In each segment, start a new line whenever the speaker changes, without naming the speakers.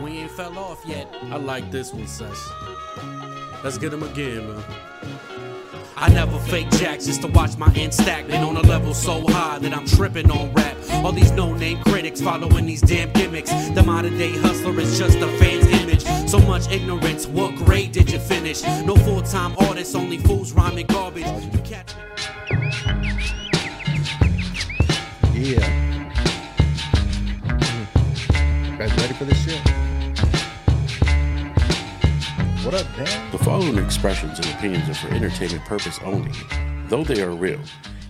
We ain't fell off yet.
I like this one, Seth. Let's get him again, man.
I never fake jacks just to watch my end stagnant on a level so high that I'm tripping on rap. All these no-name critics following these damn gimmicks. The modern day hustler is just a fan's image. So much ignorance. What grade did you finish? No full-time artists, only fools rhyming garbage. You catch me.
Yeah. You Mm-hmm. guys ready for this shit? What up, Dan?
The following expressions and opinions are for entertainment purpose only, though they are real.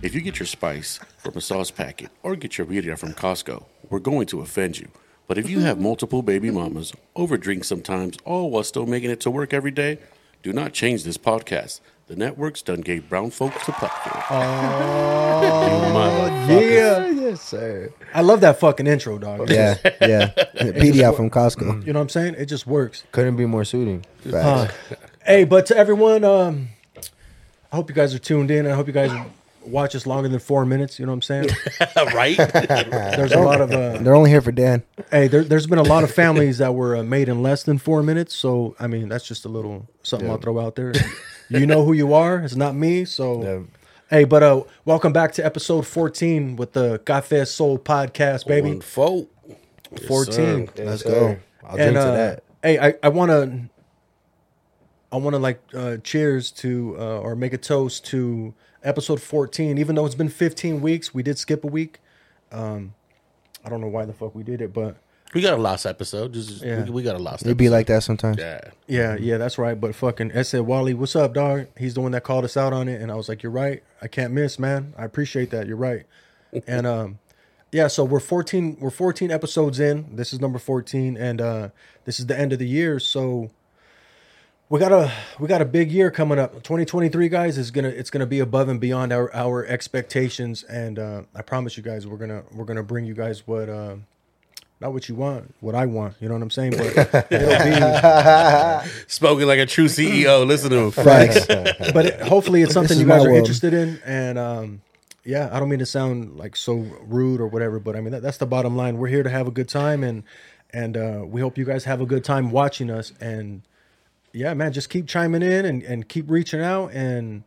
If you get your spice from a sauce packet or get your birria from Costco, we're going to offend you. But if you have multiple baby mamas, overdrink sometimes, all while still making it to work every day, do not change this podcast. The network's done gave brown folks the platform.
Oh,
yeah.
Yes, sir.
I love that fucking intro, dog.
Yeah, yeah.
PDI from Costco.
You know what I'm saying? It just works.
Couldn't be more suiting.
Uh, hey, but to everyone, um, I hope you guys are tuned in. I hope you guys watch us longer than four minutes. You know what I'm saying?
right?
There's a lot of uh,
They're only here for Dan.
hey, there, there's been a lot of families that were uh, made in less than four minutes. So I mean, that's just a little something I'll throw out there. you know who you are. It's not me. So. Hey, but uh, welcome back to episode 14 with the Cafe Soul podcast, baby.
One folk.
14.
Let's
go.
I'll drink
and
to
uh,
that.
hey, I, I wanna I wanna like uh, cheers to uh, or make a toast to episode fourteen. Even though it's been fifteen weeks, we did skip a week. Um, I don't know why the fuck we did it, but
We got a lost episode. Just,
Yeah.
we, we got a lost
It'd be like that sometimes.
Yeah.
yeah, yeah, that's right. But fucking, I said Wally, what's up, dog? He's the one that called us out on it, and I was like, you're right. I can't miss, man. I appreciate that. You're right. and um, yeah, so we're fourteen. We're fourteen episodes in. This is number fourteen, and uh, this is the end of the year. So we got a we got a big year coming up 2023 guys is gonna it's gonna be above and beyond our our expectations and uh i promise you guys we're gonna we're gonna bring you guys what uh not what you want what i want you know what i'm saying but it'll
Spoken like a true
E
CEO. Listen to him.
Facts.
be but it, hopefully it's something
is
you guys
my
are
world.
interested in and um yeah i don't mean to sound like so rude or whatever but i mean that, that's the bottom line we're here to have a good time and and uh we hope you guys have a good time watching us and yeah man just keep chiming in and, and keep reaching out and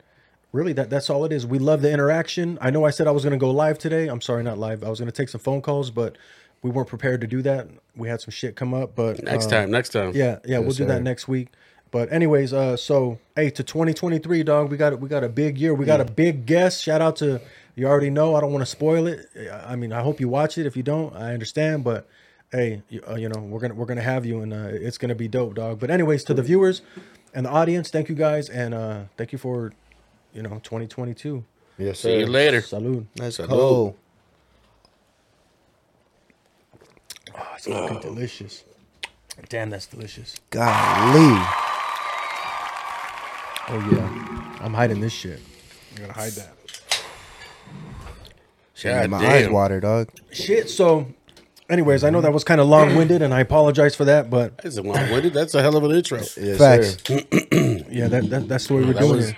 really that that's all it is we love the interaction i know i said i was going to go live today i'm sorry not live i was going to take some phone calls but we weren't prepared to do that we had some shit come up but
Next
uh,
time. Next time.
yeah yeah we'll do that next week but anyways uh so hey to 2023 dog we got we got a big year we got a big guest shout out to you already know i don't want to spoil it i mean i hope you watch it if you don't i understand but hey you, uh, you know we're gonna we're gonna have you and uh, it's gonna be dope dog but anyways to the viewers and the audience thank you guys and uh thank you for you know 2022
Yes,
See you later.
salud
Let's
Salud.
go.
oh, it's fucking delicious damn that's delicious
Golly.
oh yeah i'm hiding this shit i gotta hide that
Shit, my
damn.
eyes water, dog.
Shit. So, anyways, I know that was kind of long winded, and I apologize for that. But
That's a long-winded. That's a hell of an intro.
Yes,
Facts.
sir.
yeah, that, that that's the way we're
that
doing
was
it.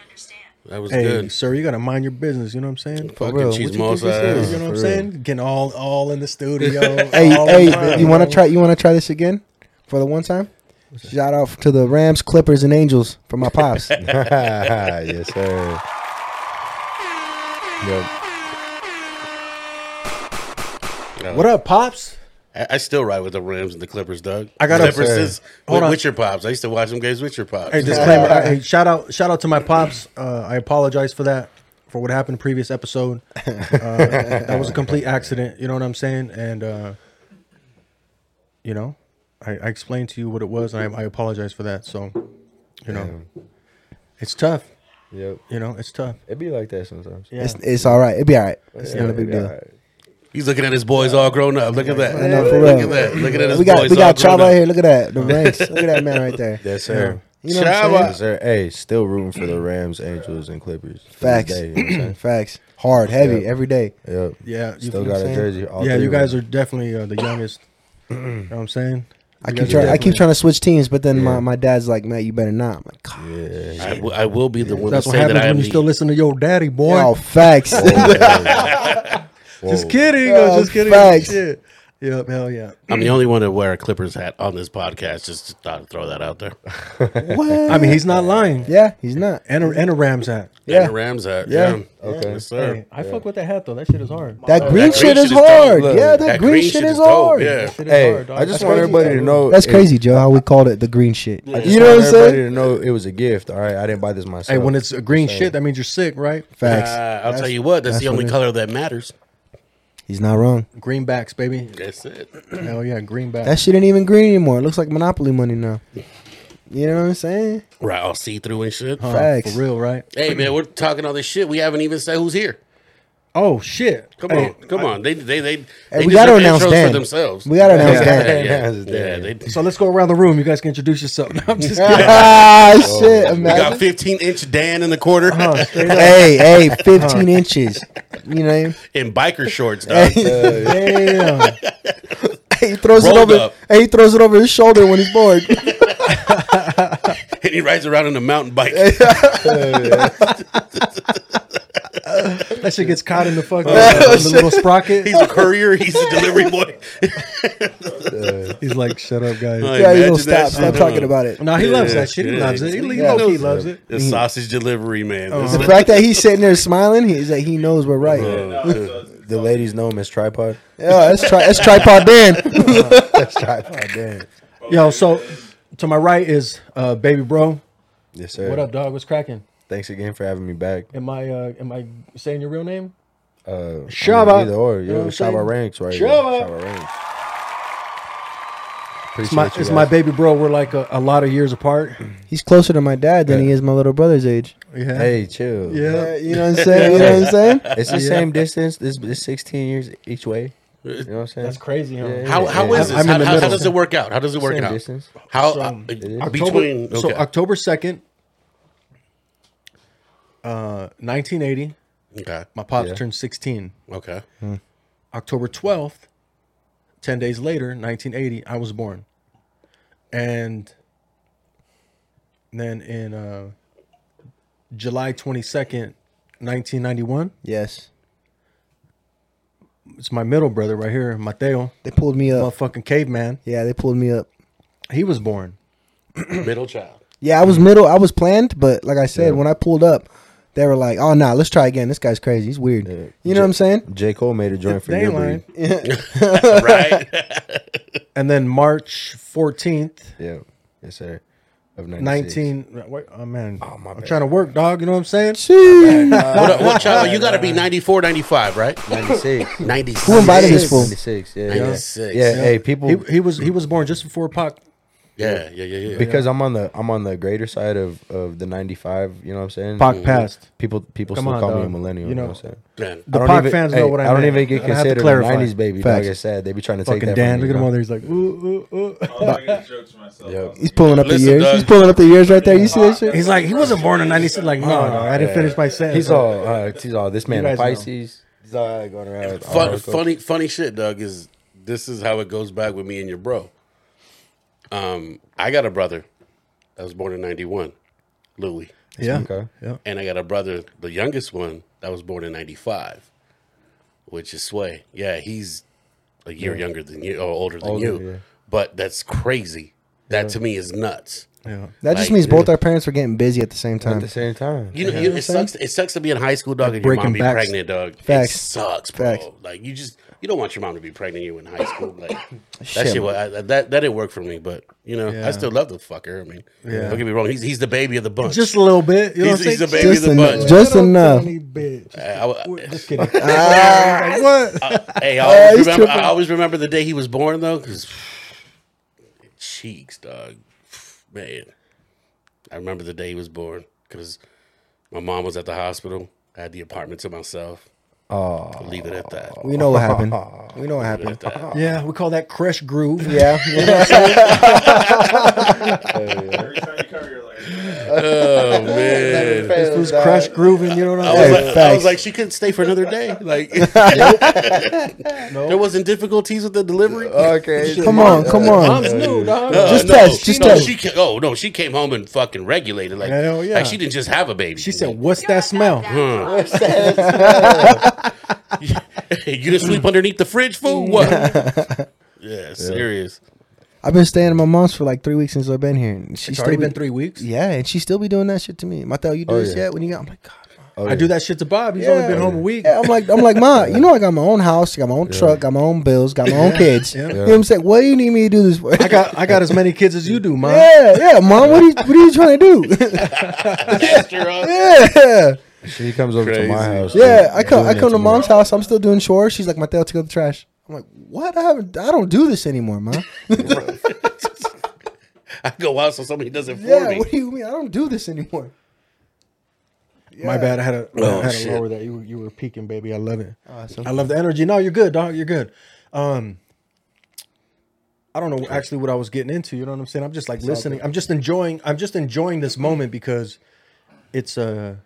That was
Hey,
good.
sir, you gotta mind your business. You know what I'm saying?
Fucking
real,
cheese
what
balls.
you think
You know
this
ass.
what I'm
for
saying? Getting all all in the studio.
Hey,
all
hey,
around,
you want
bro.
to try? You want to try this again for the one time? Shout out to the Rams, Clippers, and Angels for my pops.
yes, sir. Yep.
What up, pops?
I, I still ride with the Rams and the Clippers, Doug.
I gotta-
Clippers
Sir.
is
Hold
with,
on.
with your pops. I used to watch them games with your pops.
Hey, disclaimer. I- hey, shout out, shout out to my pops. Uh, I apologize for that, for what happened in previous episode. Uh, that was a complete accident. You know what I'm saying? And uh, you know, I, I explained to you what it was, and I, I apologize for that. So, you know, it's tough.
Yep.
You know, it's tough.
It be like that sometimes.
Yeah.
It's, it's all right. It'd be all right. It's not a big deal.
He's looking at his boys all grown up. Look at that.
I know, for
Look
real.
at that. Looking at his
We got
boys
we got
all grown
Chava
up.
right here. Look at that. The ranks. Look at that man right there.
Yes, sir.
You know what I'm
Chava.
saying?
Yes, sir. Hey, still rooting for the Rams, Angels, and Clippers. to this
Facts.
day, you know what I'm saying?
Facts. Hard, heavy,
Yeah.
every day.
Yep.
Yeah, you
Still
feel what
got
I'm
a
saying?
jersey. All
Yeah,
three
you
of
guys
them.
are definitely uh, the youngest. you know what I'm saying?
I keep
You guys
trying. I
definitely-
keep trying to switch teams, but then my, my dad's like, "Man, you better not." I'm like, God.
Yeah.
I will- I will be the one to
That's what
say that
happens
I
when
am
you still
the
listen to your daddy, boy.
Oh, facts.
Whoa.
Just kidding.
Oh,
just kidding.
facts.
Shit. Yep, hell yeah.
I'm the only one to wear a Clippers hat on this podcast. Just thought I'd throw that out there.
What?
I mean, he's not lying.
yeah, he's not.
And a, and a Rams hat.
Yeah, and the Rams hat.
Yeah.
Yeah, okay, yes, sir.
Hey, I fuck with that hat though. That shit is hard.
That green
That
shit is
dope.
hard.
Look,
yeah, that, green, shit is
dope.
hard.
Yeah,
Shit is
Hey,
hard, dog.
I just
That's
want
crazy.
everybody to know
That's
it-
crazy, Joe. How we called it the green shit.
I just
You know
want
what I'm
everybody
saying?
To know it was a gift. All right, I didn't buy this myself.
Hey, when it's a green shit, that means you're sick, right?
Facts.
Uh, I'll tell you what. That's, the
that's
only
what it-
color that matters.
He's not wrong.
Greenbacks, baby.
That's it.
Hell yeah, greenbacks.
That shit ain't even green anymore. It looks like Monopoly money now. You know what I'm saying?
Right, all see through and shit.
Huh,
facts.
for real, right?
Hey man, we're talking all this shit. We haven't even said who's here.
Oh shit!
Come
Hey,
on, come on. They they they. they
we
deserve
gotta
intros
announce
for
Dan.
themselves.
We gotta announce
yeah,
Dan.
Yeah,
Yeah,
yeah,
Dan.
they,
So let's go around the room. You guys can introduce yourself. No, I'm just kidding.
ah, shit.
Oh, we got
Imagine.
15 inch Dan in the corner
Huh, straight up.
Hey, hey, 15 inches. You know?
in biker shorts. Dog.
Damn.
Hey, he throws it
Rolled
over.
up.
Hey, he throws it over his shoulder when he's bored.
and he rides around on a mountain bike.
That shit gets caught in the fucking in the little sprocket.
He's a courier. He's a delivery boy.
He's like, "Shut up, guys."
Like,
yeah, you
imagine
don't stop.
that shit,
Stop
huh?
talking about it.
no, he loves
Yeah,
that shit. He
yeah.
loves it. He, he
Yeah.
low key loves it.
The sausage delivery man.
The fact that he's sitting there smiling, he's like, he knows we're right.
Uh-huh.
Yeah,
the ladies know him as tripod.
that's, tri- that's tripod Dan.
That's tripod, damn.
Yo, so to my right is uh, baby bro.
Yes, sir.
What up, dog? What's cracking?
Thanks again for having me back.
Am I uh, am I saying your real name?
Uh,
Shaba.
I mean, either or,
You know what
yo,
I'm saying?
Shaba ranks right.
Shaba.
here. Shaba ranks.
It's my,
Appreciate you
it's my
guys.
baby bro. We're like a, a lot of years apart.
He's closer to my dad than he is my little brother's age.
Yeah.
Hey, chill.
Yeah.
Uh, you know what I'm saying? You know what I'm saying?
It's the
Yeah.
same distance. It's, it's 16 years each way. You know what I'm saying?
That's crazy, huh?
Yeah.
How how is this?
I'm in
how,
the
how, how
middle.
does it work out? How does it work
Same
out?
distance.
How
So,
uh,
it
uh,
October,
between
so
okay.
October second, uh, nineteen eighty.
okay
My pops
Yeah.
turned sixteen.
okay
October twelfth, ten days later, nineteen eighty, I was born, and then in uh, July twenty second, nineteen ninety one,
Yes.
it's my middle brother right here, Mateo,
They pulled me up.
motherfucking caveman.
Yeah, they pulled me up.
He was born.
middle child.
Yeah, I was middle. I was planned, but like I said, when I pulled up, they were like, "Oh nah, let's try again. This guy's crazy. He's weird." You know what I'm saying?
J. Cole made a joint for
They
your
lying.
breed.
right?
And then March fourteenth,
Yeah. Yes, sir. Of 96.
19 wait, oh man i'm trying to work dog you know what i'm saying
what, what child? You got to be 94, 95, right?
96.
96.
Who invited this fool?
96. Yeah. yeah.
96.
Yeah. Hey, people.
he, he was he was born just before Pac.
Yeah, yeah, yeah, yeah.
because I'm on the I'm on the greater side of of the 95. You know what I'm saying?
Pac passed.
People people
Come
still
on,
call me a
dog.
millennial.
You
You know,
know.
what I'm saying?
Man,
The
I don't
Pac
even-
fans
hey,
know what I mean.
don't even get
I have to
considered a
clarify.
90s baby. Dog,
Facts.
it's sad. They be trying to take
Fucking
that.
Dan,
from
look at
you,
him
you
over there. He's
know?
like, ooh, ooh, ooh.
I was making a joke to myself. I was
He's
like,
pulling up the
Listen,
years.
Doug.
He's pulling up the years right there. You see that shit?
He's like, he wasn't born in '96. Like, no, no, I didn't finish my sentence.
Oh, He's all uh, he's all this man
You
a
guys know.
Pisces. He's all going around. with all
fun,
those-
funny, funny shit, Doug. Is this is how it goes back with me and your bro? Um, I got a brother that was born in '91, Louis,
yeah,
Okay.
yeah.
and I got a brother, the youngest one, that was born in '95, which is Sway. Yeah, he's a year younger than you, or older than
Older,
you.
yeah.
But that's crazy. That to me is nuts.
yeah.
That just
Like,
means both
yeah.
our parents were getting busy at the same
At
time.
the same time.
You know, you it sucks. It sucks to be in high school, dog, and your
breaking
mom be
backs.
pregnant, dog. It
Facts.
sucks, bro.
Facts.
Like you just you don't want your mom to be pregnant you in high school. Like that
Shit,
shit. wa- I, that that didn't work for me, but you know,
Yeah.
I still love the fucker. I mean,
Yeah.
don't get me wrong. He's he's the baby of the bunch.
Just a little bit. You know
he's,
what I'm
he's the
saying?
baby of
Just
the
enough.
bunch.
Just- enough.
enough.
uh,
Uh, I- I-
Just kidding.
what?
hey, I always,
Ah. he's
remember, I
tripping.
always remember the day he was born though, because cheeks, dog, man. I remember the day he was born because my mom was at the hospital. I had the apartment to myself. Oh, leave it at that.
We know what happened. We know what happened.
yeah, we call that crush groove.
Yeah.
every time you cover, you're like,
Oh man.
It was crush grooving. You know what I'm
I was,
Hey,
saying?
like, I
facts.
was like, she couldn't stay for another day. Like, there wasn't difficulties with the delivery.
Okay.
Come on, come on.
Mom's new, dog.
Uh,
Uh, just
no,
test, just
no,
test.
She ca- oh no, she came home and fucking regulated. Like,
Hell yeah.
like she didn't just have a baby.
She said, "What's that smell?"
Hmm. you didn't sleep underneath the fridge, fool? What? yeah, serious.
I've been staying at my mom's for like three weeks since I've been here. And she's
It's already
still
been
be-
three weeks.
Yeah, and she still be doing that shit to me. Mateo, you do
Oh,
this
yeah.
yet? When you got, I'm like, God, Ma.
Oh,
I do that shit to Bob. He's only been
Yeah.
home a week.
Yeah, I'm like, I'm like, Ma, you know, I got my own house, I got my own truck, got my own bills, got my own kids. You know what I'm saying? What do you need me to do this for?
I got I got as many kids as you do, man.
yeah, yeah, Mom, what are you, what are you trying to do? yeah,
She comes over to my
Crazy.
house.
yeah. I come,
doing
I
that
come to
me.
Mom's house. I'm still doing chores. She's like, Mateo, take out the trash. I'm like, what? I haven't, I don't do this anymore, Ma.
I go out so somebody does it for
yeah,
me.
what do you mean? I don't do this anymore.
My bad. I had a
Oh,
I had
shit.
a lower that you were- you were peeking, baby. I love it.
Awesome.
I love the energy. No, you're good, dog. You're good. Um, I don't know actually what I was getting into. You know what I'm saying? I'm just like listening. I'm just enjoying. I'm just enjoying this moment because it's uh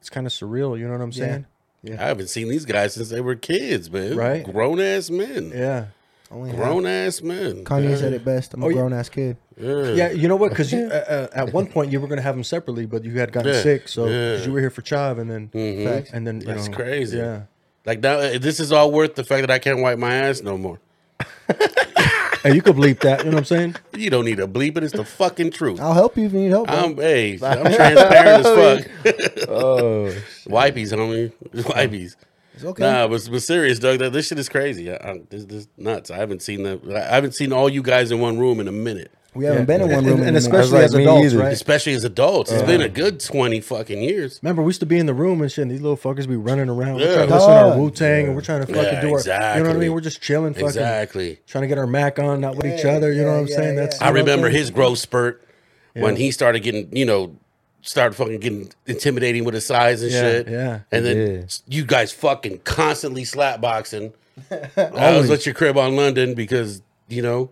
it's kind of surreal. You know what I'm saying?
I haven't seen these guys since they were kids, man.
Right.
Grown ass men.
Yeah.
Only half.
Grown ass men.
Kanye
yeah.
said it best. I'm a
Oh, yeah.
grown ass kid.
Yeah.
Yeah, you know what? Because uh, uh, at one point you were gonna have them separately, but you had gotten
Yeah.
sick, so 'cause
Yeah.
you were here for Chav, and then
Mhm.
and then you
That's
know,
crazy.
Yeah,
Like now, uh, this is all worth the fact that I can't wipe my ass no more.
hey, you could bleep that. You know what I'm saying?
You don't need to bleep it. It's the fucking truth.
I'll help you if you need help. bro.
I'm hey, I'm transparent as fuck.
Oh,
Wipies, homie. Wipies.
it's okay.
Nah, but, but serious, Doug. That this shit is crazy. I, I, this this nuts. I haven't seen that. I haven't seen all you guys in one room in a minute,
we haven't been in
And-
one
and-
room, in
and,
a minute.
especially
like,
as
me
adults,
either.
right?
especially as adults. It's been a good twenty fucking years.
Remember, we used to be in the room and shit, and these little fuckers be running around. We're
Yeah.
trying to listen to our
Dog.
Wu Tang, and we're trying to fucking
Yeah,
do our. You know what I
exactly.
mean? We're just chilling, fucking
Exactly.
trying to get our Mac on, not with each other. You know what I'm
yeah,
saying?
yeah.
That's
I remember
Okay.
his growth spurt when he started getting, you know, started fucking getting intimidating with his size and
Yeah,
shit.
yeah.
And then
Yeah.
s- you guys fucking constantly slap boxing. I was at your crib on London because, you know,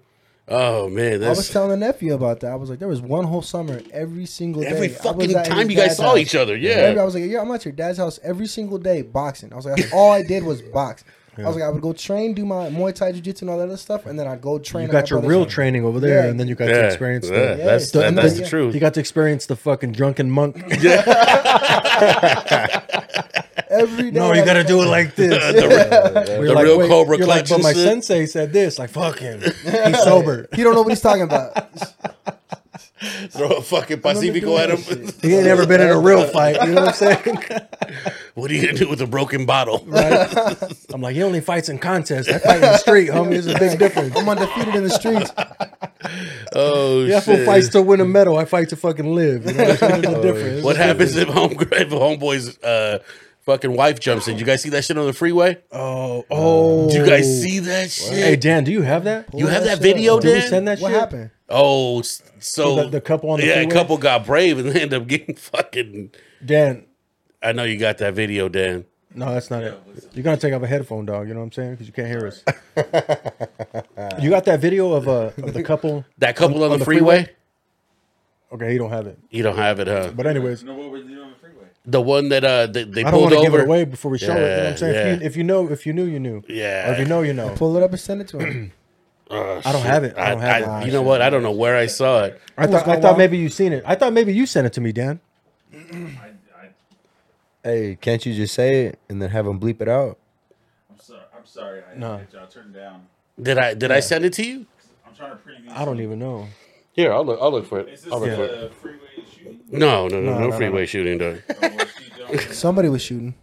oh man,
I was
that's
telling the nephew about that. I was like, there was one whole summer, every single day.
every
I was
fucking
at
time
his
you guys
dad's
saw
house.
each other.
I remember
Yeah.
I was like, yeah, I'm at your dad's house every single day boxing. I was like, that's all I did was box. I was like, I would go train, do my Muay Thai, Jiu Jitsu, and all that other stuff, and then I'd go train.
You
at
got
my
your
brother's
real
house.
training over there,
Yeah.
and then you got
Yeah,
to experience
yeah,
the.
that's
Yeah,
that-
and
that's
then-
the truth.
You got to experience the fucking drunken monk.
Every day.
no, you got to do it like this.
The real Cobra
you're like,
Clutch
but
and
my
shit."
sensei said this. Like, fuck him. He's sober.
He don't know what he's talking about.
Throw a fucking Pacifico at
doing
him.
He ain't never been in a real fight. You know what I'm saying?
what are you gonna do with a broken bottle?
I'm like, he only fights in contests. I fight in the street, homie. There's a big difference.
I'm undefeated in the streets.
Oh
That fool
shit.
fights to win a medal. I fight to fucking live. You know what I'm saying? There's a difference.
What happens if home if homeboy's uh fucking wife jumps in? You guys see that shit on the freeway?
Oh, oh.
Do you guys see that
Hey
shit?
Dan, do you have that?
You have that
shit.
video,
Did we
Dan?
send that
What
shit?
happened?
Oh, s- so
The- the couple on the
yeah, a
freeway?
couple got brave and they end up getting fucking.
Dan,
I know you got that video, Dan.
no, that's not it. You're gonna take off a headphone, dog. You know what I'm saying? Because you can't hear us. you got that video of uh of the couple?
That couple on,
on
the,
the
freeway?
freeway? Okay, you don't have it.
You don't have it, huh?
But anyways,
You know what we're doing on the freeway?
The one that uh they, they
I don't
pulled
want to give
over.
it away before we show it. You know what
Yeah,
I'm saying? If,
yeah.
you, if you know, if you knew, you knew.
Yeah.
Or if you know, you know.
Pull it up and send it to him.
I don't have it. I
I,
don't have
I-
it.
you know what? I don't know where I saw it.
I thought I thought maybe you seen it. I thought maybe you sent it to me, Dan.
I, I,
hey, can't you just say it and then have him bleep it out?
I'm sorry. I'm sorry. I
No.
hit y'all. Turn down.
Did I did I send it to you?
I'm trying to preview.
I don't even know.
Here, I'll look. I'll look for
Is
it.
this
I'll look for it.
the freeway shooting?
No, no, no, no,
no, no,
freeway shooting, dog.
Or was she jumping?
Somebody was shooting.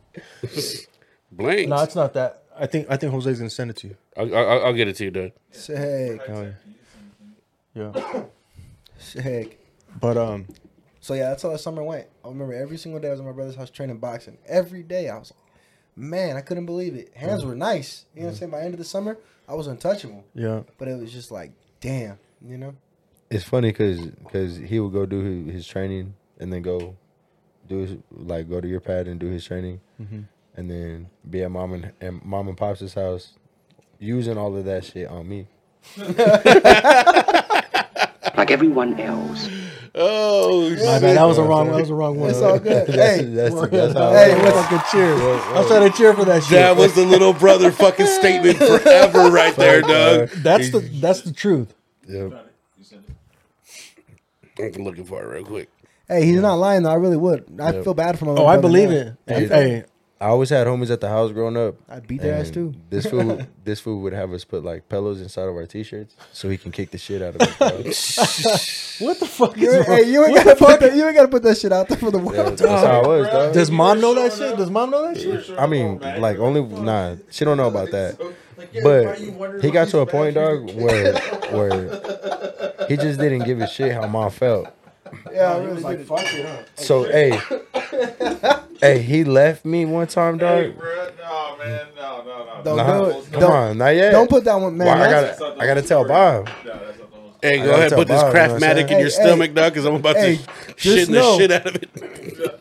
Blanks.
No, it's not that. I think I think Jose's gonna send it to you.
I'll, I'll, I'll get it to you, Doug.
Sick,
Yeah.
sick.
But um,
So yeah, that's how the summer went. I remember every single day I was at my brother's house training boxing. Every day I was like, man, I couldn't believe it. Hands were nice. You know what I'm saying? By the end of the summer, I was untouchable.
yeah.
But it was just like, damn, you know?
It's funny because he would go do his, his training and then go do his, like go to your pad and do his training,
Mm-hmm.
and then be at mom and, and mom and pops' house, using all of that shit on me.
like everyone else.
Oh,
My bad. That was a wrong. That was a wrong one.
It's all good.
That's-
hey,
that's, that's how
hey,
Hey,
what's-
fucking cheer. I was trying to cheer for that shit.
That was the little brother fucking statement forever right there, Doug.
that's the that's the truth.
Yep.
You said it.
I'm looking for it real quick.
hey, he's not lying though. I really would. I feel bad for my
Oh, I believe Oh, it. Hey,
I always had homies at the house growing up.
I beat their ass
and
too.
This fool, this fool would have us put like pillows inside of our t-shirts so he can kick the shit out of us. dog.
What the fuck is
You're-
wrong?
hey, you ain't
What
gotta
the fuck
put that. You ain't gotta put that shit out there for the world.
That's how I was, dog.
Does mom know that shit? Does mom know that shit?
I mean, like only nah, she don't know about that. But he got to a point, dog, where where he just didn't give a shit how mom felt.
Yeah, I really like fuck it.
So hey, hey, he left me one time,
Hey,
dog.
bro, no, man, no, no, no.
Don't
Nah,
do it.
come
Don't-
on, not yet.
Don't put that one, man.
Why, I
that's-
gotta, I gotta tell Bob.
No, that's not the whole
Hey,
I
go
gotta
ahead,
tell
put this
Bob, you know what I'm
Craftmatic in
saying? Hey,
your stomach, dog, because I'm about
hey,
to
just
shit in
know-
the shit out of it.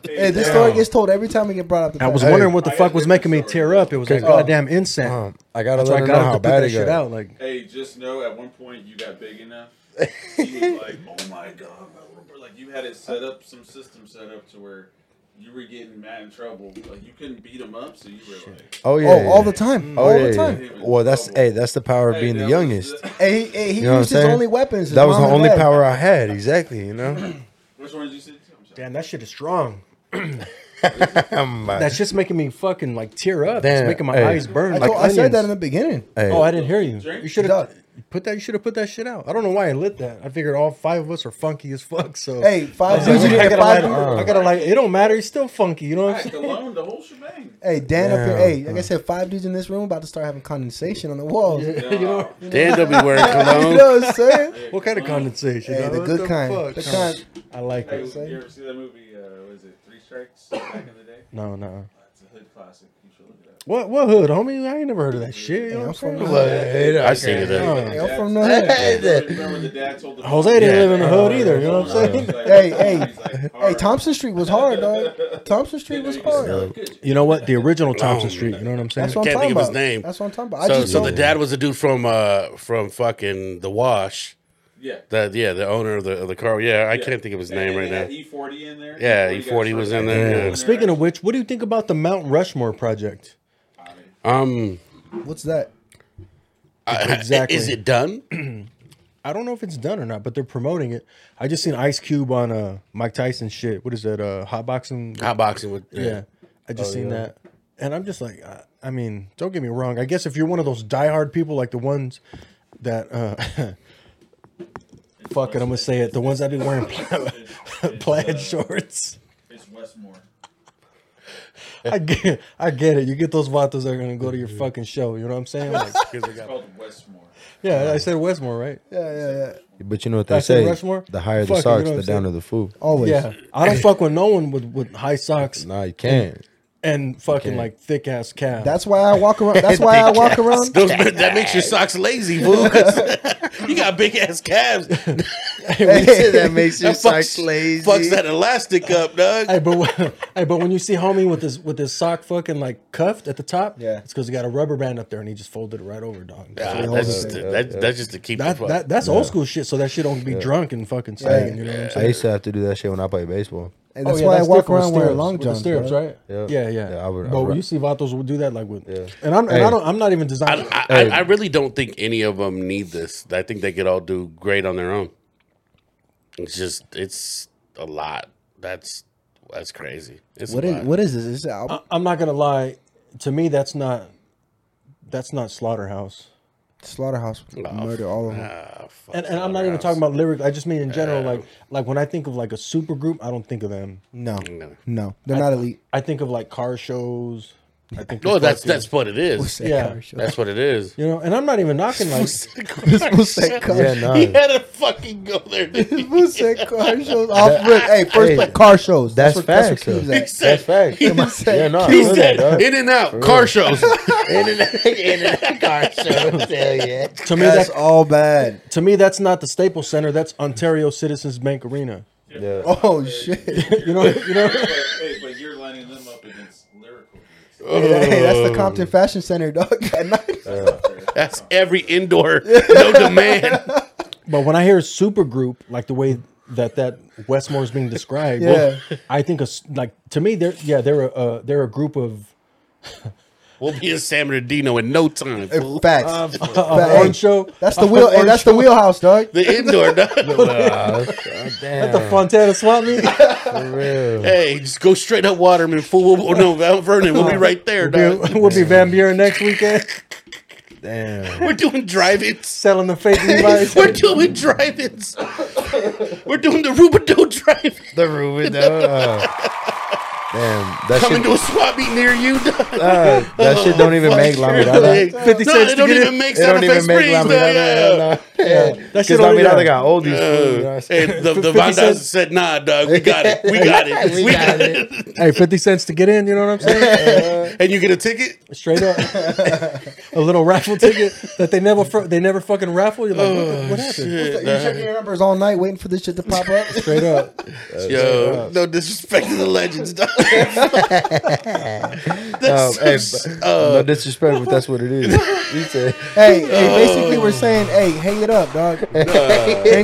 hey, this story gets told every time we get brought up. The
I was
fact.
wondering what the fuck was making me tear up. It was
Oh.
that
Okay.
goddamn incense.
Um, I gotta
That's why
let
I
her
got
know
up
how
to put
bad
that
it
shit
got.
out. Like,
Hey, just know at one point you got big enough. You was like, oh my god, my Rupert," like you had it set up, some system set up to where you were getting mad in trouble. Like you couldn't beat him up, so you were like,
Oh yeah,
Oh, all the time.
Oh,
all
yeah,
the time.
yeah. Well, that's hey, that's the power of
hey,
being
that
the
was
youngest.
the-
Hey, he, hey, he
You know what
used
I'm
his
saying?
only weapons. his
That was the
mom and
only
dad.
power I had, exactly. You know,
which one did you see? I'm sorry.
damn, that shit is strong.
I'm about-
That shit's making me fucking like tear up.
Damn,
it's making my
hey.
eyes burn.
I,
like
told, I said that in
onions.
the beginning.
hey,
Oh, I didn't hear you.
Drink?
You should
Duck.
have put that. You should have put that shit out. I don't know why I lit that. I figured all five of us are funky as fuck. So
Hey, five
Dude,
dudes.
you
you
didn't- I
get
gotta light
five
it.
people.
I gotta like. It don't matter. He's still funky. You know what I'm
Heck,
saying?
alone, the whole shebang.
Hey, Dan up here. Hey,
Damn.
like I said, five dudes in this room about to start having condensation on the walls.
You know,
Dan don't be wearing
you
cologne.
know what I'm saying?
What kind of condensation?
Hey,
dog?
the
What
good kind.
fuck?
The kind-
I like
hey,
it.
you ever see that movie? Uh, was it Three Strikes back in the day?
No, no.
It's a hood classic. You should look it up.
What what hood, homie? I ain't never heard of that shit. You know
I'm
what
from
I'm
the
saying?
hood.
I seen it. uh,
Hey,
Uh,
I'm from the hood.
Remember the dad told the
Jose didn't
Yeah.
live in the hood either. You know what I'm saying?
Hey, hey. Hey,
Tom.
Thompson Street was hard, dog. Thompson Street was hard.
You know what? The original Thompson Street. You know what I'm saying?
That's what I'm
Can't
talking
think of his
about.
name.
That's what I'm talking about. I
So,
just
so the
don't.
dad was the dude from uh from fucking the wash.
Yeah.
That yeah, the owner of the of the car. Yeah, I can't think of his name right now.
E forty in there.
Yeah,
got
E40 was in
shot.
there, yeah.
Speaking of which, what do you think about the Mount Rushmore project?
Um,
What's that?
Exactly.
Uh, is it done?
I don't know if it's done or not, but they're promoting it. I just seen Ice Cube on uh, Mike Tyson shit. What is that? Uh, hot boxing.
Hot boxing with
yeah. I just seen that, and I'm just like, I, I mean, don't get me wrong. I guess if you're one of those diehard people, like the ones that, uh, fuck it, I'm gonna say it. The ones that be wearing pla- plaid shorts.
It's Westmore.
I get, I get it. You get those vatos that are gonna go to your fucking show. You know what I'm saying? Like,
It's called Westmore.
yeah, I said Westmore, right?
Yeah, yeah, yeah.
but you know what they
That's in
say:
Rushmore?
the higher
Fuck,
the
you
socks,
know what
the
I'm saying?
downer
Oh,
the fool.
Always.
Yeah, I don't fuck with no one with with high socks
Nah, you can't.
and fucking like thick ass calves.
That's why I walk around. That's why I walk around.
Those, that makes your socks lazy, fool. 'cause you got big ass calves. that
that makes you
fucks, fucks that elastic up, dog. Ah,
hey, but when, hey, but when you see homie with his with his sock fucking like cuffed at the top,
Yeah.
it's because he got a rubber band up there and he just folded it right over, dog.
Nah,
So
that's,
hold
just, that, that's just to keep the
that,
fuck-
that that's old school shit. So that shit don't be drunk and fucking sagging. You know what I'm
I
saying?
used to have to do that shit when I played baseball.
And that's
Oh, yeah,
why I walk
different with
around wearing
stirrups,
long
with the
johns.
stirrups,
bro.
right?
Yeah.
Yeah, yeah.
Yeah, I would-
but
I would-
you see vatos would do that like with,
Yeah.
and I'm and
Hey.
I don't I'm not even designing.
I, I, I really don't think any of them need this. I think they could all do great on their own. It's just it's a lot. That's that's crazy. It's
What
a
is
lot.
what is this? Is this an album?
I'm not gonna lie. To me, that's not that's not slaughterhouse.
Slaughterhouse murder all of them.
Ah, fuck
And, and I'm not
that
even
house.
talking about lyrics. I just mean in general, like like when I think of like a super group, I don't think of them.
No,
No.
no, they're not elite.
I think of like car shows. I think
No,
of
Oh, that's
fucking-
that's what it is.
That
yeah.
cover shot.
That's what it is.
you know, and I'm not even knocking like
Who said car?
Yeah, nah.
He had to fucking go there. didn't he?
Who said car shows? Off rip. Hey, first
Hey,
like car shows.
That's,
what-
facts.
what
though.
Keeves at.
That's facts. Yeah, no, I
He
feel that,
said
dog.
in and out car shows.
in and out, in and out car shows. Hell yeah.
to me
That's
that
all bad.
to me that's not the Staples Center. That's Ontario Citizens Bank Arena.
Yeah.
Oh shit.
You know, you know.
But, hey, but you're lining them up against lyrical. dudes.
Hey, that's the Compton Fashion Center, dog. At night.
That's every indoor, no demand.
But when I hear super group, like the way that that Westmore is being described,
Yeah.
I think a s like to me they're yeah they're a uh, they're a group of
We'll be in San Bernardino in no time. Fool.
Facts.
Uh, orange show.
that's the wheel. Hey, that's the wheelhouse, dog.
The indoor. dog.
Nah,
At the Fontana Swap Meet.
for real.
hey, just go straight up Waterman, fool. We'll, oh, no, Mount Vernon. We'll be right there, dog.
we'll be Van Buren next weekend
Damn.
We're doing drive-ins.
selling the fake Levi's.
We're doing drive-ins. We're doing the Rubidoux drive.
The Ruben. dog. Damn. That
Coming
shit,
to a swap meet near you. Dog.
uh, that shit don't even make
Like,
Lamidala.
no,
50 cents
it
to
don't
get
even
it.
make
It
Santa
don't
Fe
even make
Springs. dog. yeah.
Lamidala. Yeah.
That
Because
shit over
Lamidala
there.
got all these food. You know what
Uh,
I'm saying?
hey, the, the Vondas said, nah, dog, we got it. We got it. we, got, it.
Hey, 50 cents to get in, you know what I'm saying?
And you get a ticket?
Straight up. a little raffle ticket that they never fu- they never fucking raffle. You're like, what,
Oh,
the- what happened?
You checking your numbers all night, waiting for this shit to pop up.
Straight up.
Yo, no disrespect to the legends, dog.
Um,
That's
hey,
so s- uh,
but- no disrespect, but that's what it is. You said,
hey, hey, basically, we're saying, hey, hang it up, dog. hang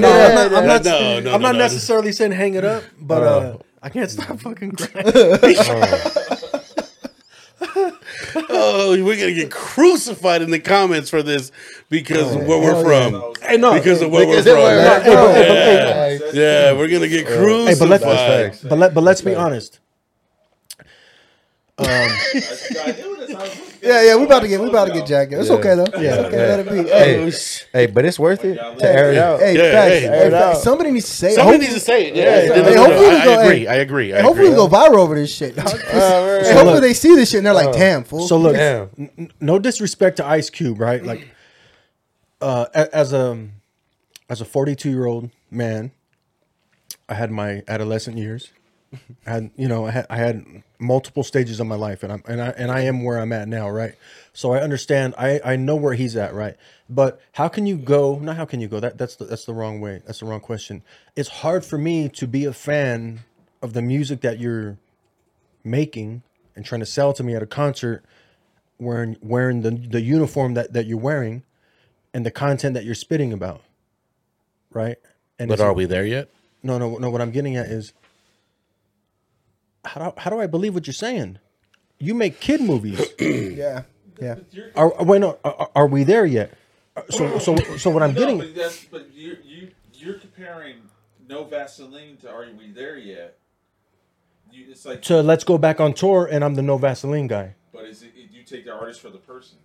No, I'm
it up.
not, I'm not,
No, no,
I'm
no,
not
no.
necessarily saying hang it up, but uh, I can't stop fucking crying.
oh, we're gonna get crucified in the comments for this because of where we're from.
hey, no.
Because
hey,
of where we're
Because of where
no,
from.
we're
hey, but- hey, but- hey,
Hey,
Yeah, we're gonna get
Hey, but
crucified.
let's but let but let's be honest.
Yeah, yeah, we about to get, we about to get jacked. It's
Yeah.
okay though.
Yeah.
Yeah, okay, let it be. Hey,
hey, hey, but it's worth it to air it out.
hey,
Yeah,
facts.
hey.
Hey,
Air it
facts.
out.
Somebody needs to say. it.
Somebody
Hope-
needs to say it. Yeah,
Hey,
no, no,
hopefully
no,
we
I,
go-
I agree.
hey,
I agree. I
Hopefully,
agree.
we go viral over this shit. Dog.
Uh, right.
Hopefully, they see this shit and they're like, damn, fool.
So look,
Damn.
n- n- no disrespect to Ice Cube, right? Like, uh, a- as a as a forty two year old man, I had my adolescent years. I had you know I had, I had multiple stages of my life, and I'm and I and I am where I'm at now, right? So I understand. I I know where he's at, right? But how can you go? Not how can you go? That that's the, that's the wrong way. That's the wrong question. It's hard for me to be a fan of the music that you're making and trying to sell to me at a concert wearing wearing the, the uniform that, that you're wearing and the content that you're spitting about. Right? And
But
it's-
are we there yet?
no no no what I'm getting at is how do, how do I believe what you're saying? You make kid movies.
yeah, yeah.
Are wait no are, are- are we there yet? So so so what I'm
No,
getting
but that's but you you you're comparing no Vaseline to Are We There Yet? You, it's like,
to let's go back on tour and I'm the no Vaseline guy.
but is it, you take the artist for the person?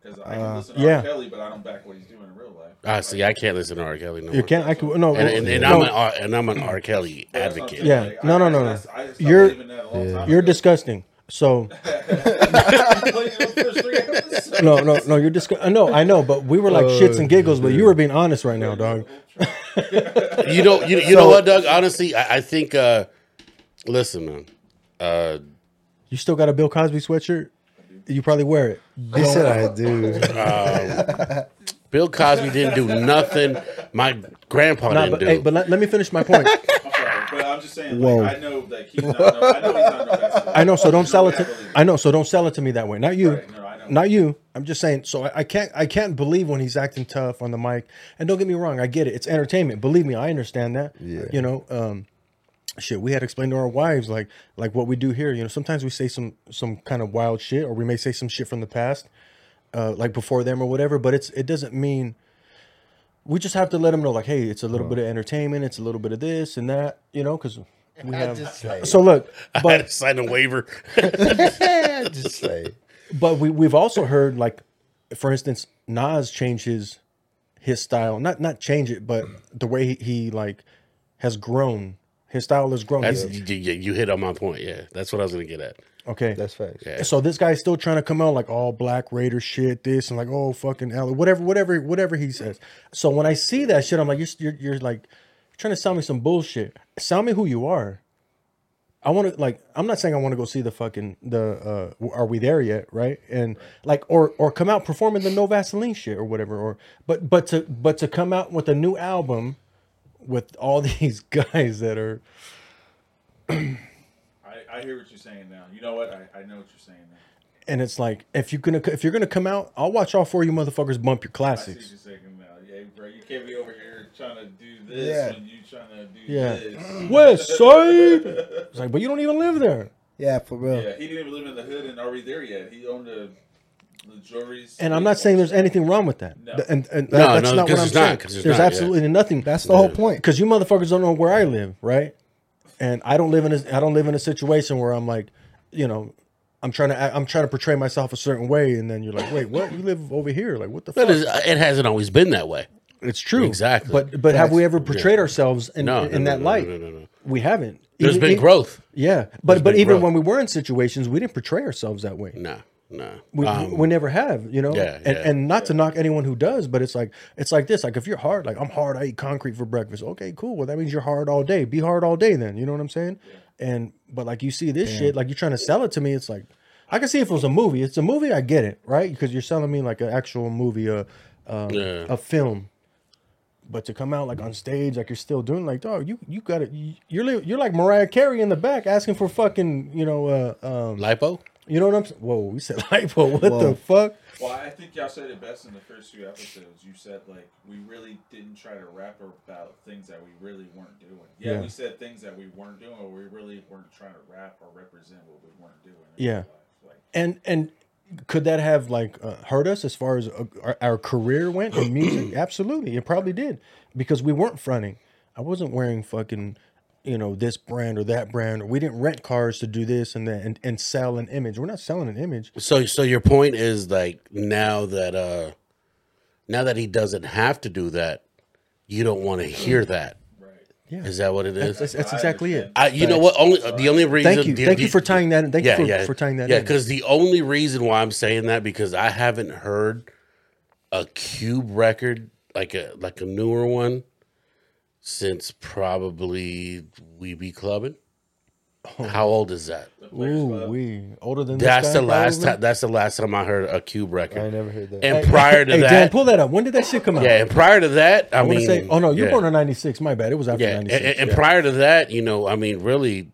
Because I can listen to
Uh, yeah.
R. Kelly, but I don't back what he's doing in real life.
I Ah, see. I can't listen to R. Kelly no
You
more.
can't I can no
And, and, and
no,
I'm an R, and I'm an R. Kelly
That's what I'm
advocate.
saying,
Yeah.
like,
No,
I-
no,
I-
no,
I-
no.
I stopped
You're-
believing that a long time
you're
ago.
disgusting. So
I played it the first three episodes.
no, no, no. You're just. No, I know, but we were like shits and giggles, but you were being honest right now, dog.
you know, you, you know what, Doug? Honestly, I, I think. Uh, listen, man. Uh,
You still got a Bill Cosby sweatshirt. You probably wear it.
He said I do.
Bill Cosby didn't do nothing. My grandpa
Nah,
didn't
but,
do.
hey, but let, let me finish my point.
I'm sorry, but I'm just saying,
Whoa.
like, I know that he's not. No, I know he's not no Vaseline.
I know, so don't sell it.
I
To,
believe
I know, so don't sell it to me that way. Not you.
Right, no, I know.
Not you. I'm just saying. So I, I can't. I can't believe when he's acting tough on the mic. And don't get me wrong. I get it. It's entertainment. Believe me, I understand that.
Yeah.
You know. Um, shit we had explained to our wives like like what we do here you know sometimes we say some some kind of wild shit or we may say some shit from the past uh like before them or whatever but it's it doesn't mean we just have to let them know like hey it's a little bit of entertainment it's a little bit of this and that you know because we have
just say
so look
I had
but
to sign a waiver.
it. just say it.
but we we've also heard like for instance Nas changed his his style not not change it but the way he, he like has grown his style has grown
That's,
He's-
you, you you hit on my point. Yeah, that's what I was gonna get at.
okay
That's facts.
Yeah.
So this guy's still trying to come out like all black Raider shit, this and like oh fucking L, whatever, whatever, whatever he says. So when I see that shit, I'm like, you're you're, you're like you're trying to sell me some bullshit. Sell me who you are. I want to like I'm not saying I want to go see the fucking the uh are we there yet right and like or or come out performing the no Vaseline shit or whatever or but but to but to come out with a new album with all these guys that are
I, I hear what you're saying now. You know what? I, I know what you're saying now.
and it's like if you're gonna if you're gonna come out I'll watch all four of you motherfuckers bump your
I see what
classics
you're saying now. Yeah, bro, you can't be over here trying to do this
Yeah.
when you trying to do
Yeah.
this.
West Side. It's like, but you don't even live there.
Yeah, for real.
Yeah, he didn't even live in the hood and already there yet. He owned the the jewelry's.
And I'm not saying there's anything wrong with that.
No.
Th- And, and
No,
that- that's
no,
not what
'cause
I'm
it's not,
saying.
'cause it's
There's
not, yeah.
absolutely nothing.
That's the whole point.
because you motherfuckers don't know where I live, right? And I don't live in a, I don't live in a situation where I'm like, you know, I'm trying to act- I'm trying to portray myself a certain way, and then you're like, wait, what? You live over here? Like, what the
But
fuck?
it's, it hasn't always been that way.
It's true,
Exactly.
But but have we ever portrayed ourselves in,
No,
in,
no, no,
that
no,
light?
no, no, no, no.
We haven't.
There's
Even-
been
even-
growth.
Yeah, but but
been
even
growth.
when we were in situations, we didn't portray ourselves that way.
No, no.
we,
Um,
we never have, you know.
yeah,
and,
yeah,
and not to knock anyone who does, but it's like it's like this. Like if you're hard, like I'm hard, I eat concrete for breakfast. Okay, cool. Well, that means you're hard all day. Be hard all day, then. You know what I'm saying? And but like you see this shit, like you're trying to sell it to me. It's like I can see if it was a movie. It's a movie. I get it, right? Because you're selling me like an actual movie, a um,
Yeah.
a film. But to come out like on stage, like you're still doing, like dog, you you got to You're li- you're like Mariah Carey in the back asking for fucking, you know, uh, um,
lipo.
you know what I'm saying? Whoa, we said lipo. What the fuck?
Well, I think y'all said it best in the first few episodes. You said like we really didn't try to rap about things that we really weren't doing. Yeah,
Yeah.
we said things that we weren't doing, or we really weren't trying to rap or represent what we weren't doing. in
Yeah.
real life. Like,
And and could that have like uh, hurt us as far as uh, our, our career went in music? Absolutely, it probably did because we weren't fronting. I wasn't wearing fucking you know this brand or that brand, or we didn't rent cars to do this and that and, and sell an image. We're not selling an image.
So, so your point is like now that uh now that he doesn't have to do that, you don't want to hear that. Right?
Yeah.
Is that what it is?
That's, that's exactly it.
I, you know what? Only the only reason.
Thank you,
the-
thank you
the-
for tying that. in. Thank
yeah,
you for,
yeah,
for tying that.
Yeah,
in.
because the only reason why I'm saying that because I haven't heard a cube record like a like a newer one since probably we be clubbing. How old is that?
ooh we older than this
That's
Oh. guy,
the last
probably?
time. That's the last time I heard a cube record.
I never heard that.
And prior to
Hey
that,
Dan, pull that up. When did that shit come out?
yeah, and prior to that, I,
I want
mean,
to say. Oh no, you're
yeah,
born in '96. My bad. It was after
yeah, and,
'96.
and prior to that, you know, I mean, really,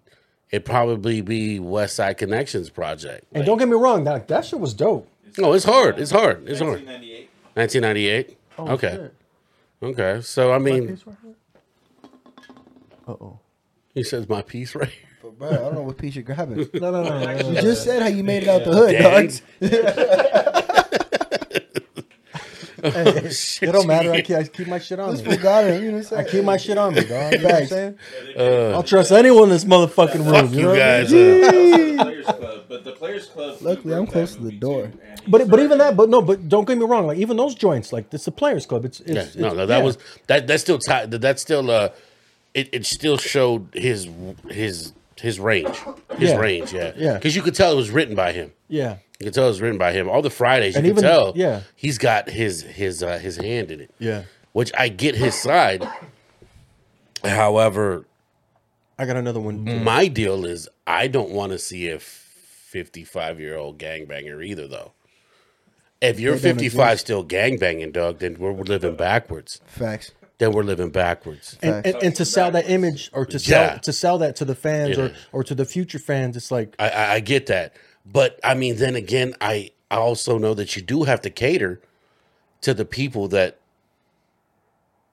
it'd probably be West Side Connections project.
And don't get me wrong, that that shit was dope.
no, it's hard. It's hard. It's hard.
1998.
1998. okay.
Oh, shit.
Okay. So I mean,
Uh oh.
he says my piece right. here."
But bro, I don't know what piece you're grabbing.
No, no, no, no, no,
You
no.
just said how you made it out the hood, dog.
Dang.
Hey,
shit.
it don't matter. I keep, I keep my shit on
This
me.
fool got him. You know what I'm saying?
I keep my shit on me, dog. You know what I'm
Facts.
saying? I'll trust anyone in this motherfucking room.
Fuck
know
you
what I mean?
guys. uh,
the Players Club, but the Players Club. he
Luckily,
wrote
I'm
that
close to the
movie,
door.
too, and he
But but even
started-
that, but no, but don't get me wrong. Like even those joints, like it's the Players Club. It's, it's,
yeah,
it's-
no, no, that
yeah.
was that. That still tied. That still uh, it, it still showed his his his range, his
Yeah.
range. Yeah,
Yeah.
Because you could tell it was written by him.
yeah.
You can tell it's written by him. All the Fridays, you
And
can
even-
tell.
yeah.
he's got his his uh, his hand in it.
Yeah.
which I get his side. However,
I got another one. too.
my deal is I don't want to see a fifty-five year old gangbanger either, though. If you're
They don't
fifty-five
exist.
still gangbanging, Doug, then we're living backwards.
Facts.
Then we're living backwards.
And, and, and to sell that image or to sell
Yeah.
to sell that to the fans
Yeah.
or, or to the future fans, it's like
I, I, I get that, but I mean, then again, I I also know that you do have to cater to the people that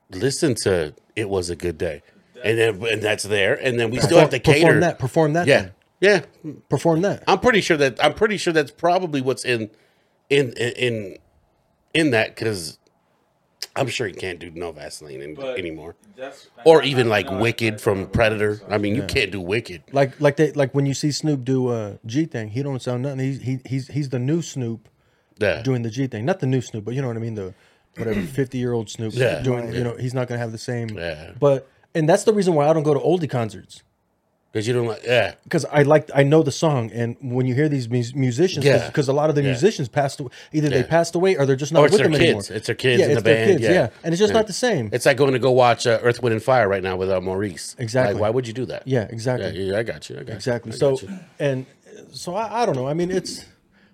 listen to "It Was a Good Day," and then and that's there, and then we still have to cater.
perform that, perform that,
Yeah,
then.
yeah.
perform that.
I'm pretty sure that I'm pretty sure that's probably what's in in in in that because I'm sure he can't do no Vaseline any,
but
anymore,
that's- I
or
know-
even
I
like
know I- I
Wicked from
know.
Predator. I mean, you can't do Wicked.
Like like they like when you see Snoop do uh, G thing, he don't sound nothing. He's he, he's he's the new Snoop
Yeah.
doing the G thing, not the new Snoop, but you know what I mean. The whatever fifty year old Snoop
Yeah.
doing, you know, he's not gonna have the same.
Yeah.
But and that's the reason why I don't go to oldie concerts
because you don't like yeah.
because I like I know the song, and when you hear these mus- musicians,
Yeah.
because a lot of the
Yeah.
musicians passed away, either they
Yeah.
passed away or they're just not
Or
with
it's their
them anymore.
kids. It's their kids in the
their
band, yeah.
and it's just
Yeah.
not the same.
It's like going to go watch uh, Earth, Wind, and Fire right now without Maurice.
Exactly.
Like, why would you do that?
yeah,
Yeah,
exactly.
yeah, I got you. I got you,
Exactly.
I
So
got you.
and uh, so I, I don't know. I mean, it's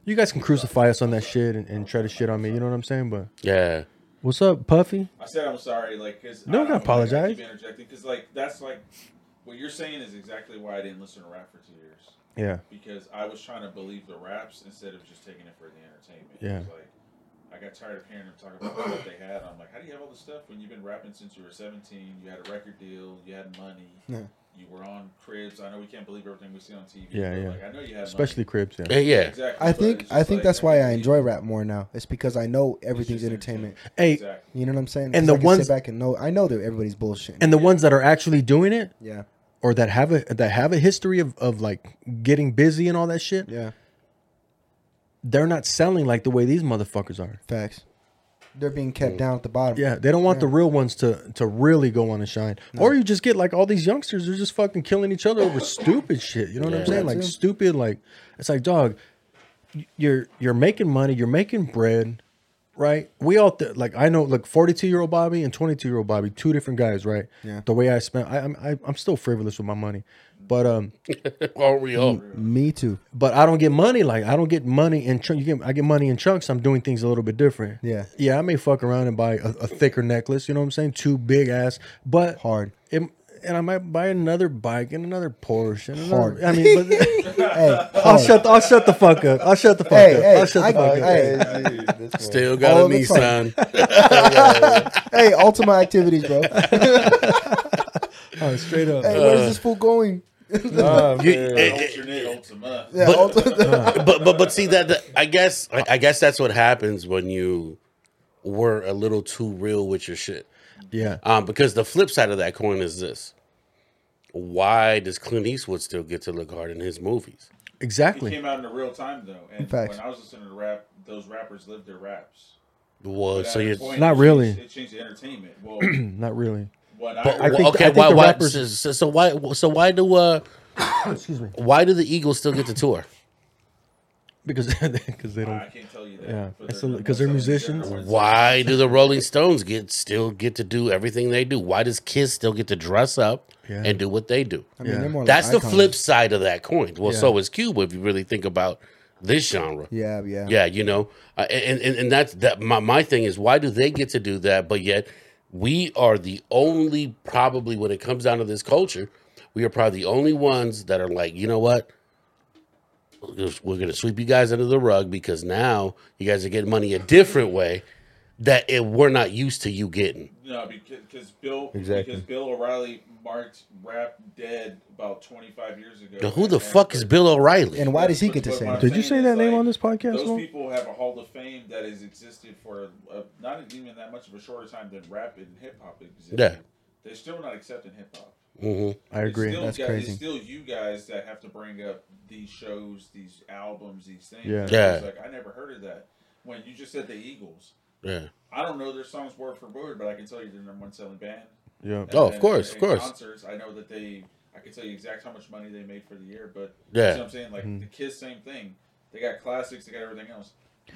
you guys can crucify us on that shit and, and try to shit on me. You know what I'm saying? But
yeah,
what's up, Puffy?
I said I'm sorry, like, cause
No, no,
I don't know, like, I
apologize.
keep interjecting, cause like that's like what you're saying is exactly why I didn't listen to rap for two years.
Yeah,
because I was trying to believe the raps instead of just taking it for the entertainment.
Yeah.
It was like I got tired of hearing them talk about what they had. I'm like, how do you have all this stuff when you've been rapping since you were 17? You had a record deal, you had money, You were on cribs. I know we can't believe everything we see on TV.
Yeah,
but,
yeah.
Like, I know you had
especially cribs. Yeah.
Hey, yeah.
Exactly.
I
but
think
it's
I
just
think
like,
that's why I
mean,
enjoy rap more now. It's because I know everything's
just
entertainment.
Hey,
Exactly.
You know what I'm saying? 'Cause
And the
I can
ones-
sit back and know I know that everybody's bullshit.
And the ones that are actually doing it
yeah,
or that have a that have a history of, of like getting busy and all that shit,
yeah,
they're not selling like the way these motherfuckers are.
facts. They're being kept down at the bottom.
Yeah, they don't want the real ones to to really go on and shine. Or you just get like all these youngsters, they're just fucking killing each other over stupid shit. You know what I'm saying? Like
Too.
stupid, like it's like dog, y- you're you're making money, you're making bread, right? We all th- like I know like 42 year old Bobby and 22 year old Bobby, two different guys, right?
Yeah.
The way I spent, I, I'm I, I'm still frivolous with my money, but um,
Are we all?
Mm.
Me too.
but I don't get money like I don't get money in chunks. You get I get money in chunks. I'm doing things a little bit different.
Yeah.
yeah. I may fuck around and buy a, a thicker necklace. You know what I'm saying? Two big ass, but
Hard.
It, and I might buy another bike and another Porsche. And another,
Hard.
I mean, but
Hey,
I'll shut. The, I'll shut the fuck up. I'll shut the fuck
Hey,
up.
hey,
I'll shut the
I-
fuck up.
hey.
Still got
All
a
the time.
Nissan.
hey, ultimate activities, bro.
Oh, straight up.
Hey, where's this fool going?
You-
Alternate,
eh, eh,
ultimate.
Yeah, ultimate-
but but but see that, that I guess I, I guess that's what happens when you were a little too real with your shit.
yeah.
Um, because the flip side of that coin is this: Why does Clint Eastwood still get to look hard in his movies?
It
Exactly.
came out in the real time though, and
Facts.
when I was listening to rap, those rappers lived their raps.
Well,
But
so
at a
you,
point,
Not
it changed-
really.
It changed the entertainment. Well,
Not really.
what
but
I,
think-
well,
I
okay,
think
why
the
why
rappers-
so, so why so why do uh
Excuse me.
why do the Eagles still get to tour?
Because because they
I
don't.
can't tell you that.
Yeah,
for
it's
their-
a- 'cause they're
most of them,
musicians.
they're-
Why do the Rolling Stones get still get to do everything they do? Why does Kiss still get to dress up
Yeah.
and do what they do?
I mean,
Yeah.
they're more like
That's the
icons.
flip side of that coin. Well,
Yeah.
so is Cuba if you really think about this genre. Yeah,
Yeah, yeah,
you know, uh, and and, and that's that. My, my thing is, why do they get to do that, but yet we are the only probably when it comes down to this culture, we are probably the only ones that are like, you know what. We're gonna- We're gonna sweep you guys under the rug because now you guys are getting money a different way that it, we're not used to you getting.
No, because 'cause Bill
Exactly.
because Bill O'Reilly marked rap dead about 25 years ago.
Now, who the
And-
fuck is Bill O'Reilly?
And why does he get to say
But my
that?
Did you
thing
say that
is,
name
like,
on this podcast,
Those
Mo?
people have a Hall of Fame that has existed for a, not even that much of a shorter time than rap and hip hop existed.
Yeah.
They're still not accepting hip hop.
Mm-hmm.
I agree.
It's still
That's
guys,
crazy.
It's still you guys that have to bring up these shows, these albums, these things.
Yeah.
It's
Yeah.
like I never heard of that. When you just said the Eagles,
Yeah.
I don't know their songs word for word, but I can tell you they're number one selling band.
yeah.
Oh, of
then
course,
in
of course.
Concerts, I know that they. I can tell you exact how much money they made for the year, but
Yeah.
you know what I'm saying like
Mm-hmm.
the Kiss, same thing. They got classics, they got everything else.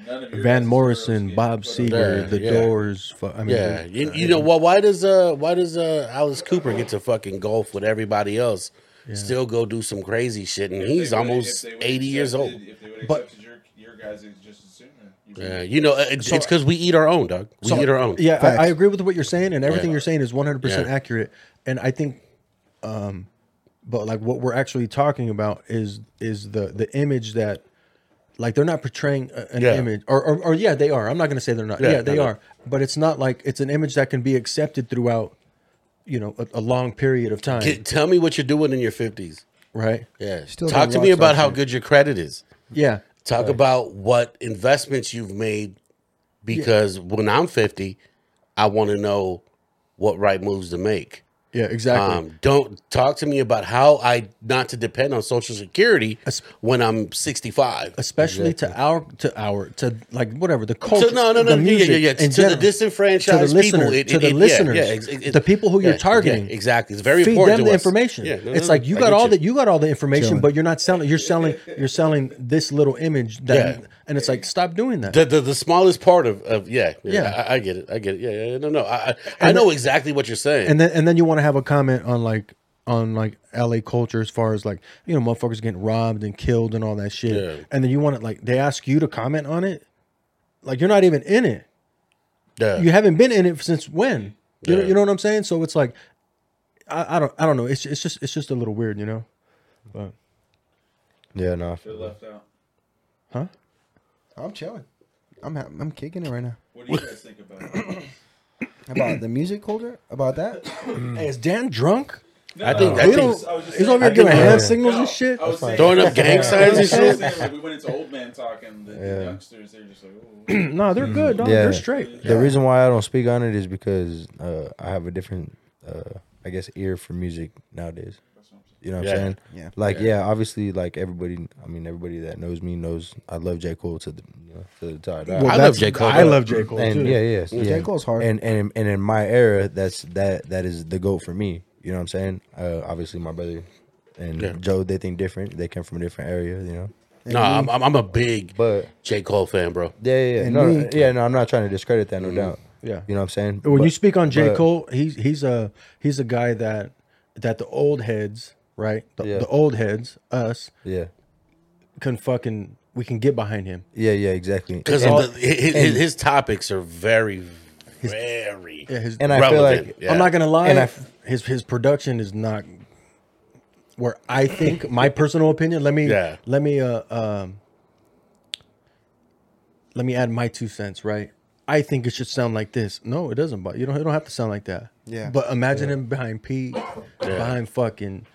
None of your guys'
Van
heroes
Morrison,
get
Bob
put up
Seger,
Yeah,
The
yeah.
Doors. fu- I mean,
Yeah,
dude,
you, you know well, why does uh why does uh Alice Cooper get to fucking golf with everybody else, still go do some crazy shit, and
If they
he's
would've-
almost
if they would've
eighty years
accepted-
old.
If they would
But-
accepted your your guys just sooner, you'd be-
Yeah, you know it- it's because we eat our own, dog. We
So-
eat our own.
Yeah, I, I
Facts.
agree with what you're saying, and everything
Yeah.
you're saying is 100 percent
Yeah.
accurate. And I think, um, but like what we're actually talking about is is the the image that, like, they're not portraying a- an
Yeah.
image, or, or or yeah, they are. I'm not gonna say they're not. Yeah,
Yeah,
they
no, no.
are. But it's not like it's an image that can be accepted throughout, you know, a, a long period of time,
T- tell me what you're doing in your fifties.
right?
Yeah,
Still
talk
that
to me
rock star
about how
shit.
good your credit is.
Yeah,
Talk about what investments you've made, because when I'm fifty, I want to know what right moves to make.
yeah, exactly.
Um, don't talk to me about how I not to depend on Social Security
Es-
when I'm 65.
Especially to our to our to like whatever the culture.
So, no, no,
the
no, yeah, yeah,
music
yeah.
in
To the
general.
disenfranchised
to the listener,
people, it-
to
it-
the
it- yeah,
listeners,
yeah, ex- ex-
the people who
yeah,
you're targeting.
yeah, exactly. It's very
feed
important
them
to
the
us.
information.
Yeah, no,
it's
no,
like you
I
got
get
all
you.
the you got all the information,
Chilling.
but you're not selling. You're selling. You're selling this little image that,
Yeah.
and it's like stop doing that.
The, the, the smallest part of, of yeah, yeah,
Yeah.
I, I get it. I get it. Yeah, yeah, yeah, no, no. I, I, I know exactly what you're saying.
and then and then you want to have a comment on like on like LA culture as far as like you know motherfuckers getting robbed and killed and all that shit.
Yeah.
And then you want to like they ask you to comment on it, like you're not even in it.
Yeah.
you haven't been in it since when? You, know,
Yeah.
you know what I'm saying? So it's like, I, I don't, I don't know. It's it's just it's just a little weird, you know. But
Yeah, no. I feel
They're
that.
left out.
I'm chilling. I'm ha- I'm kicking it right now.
What do you guys think about? it?
Mm.
About the music culture, about that.
hey, is Dan drunk?
I think
I
I think
They don't-
I was just
he's
saying-
over here
I
giving
think-
hand
yeah.
signals
No,
and shit.
I was saying-
Throwing up gang signs and
I was
shit.
saying, like, we went into old man talk and the
Yeah.
youngsters, they're just like, "Ooh."
nah, they're good. Dog.
Yeah.
They're straight.
The reason why I don't speak on it is because uh, I have a different, uh, I guess, ear for music nowadays. You know what
Yeah.
I'm saying?
Yeah.
Like, yeah. obviously, like everybody. I mean, everybody that knows me knows I love J Cole to the, you know, to the tie.
Well,
I
that's-
love J. Cole,
I
though.
love J. Cole too.
and yeah, yeah, yeah.
J. Cole's hard.
And and and in my era, that's that that is the goat for me. You know what I'm saying? Uh, obviously, my brother and
Yeah.
Joe, they think different. They come from a different area. You know,
no, I'm, I'm I'm a big
but
J Cole fan, bro.
yeah, yeah, yeah.
And
No,
me-
yeah, no, I'm not trying to discredit that, no doubt.
Mm-hmm. Yeah.
You know what I'm saying?
when you
But-
speak on J.
but-
Cole, he's he's a he's a guy that that the old heads, right? The,
Yeah.
the old heads, us,
yeah,
can fucking we can get behind him.
yeah, yeah, exactly.
Because
all-
his, his, his topics are very, very
Yeah, his,
And I
relevant.
feel like
yeah.
I'm not gonna lie,
And I-
his his production is not where I think my personal opinion. Let me
Yeah.
let me uh um let me add my two cents. Right, I think it should sound like this. No, it doesn't. But you don't. It don't have to sound like that.
Yeah.
But imagine him behind Pete, behind fucking.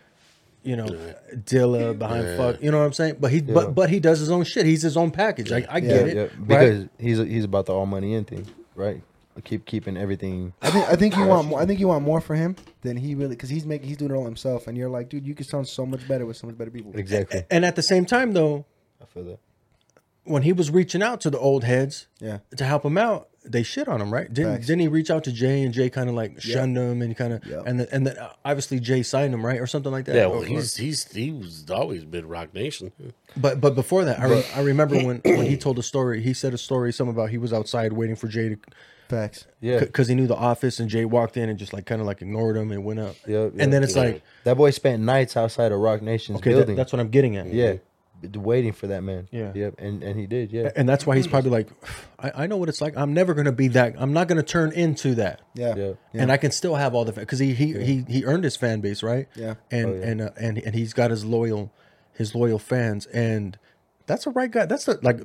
You know, Dilla behind fuck. You know what I'm saying? But he,
Yeah.
but but he does his own shit. He's his own package. I, I get it.
yeah,
right?
because he's he's about the all money in thing, right? Keep keeping everything.
I think I think you want more, I think you want more for him than he really because he's making he's doing it all himself and you're like dude you could sound so much better with so much better people
Exactly.
and at the same time, though,
I feel that.
when he was reaching out to the old heads,
yeah
to help him out, they shit on him, right? Didn't
Facts.
didn't he reach out to Jay and Jay kind of like shunned him and kind of
Yep.
and the, and then uh, obviously Jay signed him, right, or something like that.
Yeah,
Or-
well,
or-
he's he's he's always been Rock Nation.
but but before that, I, re- I remember when when he told a story. He said a story, something about he was outside waiting for Jay to
facts
Yeah,
because he knew the office, and Jay walked in and just like kind of like ignored him and went up.
Yep, yep.
and then it's like
that boy spent nights outside of Rock Nation's
okay, that,
building.
that's what I'm getting at.
yeah, b- waiting for that man.
Yeah.
yep, and and he did. Yeah,
and that's why he's probably like, I, I know what it's like. I'm never gonna be that. I'm not gonna turn into that.
yeah
yeah.
and I can still have all the because he he, he he earned his fan base right.
Yeah.
and
yeah.
and uh, and and he's got his loyal his loyal fans, and that's a right guy. That's a, like,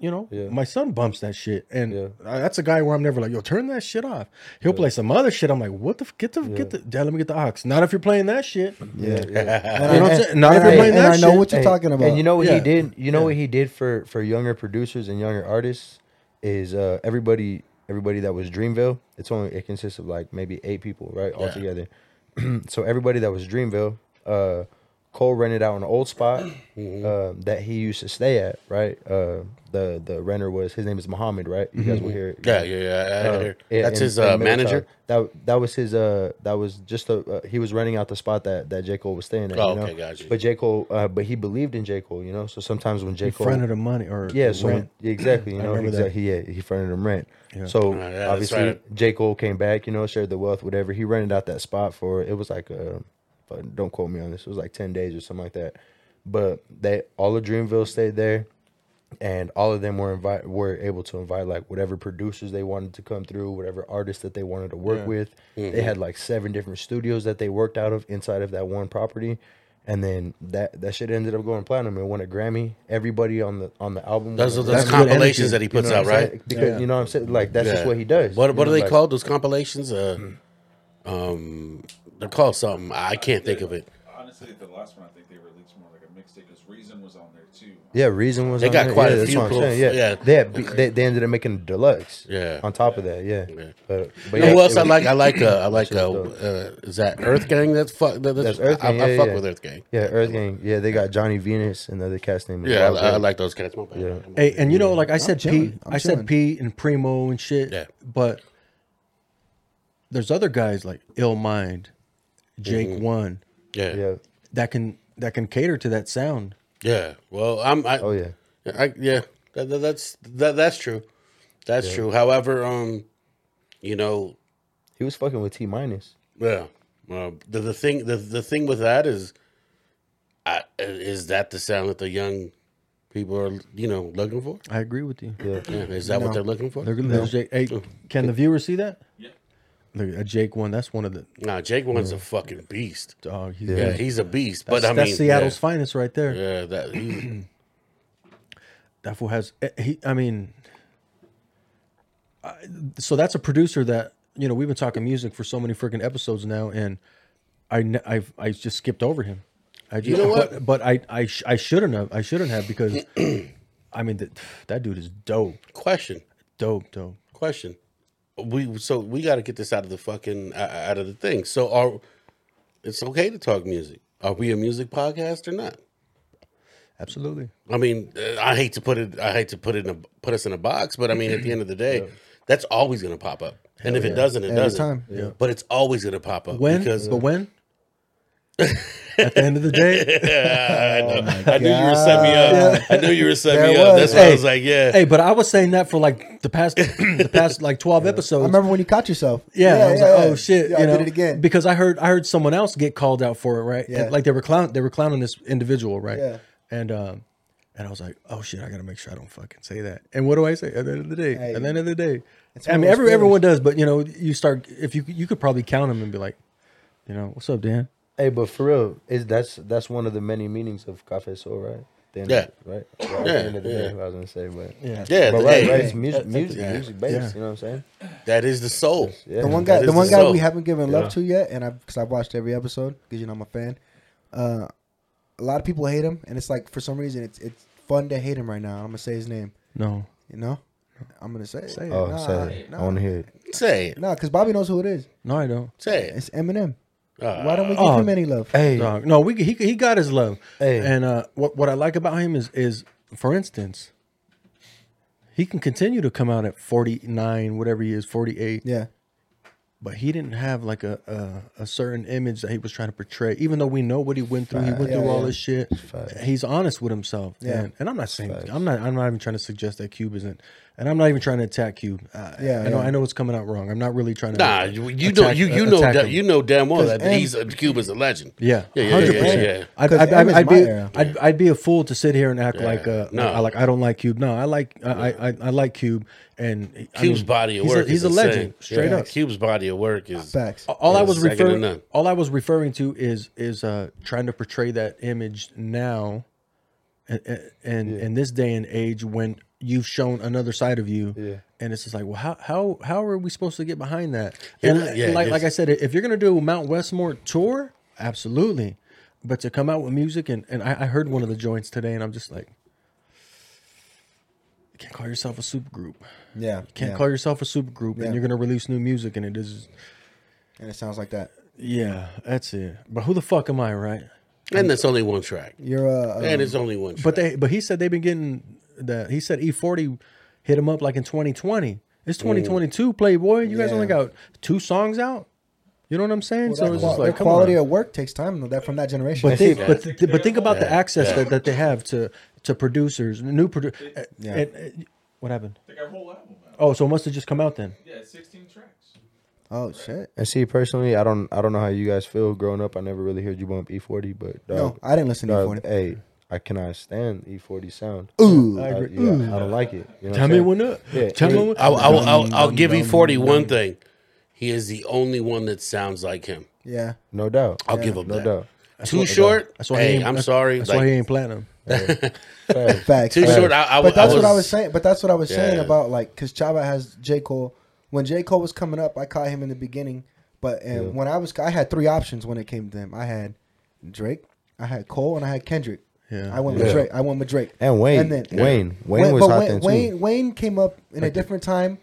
you know,
Yeah.
my son bumps that shit, and
Yeah.
I- that's a guy where I'm never like, yo, turn that shit off. He'll play some other shit. I'm like, what the f- get the get the dad, let me get the ox. Not if you're playing that shit.
yeah, yeah.
You know what I'm saying? Not if
and,
you're
I, and
playing that
I know
shit.
what you're
Hey,
talking about
And you know what
Yeah.
he did? You know what he did for for younger producers and younger artists is uh everybody everybody that was Dreamville. It's only it consists of like maybe eight people, right, all together. so everybody that was Dreamville, uh, Cole rented out an old spot uh, that he used to stay at, right? Uh, the the renter was his name is Muhammad, right? You guys will hear it.
Yeah, yeah, yeah. I- I
Uh,
hear-
yeah,
That's
in-
his
in
uh,
Middletown.
manager.
That that was his. Uh, that was just a. Uh, he was renting out the spot that that J Cole was staying at.
Oh,
you
okay,
know?
gotcha.
But J Cole, uh, but he believed in J Cole, you know. So sometimes when J
He
Cole,
fronted him money or
yeah,
or
so
rent.
when- exactly, you know,
remember that.
exactly, he yeah, he fronted him rent. So
yeah, that's
obviously
right.
J Cole came back, you know, shared the wealth, whatever. He rented out that spot for it was like, uh, but don't quote me on this. It was like ten days or something like that. But they all of Dreamville stayed there and all of them were invite were able to invite like whatever producers they wanted to come through, whatever artists that they wanted to work with.
Mm-hmm.
They had like seven different studios that they worked out of inside of that one property. And then that that shit ended up going platinum and won a Grammy. Everybody on the on the album.
Those are
won a
those
Grammy.
compilations that he
You know
puts
what
out,
I'm saying?
right?
Because you know what I'm saying? Like that's just
Yeah.
what he does.
What
you
what
know,
are they
like- Hmm.
called? Those compilations? Uh, um, they're called something. I can't think of it.
Honestly, the last one I think they released more like a mixtape because Reason was on there too.
Yeah, Reason was
They
on
got
there.
quite
yeah,
a
that's
few
what I'm
cool-
saying, Yeah,
yeah.
They, had, they they ended up making a deluxe.
Yeah.
On top of that, yeah. But, but
You know
yeah,
who else
it
I
was-
like? I like uh, I like uh,
dope.
uh, is that Earth Gang? That's fuck. That, that's,
That's Earth Gang.
I, I
yeah,
fuck
yeah.
with Earth Gang.
Yeah, Earth Gang. Yeah, they got Johnny Venus and the other cat's name. is
Yeah,
Wild
I, I
Bill.
like those cats. My bad.
Yeah.
Hey, and you know, like I said,
chilling.
P,
I'm
I
chilling.
said P and Primo and shit.
Yeah.
But there's other guys like Ill Mind, Jake
Mm-hmm.
One
yeah, yeah,
Yeah.
that can that can cater to that sound.
Well, I'm. I,
Oh yeah.
I, yeah, that, that- that's that, that's true. That's true. However, um, you know,
He was fucking with T minus.
yeah. Well, the, the thing the, the thing with that is, I, is that the sound that the young people are you know looking for?
I agree with you.
Yeah.
Yeah, is that what they're looking for?
Look at this Jake. Hey, can the viewers see that?
Yeah.
Look at that Jake One. That's one of the
Nah, Jake one's a fucking beast.
dog. He's
Yeah,
yeah.
he's a beast.
That's,
but I mean,
that's Seattle's
yeah,
finest right there.
yeah, that he,
That fool has. eh, He. I mean. I, so that's a producer that you know we've been talking music for so many freaking episodes now, and I, ne- I I just skipped over him. I just,
know what?
But, but I I sh- I shouldn't have. I shouldn't have because I mean that that dude is dope,
Question.
dope, dope.
Question. We so we got to get this out of the fucking uh, out of the thing. So are it's okay to talk music? Are we a music podcast or not?
Absolutely.
I mean, uh, I hate to put it. I hate to put it in a, put us in a box, but I mean, at the end of the day, that's always going to pop up. And if it doesn't, it
Every
doesn't.
time, yeah.
But it's always going to pop up
When?
because uh,
but when? At the end of the day.
I knew you were setting me up. I knew you were setting me
There
up.
was.
That's why I
Hey.
was like, yeah.
Hey, but I was saying that for like the past the past like twelve episodes.
I remember when you caught yourself.
Yeah, I was like, oh
yeah.
shit,
Yeah,
you know,
I did it again.
because I heard I heard someone else get called out for it, right?
Yeah.
And, like they were clown they were clowning this individual, right?
Yeah.
And um, and I was like, oh shit, I gotta make sure I don't fucking say that. And what do I say at the end of the day?
Hey.
At the end of the day,
It's
I
one of
mean,
those
every,
feelings.
everyone does, but you know, you start if you you could probably count them and be like, you know, what's up, Dan?
Hey, but for real, is that's that's one of the many meanings of cafe soul, right? The end
Yeah.
right. Well, at
Yeah,
the end of the
yeah.
day, I was gonna say, but
Yeah.
yeah,
but right,
hey,
right, it's music, music,
yeah.
music based.
Yeah.
You know what I'm saying?
that is the soul.
Yeah.
The one
that
guy,
is
the one
the
guy
soul.
we haven't given love to yet, and I because I've watched every episode because you know I'm a fan. Uh, a lot of people hate him, and it's like for some reason it's it's fun to hate him right now. I'm gonna say his name.
No.
You know, I'm gonna say it. Say
Oh, say it. I want to hear it.
Say it.
because Bobby knows who it is.
No, I don't.
Say it.
It's Eminem.
Uh,
Why don't we give
Oh.
him any love?
Hey,
Dog. No, we he he got his love.
Hey.
And uh, what what I like about him is is for instance, he can continue to come out at forty nine, whatever he is, forty eight.
Yeah,
But he didn't have like a, a a certain image that he was trying to portray. Even though we know what he went through, he went
Yeah,
through all
yeah.
this shit. He's honest with himself.
Yeah.
And, and I'm not saying I'm not I'm not even trying to suggest that Cube isn't. And I'm not even trying to attack Cube. Uh,
Yeah,
I know
yeah.
I know it's coming out wrong. I'm not really trying to.
Nah, you, you
attack-
know, you you
uh,
know,
attack
da-
him.
you know damn well that
And-
he's a, Cuba's a legend.
Yeah,
yeah, yeah,
hundred
yeah, yeah, yeah.
percent. I'd,
'Cause
I'd,
M
I'd,
is
I'd
my
be
era.
I'd, I'd be a fool to sit here and act
Yeah.
like uh,
No.
I like I don't like Cube. No, I like I I, I, I like Cube and I
Cube's
mean,
body of
he's
work.
A, he's
is
a
insane.
legend, straight
Yeah,
up.
Cube's body of work is
facts.
All I
Yeah,
was
second to
referring
none.
all I was referring to is is uh, trying to portray that image now, and and in this day and age when you've shown another side of you.
Yeah.
And it's just like, well, how how how are we supposed to get behind that?
Yeah,
And
yeah,
I-
it
like like
is.
I said, if you're gonna do a Mount Westmore tour, absolutely. But to come out with music and and I, I heard one of the joints today, and I'm just like, you can't call yourself a supergroup.
Yeah,
You can't
yeah.
call yourself a supergroup,
Yeah.
and you're gonna release new music, and it is
and it sounds like that.
yeah, that's it. But who the fuck am I, right?
and that's only one track.
You're uh, um,
And it's only one. Track.
But they, but he said they've been getting the. He said E forty hit him up like in twenty twenty. It's twenty twenty two, Playboy. You guys
Yeah.
only got two songs out. You know what I'm saying?
well,
so
that
it's
qual-
just
their
like come on.
uh, quality of work takes time though, that from that generation.
But think, but, th- but think about the
Yeah,
access
yeah.
That, that they have to to producers, new producers.
Yeah.
what happened?
They got a whole album out.
Oh, so it must have just come out then.
Yeah, it's 16 tracks.
oh shit!
and see, personally, I don't, I don't know how you guys feel. Growing up, I never really heard you bump E40, but
No,
dog,
I didn't listen to E
dog,
E40.
Hey, I cannot stand E40 sound.
Ooh,
I,
agree. Mm.
yeah, I don't like it. You know what
Tell
I'm
me
saying?
when up.
Yeah,
Tell me
it-
when.
I'll, I'll, I'll, I'll give E forty one thing. He is the only one that sounds like him.
yeah,
No doubt.
I'll give him
no
that.
doubt.
Too short.
That's why he
hey,
ain't-
I'm sorry.
That's
like,
why he ain't platinum.
facts.
Too
facts.
short. I, I,
but that's
I was,
what I was saying. But that's what I was saying
Yeah.
about like because Chava has J Cole. When J Cole was coming up, I caught him in the beginning. But and when I was, I had three options when it came to him. I had Drake, I had Cole, and I had Kendrick.
Yeah.
I went with
Yeah.
Drake. I went with Drake.
And Wayne, Wayne, Wayne was
but
hot
Wayne,
then too.
Wayne, Wayne came up in a different time.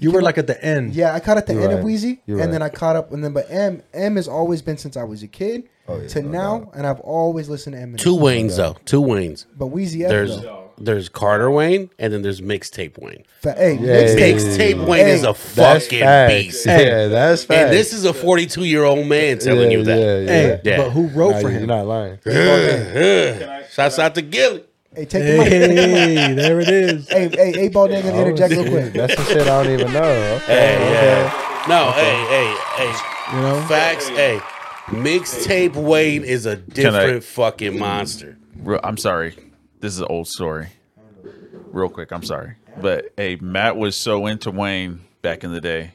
You were like at the end.
Yeah, I caught at the
You're
end of
right.
Wheezy,
You're
and then I
right.
caught up, and then but M M has always been since I was a kid
Oh, yeah,
to
no
now,
doubt.
and I've always listened to Eminem.
two Waynes though. Two Waynes.
but Wheezy F
There's
though.
there's Carter Wayne and then there's mixtape Wayne.
Fa- hey,
Mm. Hey.
mixtape.
Mixtape Wayne is a
That's
fucking
facts.
beast.
Yeah, that's facts.
And this is a 42 year old man telling
yeah,
you that.
Yeah, yeah.
Hey,
Yeah.
but who wrote
Nah,
for
you-
him?
You're not lying.
Can I,
Shouts out to Gilly.
Hey, take the mic.
Hey, there it is.
Hey, hey, eight ball nigga,
Oh,
interject real
shit.
quick.
That's some shit I don't even know. Okay.
Hey, yeah. No, hey, hey, hey.
You know?
Facts, hey. Mixtape Wayne is a different fucking monster.
Real, I'm sorry. This is an old story. Real quick, I'm sorry. But hey, Matt was so into Wayne back in the day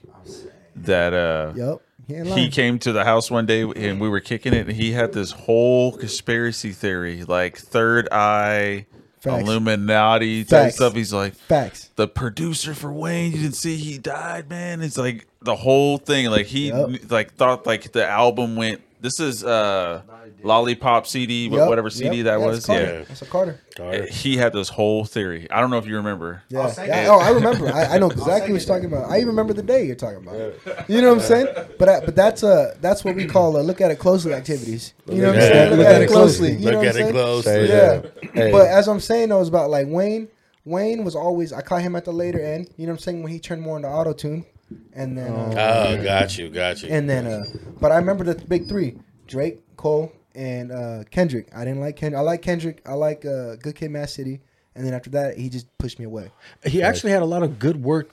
that uh
Yup, he ain't
he
lying.
came to the house one day and we were kicking it and he had this whole conspiracy theory, like third eye
Facts.
Illuminati type
Facts.
stuff. He's like
Facts.
the producer for Wayne, you didn't see he died, man. It's like the whole thing. Like he
Yep.
like thought like the album went This is uh, Lollipop CD, but
Yep,
whatever
yep.
CD
Yeah,
that
it's
was.
Carter.
Yeah. Uh,
It's a Carter.
Carter.
He had this whole theory. I don't know if you remember.
Yeah.
say
Yeah,
that.
Oh, I remember. I, I know exactly what you're talking about. I even remember the day you're talking about. You know what I'm saying? But I, but that's uh that's what we call uh, look at it closely activities. You know what I'm
Yeah.
saying? Look at it closely. You know
Look
what I'm
at it
saying?
closely.
Yeah.
Hey.
But as I'm saying though, it's about like Wayne. Wayne was always I caught him at the later end. You know what I'm saying? When he turned more into auto tune, and then uh,
Oh, got you, got you.
and then uh, but I remember the big three: Drake, Cole, and uh, Kendrick. I didn't like Kendrick. I like Kendrick. I like uh, Good Kid, Mad City. And then after that, he just pushed me away.
He actually had a lot of good work,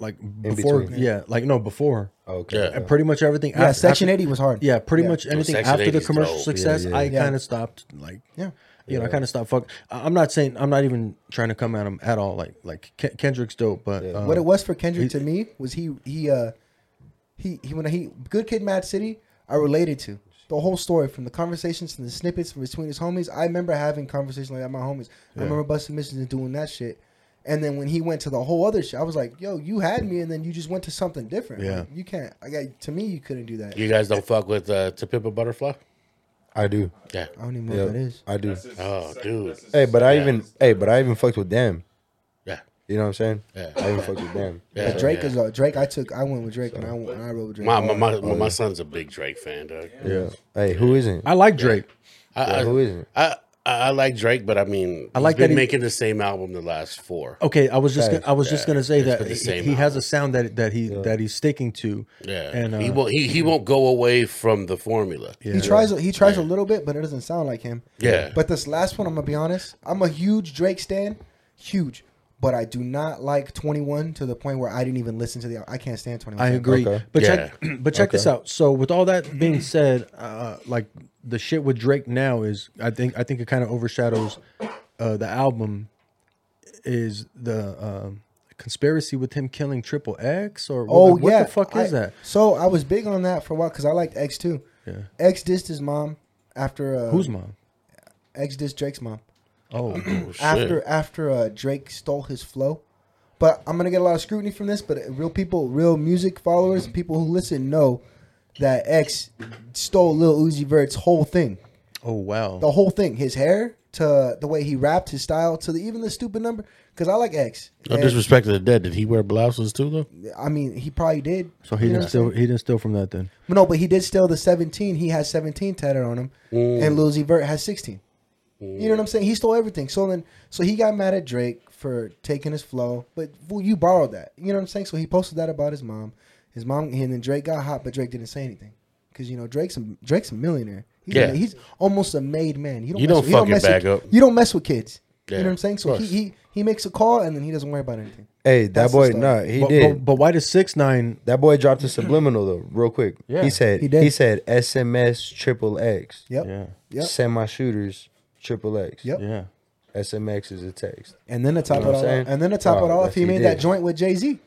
like before.
between. Oh,
Yeah, like no before.
Okay.
Yeah.
okay.
And pretty much everything.
Yeah,
af-
Section
after-
Eighty was hard.
Yeah, pretty
Yeah.
much anything
Section
after
80
the
is
commercial
dope.
success,
Yeah, yeah.
I
Yeah.
kind of stopped. Like,
Yeah.
you know, I kind of stopped. Fuck, I- I'm not saying I'm not even trying to come at him at all. Like, like Ke- Kendrick's dope, but um,
what it was for Kendrick to me was he he uh he he when he Good Kid, Mad City. I related to the whole story from the conversations and the snippets from between his homies. I remember having conversations like that with my homies. I remember busting missions and doing that shit. And then when he went to the whole other shit, I was like, "Yo, you had me, and then you just went to something different.
Yeah.
Like, you can't. I got to me, you couldn't do that.
You guys don't fuck with uh, To Pimp a Butterfly?
I do.
Yeah.
I don't even know
Yeah.
what that is.
I do.
Oh, dude.
Hey, but I even hey, but I even fucked with them.
Yeah.
You know what I'm saying?
Yeah.
I even fucked with them.
Yeah.
But Drake
yeah.
is a Drake. I took. I went with Drake, and I went. And I rode with Drake.
My, my, my, my, my son's a big Drake fan, dog.
Yeah. Hey, who isn't?
I like Drake.
I,
Yeah, who
I,
isn't?
I, I like Drake, but I mean, I
like
like been
that he-
making the same album the last four.
Okay, I was just
Facts.
gonna, I was just gonna say
it's
that
been the
he,
same
he has
album.
a sound that that he that he's sticking to.
Yeah,
and uh,
he won't. He, he won't go away from the formula.
He tries. He tries a little bit, but it doesn't sound like him.
Yeah.
But this last one, I'm gonna be honest. I'm a huge Drake stan, huge. But I do not like 21 to the point where I didn't even listen to the. I can't stand 21.
I agree.
Okay.
But
Yeah.
check but check this out. So with all that being said, uh, like the shit with Drake now is I think I think it kind of overshadows uh, the album is the um, conspiracy with him killing Triple X or what,
Oh
like, what
yeah.
the fuck is
I-
that?
So I was big on that for a while because I liked X too. Yeah. X dissed his mom after. Uh,
Whose mom?
X dissed Drake's mom.
Oh,
after after uh, Drake stole his flow. But I'm gonna get a lot of scrutiny from this. But real people, real music followers, people who listen know that X stole Lil Uzi Vert's whole thing,
oh wow.
the whole thing, his hair to the way he rapped, his style to the, even the stupid number. Because I like X.
No
And,
disrespect to the dead. Did he wear blouses too, though?
I mean, he probably did.
so he
You know what
didn't
I'm saying?
steal he didn't steal from that then.
No, but he did steal the 17. He has 17 tatted on him,
Mm.
and Lil Z Vert has 16. You know what I'm saying? He stole everything. So then, so he got mad at Drake for taking his flow, but well, you borrowed that. You know what I'm saying? So he posted that about his mom. His mom, and then Drake got hot, but Drake didn't say anything because you know Drake's a, Drake's a millionaire. He's,
Yeah.
a, he's almost a made man. You don't
You
mess
don't
with- you don't
fucking
mess
back
with,
up.
You don't mess with kids.
Yeah,
You know what I'm saying? So he, he he makes a call and then he doesn't worry about anything.
Hey, that
That's the
boy,
story.
nah, he
but,
did.
but, but why does six nine?
that boy dropped a subliminal though, real quick.
Yeah.
He said
He
he,
did.
said SMS triple X.
Yep.
Yeah,
Yep.
Send my shooters triple X.
Yep.
yeah.
SMX is a text.
And then to top
You know
it
what
all,
I'm
off,
saying?
and then to top
Oh,
it all off,
yes,
he
he
made
did.
that joint with Jay Z.
And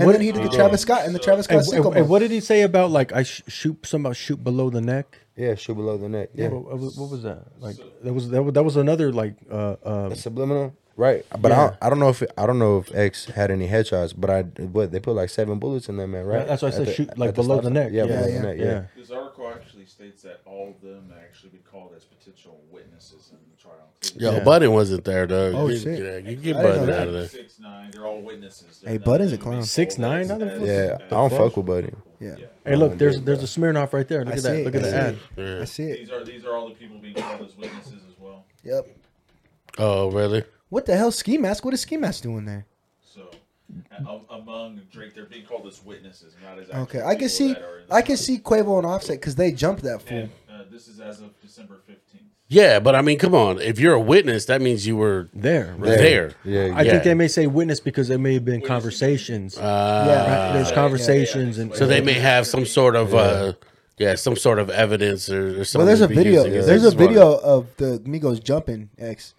And,
what-
then he did the Travis Scott and the Travis Scott
And,
sicko
and- and what
mode.
did he say about like I sh- shoot somebody shoot below the neck?
Yeah, shoot below the neck. Yeah.
What, what was- what was that? Like that was that was, that was another like uh, uh
Subliminal. Right. But I, don't, I don't know if I don't know if X had any headshots, but I but they put like seven bullets in that man, right?
that's why I
At
said
the-
shoot
at
like below
stop
the
sign.
neck.
Yeah, below
yeah,
the neck.
yeah.
Yeah.
This article actually states that all of them may actually be called as potential witnesses in the trial.
Yo,
Yeah.
Budden wasn't there, dog.
Oh,
you,
shit.
yeah, you get
I didn't know
Budden
that.
out of there.
Six nine, they're all witnesses.
Hey, Budden's a clown.
Six nine? I don't-
Yeah, I don't fuck with Buddy.
Yeah.
Hey,
Oh,
look, there's there's a Smirnoff right there. Look
I
at
see
that.
it.
Look at
I
the
see
ad.
it. I see it.
These are these are all the people being called as witnesses as well.
Yep.
Oh, really?
What the hell, ski mask? What is ski mask doing there?
So a- among Drake, they're being called as witnesses, not as. actual
Okay, I
people
can see,
that are in the
I can see Quavo and Offset because they jumped that fool.
And, uh, this is as of December fifteenth.
Yeah, but I mean, come on. If you're a witness, that means you were
There. right?
there.
Yeah,
I
Yeah.
think they may say witness because there may have been conversations.
Uh,
Yeah.
There's conversations and
So they may have some sort of, uh, yeah, some sort of evidence or, or something.
Well, there's a
to be
video.
used against
There's
this
a
one.
video of the Migos jumping X.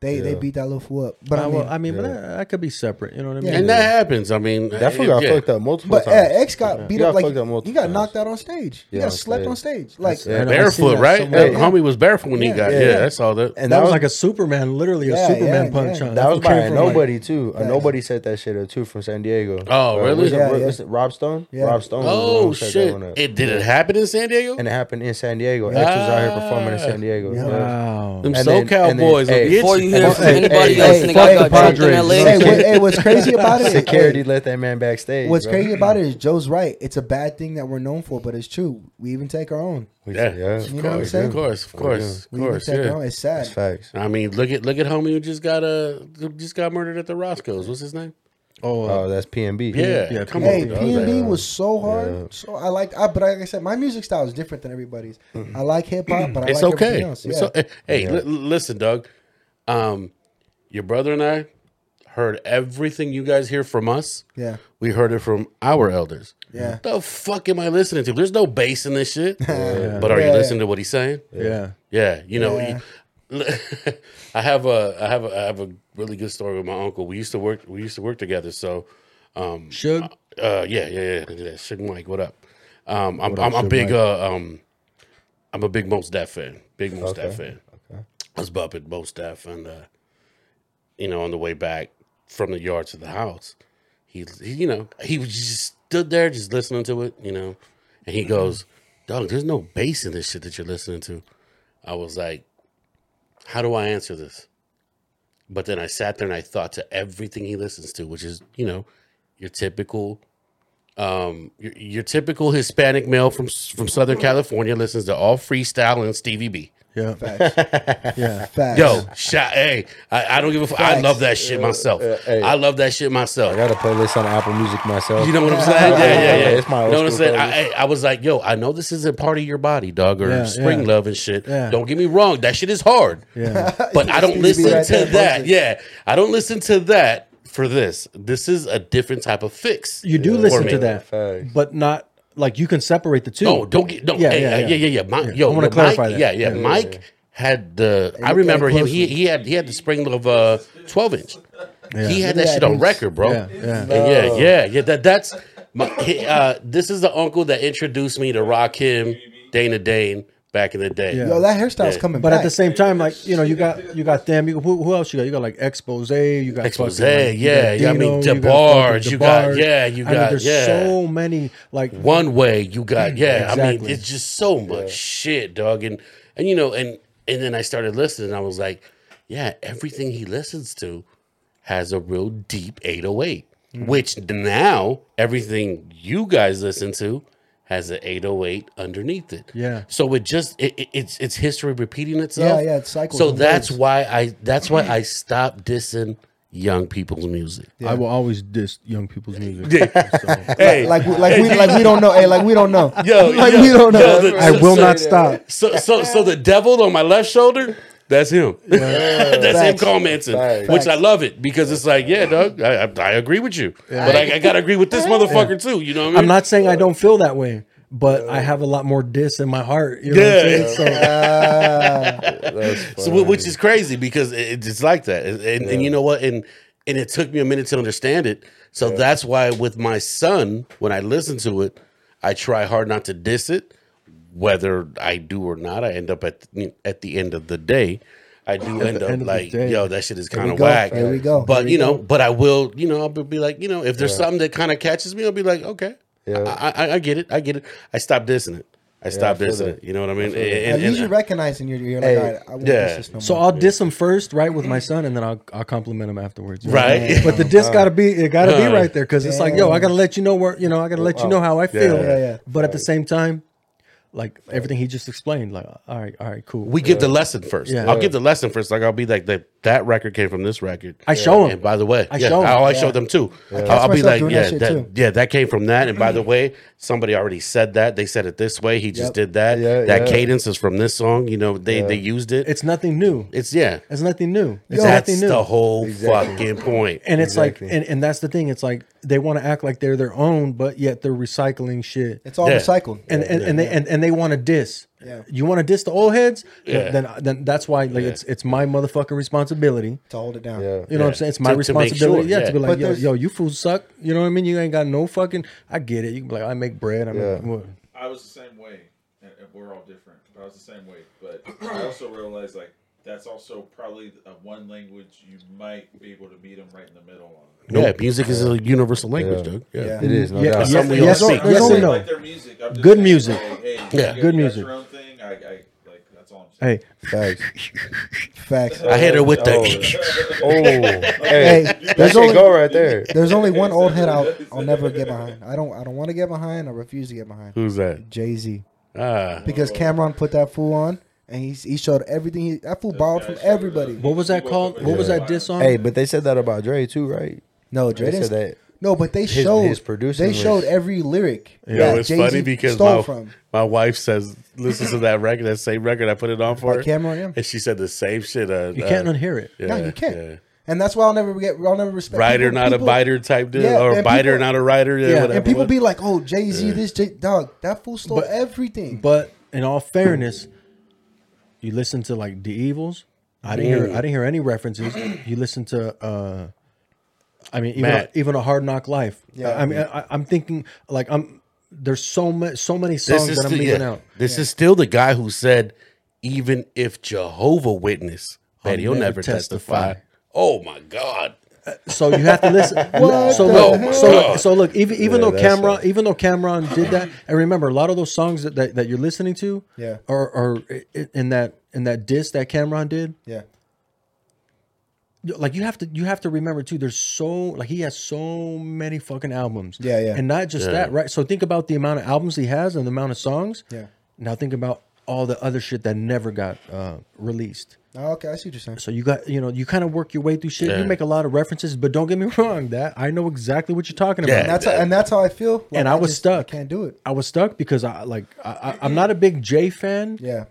They they
Yeah.
beat that little fool up. But I
Uh,
mean,
well, I mean, but that, that could be separate. You know what I mean?
Yeah.
And that happens. I mean, uh,
That fool got fucked up multiple
but
times.
yeah, X got beat
He
up
got
like
fucked up multiple
he got
times.
knocked out on stage. He
Yeah,
got
on
slept on stage. Like
That's-
And I seen
Barefoot,
that
right?
somewhere.
That homie was barefoot when he got. Yeah,
yeah.
that's all that.
And
That was like a Superman, literally
Yeah,
a Superman
yeah,
punch.
yeah.
On.
That was
came
by a
from, like-
nobody too. A nobody set that shit up too from San Diego.
Oh, really?
was it-
Yeah,
was
yeah.
it Rob Stone.
Yeah.
Rob Stone. was the one
Oh
who set that
shit!
one up.
It did it happen in San Diego?
and it happened in San Diego. X was out here performing in San Diego.
Yeah.
Yeah.
Wow.
Them
and then-
SoCal
and then-
boys. will
hey,
get
Before
you.
you hear from
Hey,
anybody
hey,
else, nigga
hey, fuck
got
the
dropped in
Padres.
LA.
hey, what, hey, what's crazy about it?
Security
hey,
let that man backstage.
what's
bro.
crazy about it is Joe's right. It's a bad thing that we're known for, but it's true. We even take our own.
We-
Yeah,
yeah.
of
You know what I'm
course,
saying?
of course, of course, of
We even
course.
take our own.
Yeah.
It's sad.
That's facts.
I mean, look at look at homie who just got uh who just got murdered at the Roscoe's. What's his name?
Oh, uh,
Oh, that's PNB.
Yeah,
yeah,
come
Hey,
on. dog.
P and B
Yeah.
was so hard.
Yeah.
So I like, I, but like I said, my music style is different than everybody's. I like hip hop, but I
Mm-hmm. It's
like
okay.
everything else.
It's
Yeah.
o- eh, hey, li- listen, Doug. Um, your brother and I heard everything you guys hear from us.
yeah,
We heard it from our elders.
Yeah.
The fuck am I listening to? There's no bass in this shit. But are you
Yeah.
listening to what he's saying?
yeah.
Yeah, you know,
Yeah.
you- I have a I have a I have a really good story with my uncle. We used to work we used to work together. So, um,
Shug.
uh, yeah, yeah, yeah, yeah. Shug Mike, what up? Um, I'm I'm, I'm big uh um, I'm a big Most Def fan. Big Most Def fan. I was bumping Most Def, and uh, you know, on the way back from the yard to the house, he, he you know he was just stood there just listening to it, you know, and he goes, "Dog, there's no bass in this shit that you're listening to." I was like, how do I answer this? But then I sat there and I thought to everything he listens to, which is, you know, your typical, um, your, your typical Hispanic male from from Southern California listens to all freestyle and Stevie B.
Yeah. yeah.
facts.
Yo, shot, hey, I, I don't give a fuck. I love that shit myself.
hey.
I love that shit myself.
I gotta play this on Apple Music myself.
You know what I'm saying? Yeah, yeah, yeah.
It's my
You
old
know what I'm
school
saying? I,
playlist.
I- I was like, yo, I know this isn't part of your body, dog, or
Yeah,
spring
yeah.
love and shit.
Yeah.
Don't get me wrong, that shit is hard.
Yeah.
But I don't
Stevie B
listen
right
to
there,
that.
Moses.
Yeah, I don't listen to that for this. This is a different type of fix.
You do
for
listen
me. Oh,
to that,
Facts.
but not like you can separate the two.
No, don't get no.
Yeah,
Yeah, hey, uh, yeah,
yeah, yeah.
yeah, yeah, yeah. My, yo,
I wanna
Mike-
clarify that.
Yeah, yeah.
Yeah.
Mike had the. I
look
remember
at it
him. He
closely.
he had he had the spring of uh twelve inch.
Yeah.
He had
Look
that
at
shit
that,
on
dudes.
record, bro.
Yeah, yeah.
And yeah, yeah, yeah. That that's my. he- Uh, this is the uncle that introduced me to Rock Him, Dana Dane back in the day.
Yeah.
Yo, that hairstyle's coming
But
back.
at the same time, like you know, you got you got them. You, who, who else you got? You got like expose. You got
Expose,
fucking, like,
yeah, yeah, I mean,
you got
DeBarge,
fucking
you got-
DeBarge.
yeah, you
I mean,
got-
there's
yeah.
so many like
one way you
Mm,
got yeah i mean
Exactly.
it's just so much shit dog and and you know and and then i started listening and i was like yeah everything he listens to has a real deep 808
Mm.
which now everything you guys listen to has an 808 underneath it
Yeah.
so it just it, it- it's it's history repeating itself
yeah, it cycles
so
and
that's
waves.
why i that's why i stopped dissing young people's music
I will always diss young people's music. So,
hey
like, we- like we like we don't know. Hey, like we don't know. like we don't know.
the-
I
so-
will
so-
not stop.
So, so, so the devil on my left shoulder, that's him. that's him
Facts.
commenting,
Facts.
which I love it because it's like, yeah, dog, I, I, I agree with you, but I, I gotta agree with this motherfucker too. You know what I mean?
I'm not saying I don't feel that way, but I have a lot more diss in my heart. You know
Yeah.
what I'm saying? So,
That's
ah. So, wh- which is crazy because it, it's like that, and, and, and you know what? And and it took me a minute to understand it. So that's why with my son, when I listen to it, I try hard not to diss it, whether I do or not. I end up at the, at the end of the day, I do end
end
up
of the
like,
day.
yo, that shit is kind of
go.
whack.
Here we go.
But
Here we
you know, but I will, you know, I'll be like, you know, if there's something that kind of catches me, I'll be like, okay,
Yeah.
I, I I get it, I get it. I stop dissing it. I stop
feel
dissing
that.
it. You know what I mean?
At
And- and-
least you're recognizing you're, you're like,
Hey,
all right, I won't
yeah.
yeah. this no
so
more.
I'll diss him first, right, with my son, and then I'll I'll compliment him afterwards. you know?
Right.
But the
Oh.
diss gotta be it gotta
Uh.
be right there because it's like, yo, I gotta let you know where you know I gotta let you know how I feel.
Oh. Yeah, yeah.
But at the same time, like everything he just explained, like all right, all right, cool.
We give the lesson first.
Yeah.
I'll give the lesson first. Like I'll be like that. That record came from this record.
I show 'em.
And by the way,
I
yeah,
show 'em.
I always show them too. I'll, I'll be
myself
like,
doing that
yeah,
shit
that,
too.
yeah, that came from that. And by
Mm-hmm.
the way, somebody already said that. They said it this way. He just
Yep.
did that.
Yeah,
that
yeah.
cadence is from this song. You know, they they used it. It's,
it's nothing new.
yeah.
It's nothing new. It's nothing
that's
new.
the whole fucking point.
and it's
Exactly.
like and, and that's the thing. It's like they want to act like they're their own, but yet they're recycling shit.
it's all
Yeah.
recycled.
and and, and they and, and they want to diss.
Yeah.
You want to diss the old heads?
Yeah.
Then, then that's why like it's it's my motherfucking responsibility.
to hold it down.
Yeah.
You know what I'm saying? It's my
To- to make
responsibility.
sure,
yeah,
yeah.
to be like,
But
yo,
there's-
yo, you fools suck. You know what I mean? You ain't got no fucking. I get it. You can be like, I make bread. I
Yeah.
make what?
I was the same way, and, and we're all different. But I was the same way. But I also realized like that's also probably the uh, one language you might be able to meet them right in the middle on.
Yeah, music is a universal language, dude. Yeah.
Yeah.
It is no
Yeah,
doubt.
yeah,
Something we
yes,
all
or-
speak.
yes
Listen,
or no.
Like their music. I'm just
Good
saying,
music.
like, hey, you
Yeah.
guys-
Good
you guys
music.
Your own thing. I, I like that's all I'm saying.
Hey,
Facts.
Facts.
I hit her with the.
Oh, hey,
Hey,
that
there's
should
only
go right there.
there's only one old head I'll, I'll never get behind. I don't I don't want to get behind. I refuse to get behind.
Who's that?
Jay Z
Ah,
because Cameron put that fool on and he he showed everything. He, that fool borrowed from everybody.
what was that called? What was that diss on?
Hey, but they said that about Dre too, right?
No,
They
Dre
said
didn't.
that.
no, but they
his-
showed
his producing
They
was-
showed every lyric.
you
that
know it's
Jay-Z
funny because
stole
my,
from.
my wife says listens to that record, that same record I put it on for
By
her,
Cameron, yeah.
and she said the same shit. Uh,
you can't
uh,
unhear it.
yeah,
no, you can't.
yeah.
And that's why I'll never get. I'll never respect.
Writer,
people-
not a
people-
biter type dude,
Yeah,
or
and
biter,
people-
not a writer. Yeah,
Yeah, and
whatever.
And people be like, "Oh, Jay Z, this Jay dog, that fool stole
But-
everything."
But in all fairness, you listen to like the Evils. I didn't hear. I didn't hear any references. You listen to. uh I mean, even a,
Matt.
even a hard knock life. Yeah. I mean, I, I'm thinking like I'm. There's so much, so many songs that I'm
still-
leaving
yeah.
out.
This is still the guy who said, even if Jehovah Witness, that he'll never,
never
testify.
testify.
Oh my God.
So you have to listen. so
the
look,
heck?
so
God.
look, so look. Even even
Yeah,
though
that's
Cameron, even though Cameron did that, and remember, a lot of those songs that, that, that you're listening to,
Yeah.
are are i- i- in that in that disc that Cameron did.
yeah,
Like you have to you have to remember too. There's so like he has so many fucking albums.
Yeah, yeah.
And not just that, right? So think about the amount of albums he has and the amount of songs.
yeah.
Now think about all the other shit that never got uh, released.
Oh, okay, I see what you're saying.
So you got you know you kind of work your way through shit.
Yeah.
You make a lot of references, but don't get me wrong. That I know exactly what you're talking about.
Yeah.
And that's how, and that's how I feel. Like,
And I was
just-
stuck.
I can't do it.
I was stuck because I like I, I, I'm not a big Jay fan
Yeah,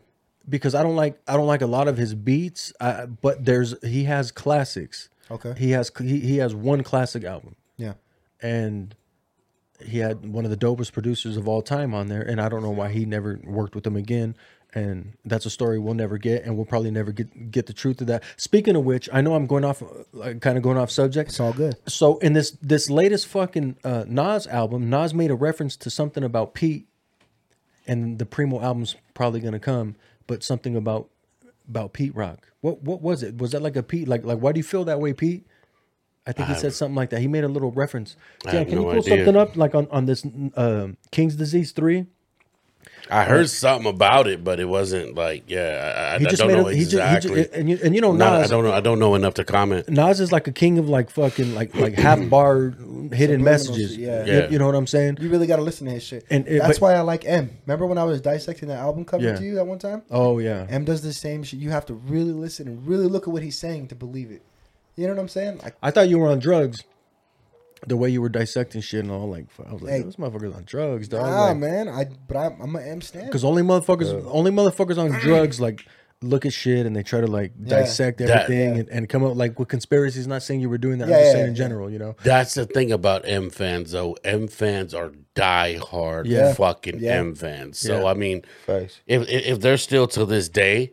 because I don't like I don't like a lot of his beats. I, but there's he has classics.
Okay.
He has he, he has one classic album
yeah.
and he had one of the dopest producers of all time on there and I don't know why he never worked with him again and that's a story we'll never get and we'll probably never get get the truth of that. Speaking of which, I know I'm going off like kind of going off subject.
It's all good.
So in this this latest fucking uh, Nas album, Nas made a reference to something about Pete, and the Primo album's probably gonna come, but something about about Pete Rock. What what was it? Was that like a Pete? Like like why do you feel that way, Pete? I think he said something like that. He made a little reference. Dan,
have
can you
no
pull
idea.
something up like on on this uh, King's Disease three?
I heard something about it, but it wasn't like, yeah, I- I, I
He just
don't
made
know
a, he just, he
exactly.
just and you, and you know
Not- I
Nas.
don't know. I don't know enough to comment.
Nas is like a king of like fucking like like half bar hidden messages.
shit, yeah.
You-
Yeah.
You, know what I'm saying?
You really got to listen to his shit.
And it-
that's why
but-
I like M. Remember when I was dissecting that album cover
Yeah.
to you that one time?
Oh yeah.
M does the same shit. You have to really listen and really look at what he's saying to believe it. You know what I'm saying? Like,
I thought you were on drugs. The way you were dissecting shit and all, like I was like,
Hey.
this motherfucker's on drugs, dog.
ah, man. I but I, I'm an M stand.
Because only motherfuckers, only motherfuckers on drugs, like look at shit and they try to like
Yeah.
dissect
That-
everything and, and come up like with conspiracies. Not saying you were doing that,
Yeah,
I'm just
yeah,
saying in
yeah.
general, you know.
That's the thing about M fans, though. M fans are diehard
Yeah.
fucking
Yeah.
M fans. So
Yeah.
I mean,
Facts.
if if if they're still to this day,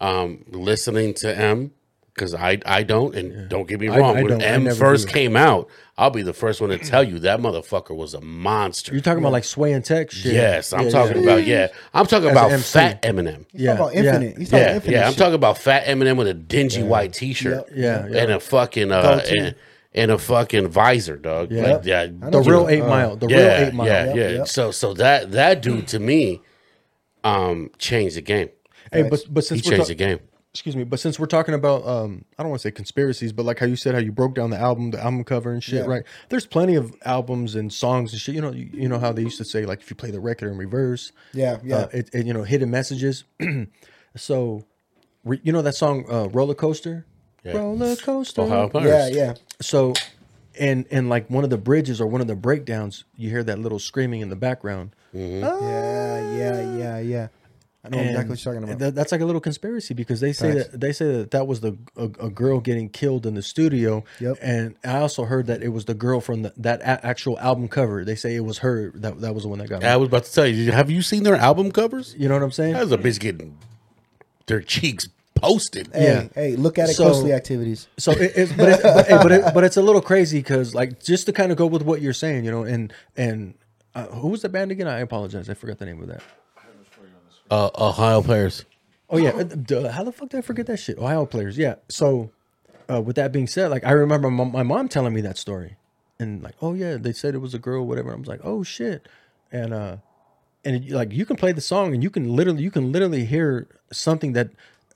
um, listening to M, because I I don't, and don't get me
I-
wrong,
I
when
don't. I
M
never
first
do.
came out, I'll be the first one to tell you that motherfucker was a monster.
You're talking about like sway and tech shit.
yes, I'm
Yeah,
talking
yeah.
about yeah, I'm talking
As
about
an MC.
fat Eminem.
he's talking about
yeah,
infinite. He's talking about
Yeah,
infinite.
yeah. I'm
shit.
talking about fat Eminem with a dingy white T-shirt.
Yeah, yeah.
and a fucking uh,
Goatee.
and, and a fucking visor, dog.
Yeah.
Like, yeah,
The
dude,
real eight mile. The
yeah,
real eight mile.
yeah,
Yep,
yeah.
yep.
So, so that that dude to me, um, changed the game.
Hey, but but
He
since we're
changed
ta-
the game.
excuse me, but since we're talking about um I don't want to say conspiracies, but like how you said how you broke down the album, the album cover and shit,
Yeah.
right? There's plenty of albums and songs and shit. You know, you, you know how they used to say like if you play the record in reverse,
Yeah, yeah.
uh, it, it, you know, hidden messages. so, re, you know that song uh, "Roller Coaster." Roller coaster.
Ohio
yeah,
Pirates.
yeah.
So, and and like one of the bridges or one of the breakdowns, you hear that little screaming in the background.
Yeah, yeah, yeah, yeah. I know exactly what you're talking about.
That, that's like a little conspiracy because they say
Facts.
that they say that that was the a, a girl getting killed in the studio.
Yep.
And I also heard that it was the girl from the, that a- actual album cover. They say it was her that that was the one that got.
I
Her.
was about to tell you. Have you seen their album covers?
You know what I'm saying?
That was a bitch getting their cheeks posted.
hey,
yeah.
hey, look at it
So-
closely. Activities.
So it, it's but it, but, hey, but, it, but it's a little crazy because like just to kind of go with what you're saying, you know, and and uh, who was the band again? I apologize, I forgot the name of that.
Uh, Ohio players.
Oh yeah, uh, duh, how the fuck did I forget that shit? Ohio players, yeah. So uh, with that being said, like I remember my, my mom telling me that story, and like oh yeah, they said it was a girl, whatever. I was like oh shit, and uh, and it, like you can play the song and you can literally you can literally hear something that.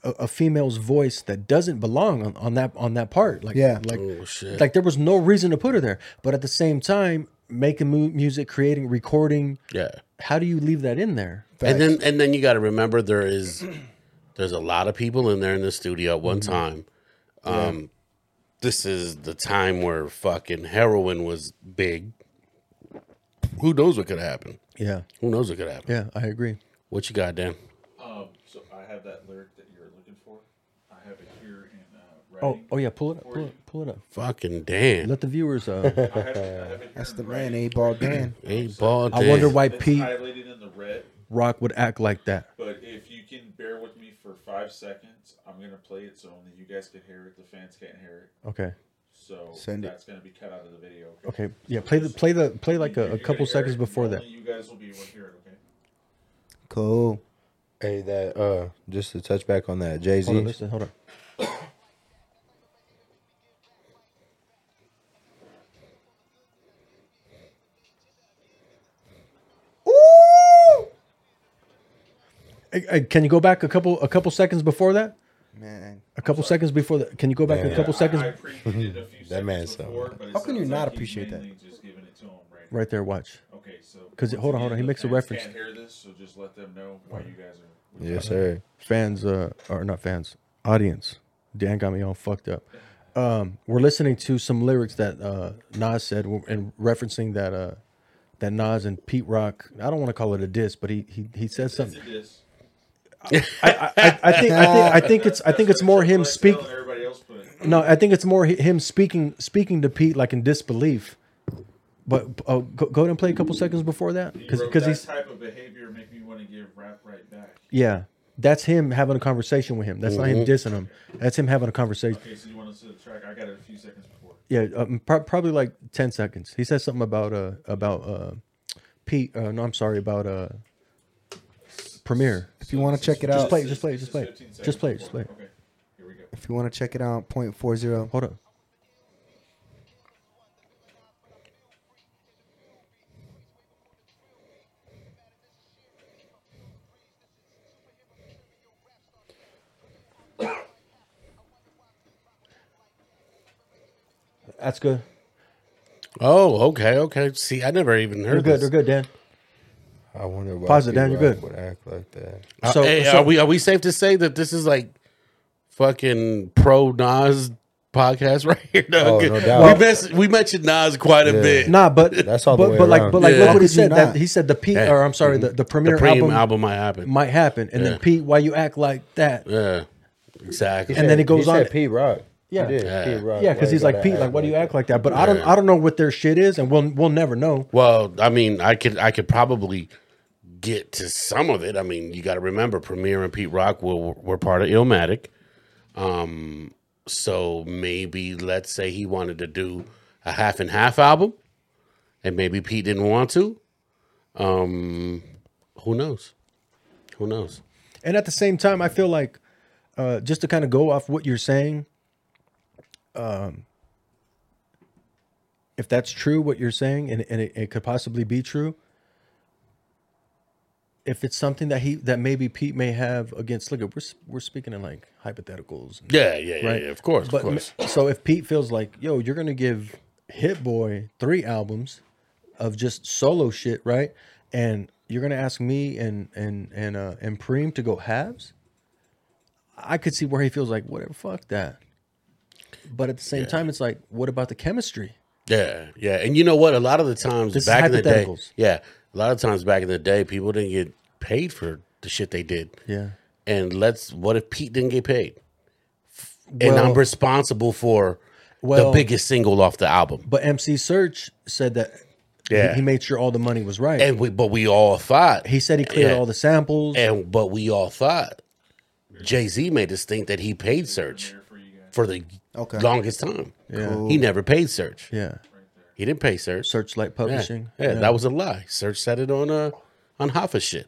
A, a female's voice that doesn't belong on, on that on that part, like
Yeah.
like
Oh shit.
like there was no reason to put her there but at the same time making mu- music creating recording
yeah.
how do you leave that in there
And then and then you got to remember there is there's a lot of people in there in the studio at one
Mm-hmm.
time. Um, this is the time where fucking heroin was big. Who knows what could happen?
yeah
Who knows what could happen?
yeah i agree
What you got, Dan?
Um, so I have that lyric that you're looking for. I have it here in uh,
oh
writing.
oh yeah pull it up pull it, pull it up
Fucking Dan.
let the viewers uh
I have it, I have it here
That's
in
the
writing.
man, A Ball Dan.
Eight ball.
i wonder
Dan.
why
It's
pete
highlighted in the red.
rock would act like that
But if you can bear with me for five seconds, I'm gonna play it so only you guys can hear it. The fans can't hear it.
okay
So
Send it.
that's gonna be cut out of the video.
okay yeah play the play the play like
You're
a, a
gonna
couple
hear
seconds
it,
before
only
that
You guys will be able to hear it. Okay.
Cool.
Hey, that uh, just to touch back on that Jay
hold on
Z.
listen hold on Hey, hey, Can you go back a couple a couple seconds before that?
Man,
A couple seconds before that. Can you go back a couple
I-
seconds?
I, appreciated a few seconds
That man's so-
before, but it
How can you
sounds
not
like he's
appreciate that?
mainly Just giving it to 'em right. now.
Right there, watch.
Okay. So.
'Cause it-
once
hold on, hold on,
again,
he
the
makes a
fans
reference.
Can't hear this, so just let them know why you guys are.
Yes, sir.
Fans, uh, or not fans, audience. Dan got me all fucked up. Um, we're listening to some lyrics that uh, Nas said and referencing that uh, that Nas and Pete Rock. I don't want to call it a diss, but he he, he says something.
It is.
I, I, I think I think I think it's I think it's more him
Let's tell
speaking.
Everybody else, put it.
No, I think it's more hi- him speaking speaking to Pete like in disbelief. But uh, go, go ahead and play a couple seconds before that,
He
because
wrote,
because
"That
he's
type of behavior make me want to give rap right back.
yeah, that's him having a conversation with him. That's not him dissing him. That's him having a conversation.
Okay, so you want to see the track? I got it a few seconds before.
Yeah, um, pro- probably like ten seconds. He says something about uh about uh Pete. Uh, no, I'm sorry about uh Premiere.
if you want to check it
Just
out,
play, it, just play, it, just play, it.
15 seconds
just play, it, just play.
before.
it.
Okay, here we go.
if you want to check it out, point four zero.
Oh,
Hold up. That's good.
Oh, okay, okay. See, I never even heard.
They're
this.
good. They're good, Dan.
I wonder why
Pause it, Dan,
people
you're
act-
good.
would act like that.
Uh,
So-
hey,
so-
are we are we safe to say that this is like fucking pro Nas podcast right here?
Oh, no doubt.
We, mess, we mentioned Nas quite a
Yeah.
bit.
Nah, but
That's all the
but,
way
but like,
around.
but like,
Yeah.
look
How
what he
could you
said. That
not?
he said the Pete,
Yeah.
or I'm sorry, the, the
the
premiere
premium
album,
album, might happen.
might happen, and
Yeah.
then Pete, why you act like that?
yeah, exactly.
And then it goes
he
on-
Said Pete Rock. He
Yeah.
did,
Yeah.
Pete Rock.
Yeah,
Why
because
you
he's like
gotta
Pete. Like, why do you act like that? But I don't.
Yeah.
I don't know what their shit is, and we'll we'll never know.
well, I mean, I could I could probably get to some of it. I mean, you got to remember, Premier and Pete Rock were were part of Illmatic. Um, so maybe let's say he wanted to do a half and half album, and maybe Pete didn't want to. Um, who knows? Who knows?
And at the same time, I feel like uh, just to kind of go off what you're saying, um, if that's true, what you're saying, and, and it, it could possibly be true, if it's something that he that maybe Pete may have against, look, we're s- we're speaking in like hypotheticals,
Yeah, yeah, yeah,
Right.
yeah. Of course,
but
of course.
so if Pete feels like, yo, you're gonna give Hit Boy three albums of just solo shit, right? And you're gonna ask me and and and uh and Preem to go halves. I could see where he feels like, whatever, fuck that. But at the same time, it's like, what about the chemistry?
Yeah, yeah. And you know what? A lot of the times
This is
back in the day,
hypotheticals.
yeah, a lot of times back in the day, people didn't get paid for the shit they did.
Yeah.
And let's what if Pete didn't get paid? F- and
Well-
I'm responsible for
Well-
the biggest single off the album.
But MC Search said that he-
Yeah.
he, made sure all the money was right.
And we but we all thought
he said he cleared
Yeah.
all the samples.
and but we all thought Jay Z made us think that he paid Search for the
Okay.
longest time.
Yeah.
He never paid Search.
yeah.
He didn't pay Search.
Searchlight
Yeah.
Publishing.
Yeah, that was a lie. Search said it on uh on Hoffa shit.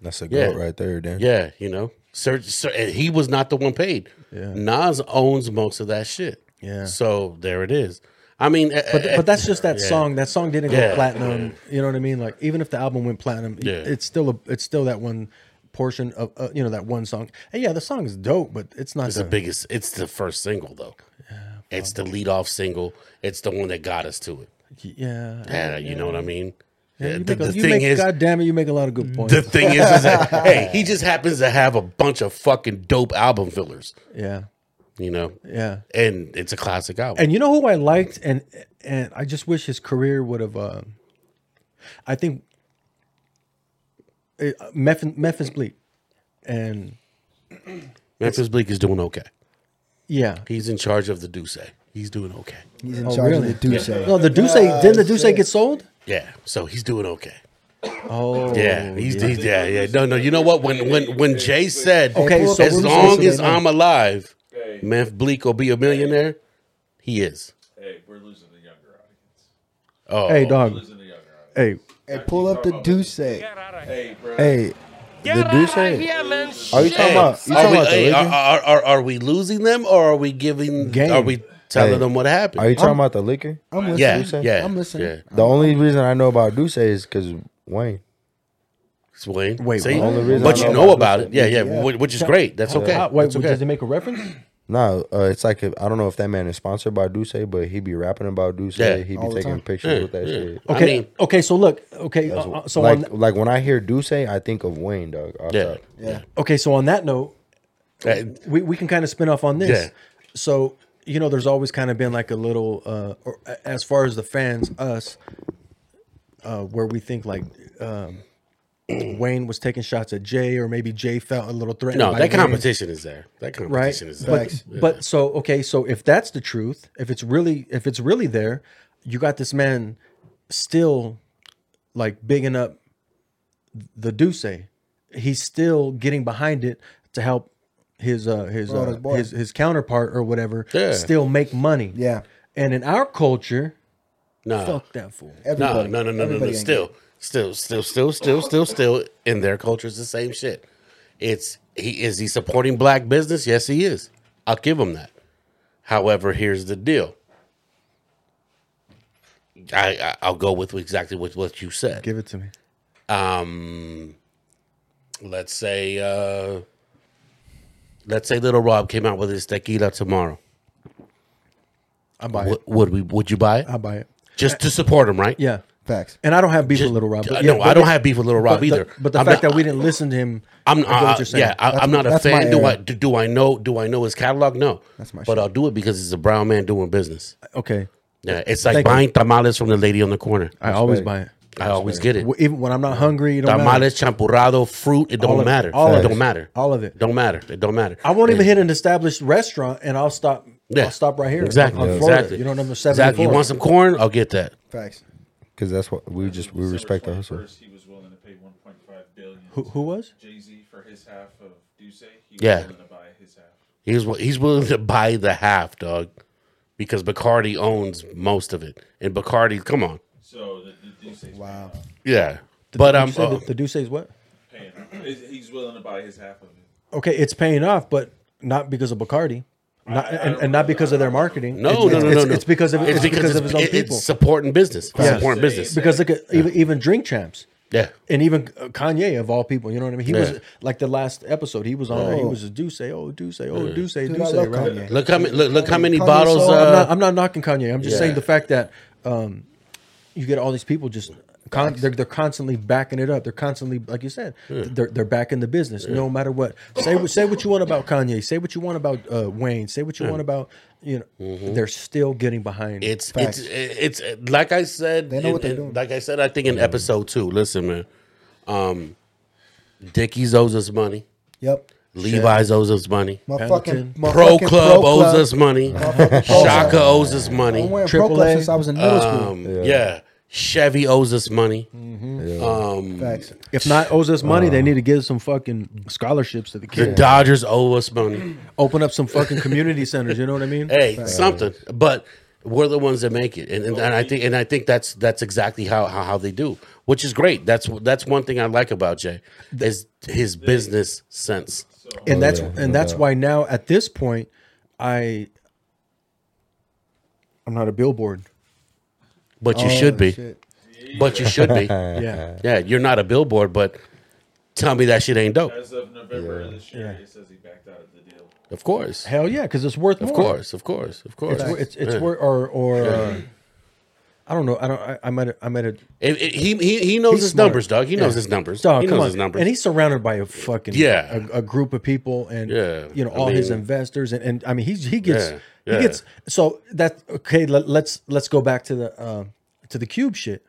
That's a
Yeah.
goat right there, Dan.
Yeah, you know, Search. Ser- and he was not the one paid.
Yeah.
Nas owns most of that shit.
Yeah.
So there it is. I mean, eh,
But, th- but that's just that
Yeah.
song. That song didn't
Yeah.
go platinum. You know what I mean? Like even if the album went platinum, y-
Yeah.
it's still a, it's still that one portion of uh, you know that one song. And yeah, the song is dope, but it's not
It's
the,
the biggest. It's the first single though. it's the lead off single. It's the one that got us to it.
Yeah.
Yeah, you know what I mean. Yeah,
You
the
make
the
a- you
thing
make-
is,
God damn it, you make a lot of good points.
the thing is, is that hey, he just happens to have a bunch of fucking dope album fillers.
yeah.
You know,
Yeah.
and it's a classic album.
And you know who I liked, and and I just wish his career would have. Uh, I think uh, Memphis, Memphis Bleak, and
Memphis Bleak is doing okay.
yeah,
He's in charge of the Duce. He's doing okay.
He's in
Oh,
charge
really?
of the Duce.
no, the Duce didn't the Duce get sold?
Yeah, so he's doing okay.
Oh,
Yeah, he's yeah. He's, yeah, yeah. No, no. You know what? When when when Jay said,
Oh,
Okay, so
as
we-
long
so
as
they know.
I'm alive,
Hey.
Memph Bleak will be a millionaire. He is.
Hey, we're losing the younger audience.
Oh,
Hey, dog.
Losing the younger audience.
Hey,
Hey, pull up the Duce.
Hey, bro.
Hey, the Deuce. Are you talking
Hey,
about? You
are,
talking
we,
about the
hey, are,
liquor?
are, are, are we losing them or are we giving?
Game.
Are we telling
Hey,
them what happened?
Are you talking about the liquor?
I'm listening.
yeah,
Duce?
yeah,
I'm listening.
Yeah.
The only reason I know about Duce is because Wayne.
It's Wayne.
Wait,
See?
what?
Only reason
but
I
you
know
know about
about
it. Yeah, yeah, wh- which is great. That's okay.
Uh, wait,
That's okay.
does it make a reference?
No, uh, it's like if, I don't know if that man is sponsored by Duce, but he be rapping about Duce.
Yeah.
he be
All the
taking
time.
pictures with that shit.
I
Okay,
mean-
okay, so look, okay, uh, uh, so on,
like,
th-
like when I hear Duce, I think of Wayne, dog. off
Yeah.
top.
Yeah.
okay, so on that note,
Uh,
we, we can kind of spin off on this.
Yeah.
So, you know, there's always kind of been like a little, uh, or, as far as the fans, us, uh, where we think like um, Wayne was taking shots at Jay, or maybe Jay felt a little threatened.
No,
by
that
Wayne,
competition is there. That
right?
competition is there.
But, but so okay, so if that's the truth, if it's really, if it's really there, you got this man still like bigging up the Duce. He's still getting behind it to help his uh his
Bro,
uh,
this boy.
his his counterpart or whatever
Yeah.
still make money.
Yeah.
And in our culture,
Nah.
fuck that fool.
No,
Everybody.
no, no, no, no, no.
Everybody
Still, still, still, still, still, still, still. In their culture, it's the same shit. It's he is he supporting black business? Yes, he is. I'll give him that. However, here's the deal. I, I I'll go with exactly what what you said.
Give it to me.
Um, let's say uh, let's say Little Rob came out with his tequila tomorrow.
I buy
Would,
it.
would we? Would you buy it?
I buy it.
Just to support him, right?
Yeah.
Facts.
And I don't have beef
Just-
with Little Rob. but yeah,
Uh, no,
but
I don't
it-
have beef with Little
but
Rob
the-
either.
But the
I'm
fact
not-
that we didn't listen to him,
I'm
I get what
uh,
you're saying.
yeah, I,
That's
I'm
my-
not a
that's my
fan. Do I
era.
do, do I know do I know his catalog? No,
That's my
But
shit.
I'll do it because it's a brown man doing business.
okay.
Yeah, it's like
Thank you.
buying tamales from the lady on the corner.
I always buy it.
I always get it.
W- Even when I'm not hungry, it don't matter.
Tamales, champurrado, fruit. It
All
don't
of-
matter.
all
It
of it.
don't matter.
All of it.
Don't matter. It don't matter.
I won't even hit an established restaurant, and I'll stop.
Yeah.
I'll stop right here.
Exactly.
on
Yeah.
Florida.
Exactly.
You know, number seventy-four.
Exactly. You want some corn? I'll get that.
Facts.
Cause that's what we just we
December
respect the hustle.
21st, He was willing to pay 1.5 billion.
Who, who was?
Jay Z for his half of Duce. He was
Yeah.
willing to buy his half.
He's wi- he's willing to buy the half, dog, because Bacardi owns most of it. And Bacardi, come on,
So the, the Duce's
Wow.
yeah. But
You
I'm
said
uh,
that the Duce is what?
paying off. He's he's willing to buy his half of it.
Okay, it's paying off, but not because of Bacardi, not and, and not because of their marketing.
No,
it's,
no,
it's-
no, no,
it's,
no.
It's because of it's, because, of his own
it-
people.
It's supporting business.
Yeah.
Supporting business.
Because look at even, even Drink Champs.
Yeah.
And even uh, Kanye of all people, you know what I mean? He
Yeah.
was like the last episode. He was on. He was a Duce. Oh, Duce. Oh, Duce.
Dude,
Duce.
I love
Right?
Kanye.
Look how many look, look how many
Kanye
bottles
sold-
I'm,
uh,
not, I'm not knocking Kanye. I'm just
Yeah.
saying the fact that um, you get all these people just con- they're, they're constantly backing it up. They're constantly, like you said, they're they're backing the business no matter what. Say what say what you want about Kanye. Say what you want about uh, Wayne. Say what you want about you know. They're still getting behind.
Mm-hmm. it's
Facts.
it's it's like I said
They know what
in-
they're
in-
doing.
like I said I think in episode 2. Listen, man. Um Dickies owes us money.
Yep.
Levi's owes us money.
My
Pendleton.
fucking my
Pro
fucking
Club
Pro
owes
Club.
us money.
Motherfucking Pro
Shaka
Club.
owes us
I'm
money.
wearing Pro Club
AAA.
since I was in middle school.
Um, yeah. Chevy owes us money. Um,
Facts.
If not owes us money,
uh,
they need to give some fucking scholarships to the
the
kids.
Dodgers owe us money.
Open up some fucking community centers. You know what I mean?
Hey, something. But we're the ones that make it, and and, and I think and I think that's that's exactly how, how how they do, which is great. That's that's one thing I like about Jay is his business sense.
and that's
yeah, no
and that's
doubt.
why now at this point, I I'm not a billboard.
But
Oh,
you should be.
Shit.
But you should be.
Yeah,
Yeah, you're not a billboard, but tell me that shit ain't dope.
As of November of this year,
Yeah.
it says he backed out of the deal.
Of course.
hell yeah, because it's worth
Of
more.
course, of course, of course.
it's wor- it's, it's
Yeah.
worth or or. Uh, I don't know. I don't. I, I might. have- I might have.
It- it- he, he he knows
He's
his
smart.
numbers, dog. He knows
Yeah.
his numbers.
Dog,
he
come
knows
on.
his numbers.
And he's surrounded by a fucking
Yeah.
a, a group of people and
Yeah,
you know
I
all his
mean-
investors and, and I mean he's he gets
Yeah, yeah.
he gets so that okay let, let's let's go back to the uh, to the cube shit.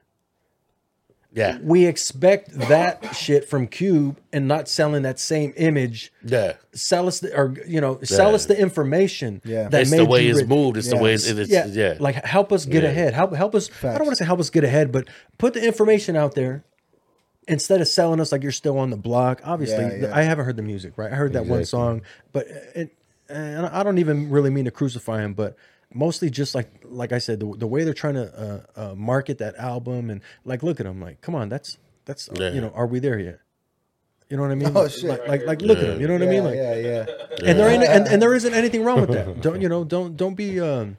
yeah,
We expect that shit from cube and not selling that same image.
yeah.
Sell us the or you know sell
Yeah.
us the information.
Yeah.
that
It's the
made
way
you
it's
rich.
moved. It's the
Yeah.
way it's, it's
Yeah,
yeah.
yeah. Like help us get
Yeah.
ahead. Help help us. I don't want
Facts.
to say help us get ahead, but put the information out there instead of selling us like you're still on the block. Obviously,
Yeah, yeah.
I haven't heard the music. Right, I heard that one song, but it, and I don't even really mean to crucify him, but mostly just like like I said, the, the way they're trying to uh, uh, market that album and like look at him, like come on, that's that's uh,
Yeah.
you know, are we there yet? You know what I mean?
Oh, shit.
Like, like, like, look at him. You know what I mean? Like,
yeah, yeah,
and there ain't, and, and there isn't anything wrong with that. Don't you know? Don't, don't be. Um,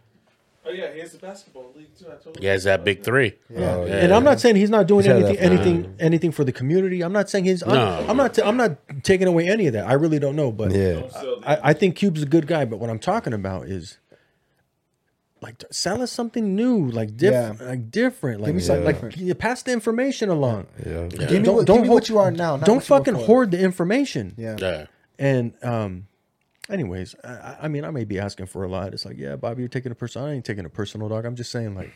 Oh yeah, he has the basketball league too. I told
He has that big three.
Yeah.
Oh,
And I'm not saying he's not doing
He's had
anything,
that for-
anything, anything for the community. I'm not saying he's. I'm,
No.
I'm not. T- I'm not taking away any of that. I really don't know, but
Yeah.
I, I think Cube's a good guy. But what I'm talking about is. Like t- sell us something new, like different,
Yeah.
like different, like
me something
like
different.
you pass the information along.
Yeah.
Give me,
Don't-
what,
don't
give me
hold-
what you are now. Not
Don't
what you were
fucking
before.
hoard the information.
Yeah.
Yeah.
And um, anyways, I- I, I mean, I may be asking for a lot. It's like, yeah, Bobby, you're taking a personal. I ain't taking a personal, dog. I'm just saying, like,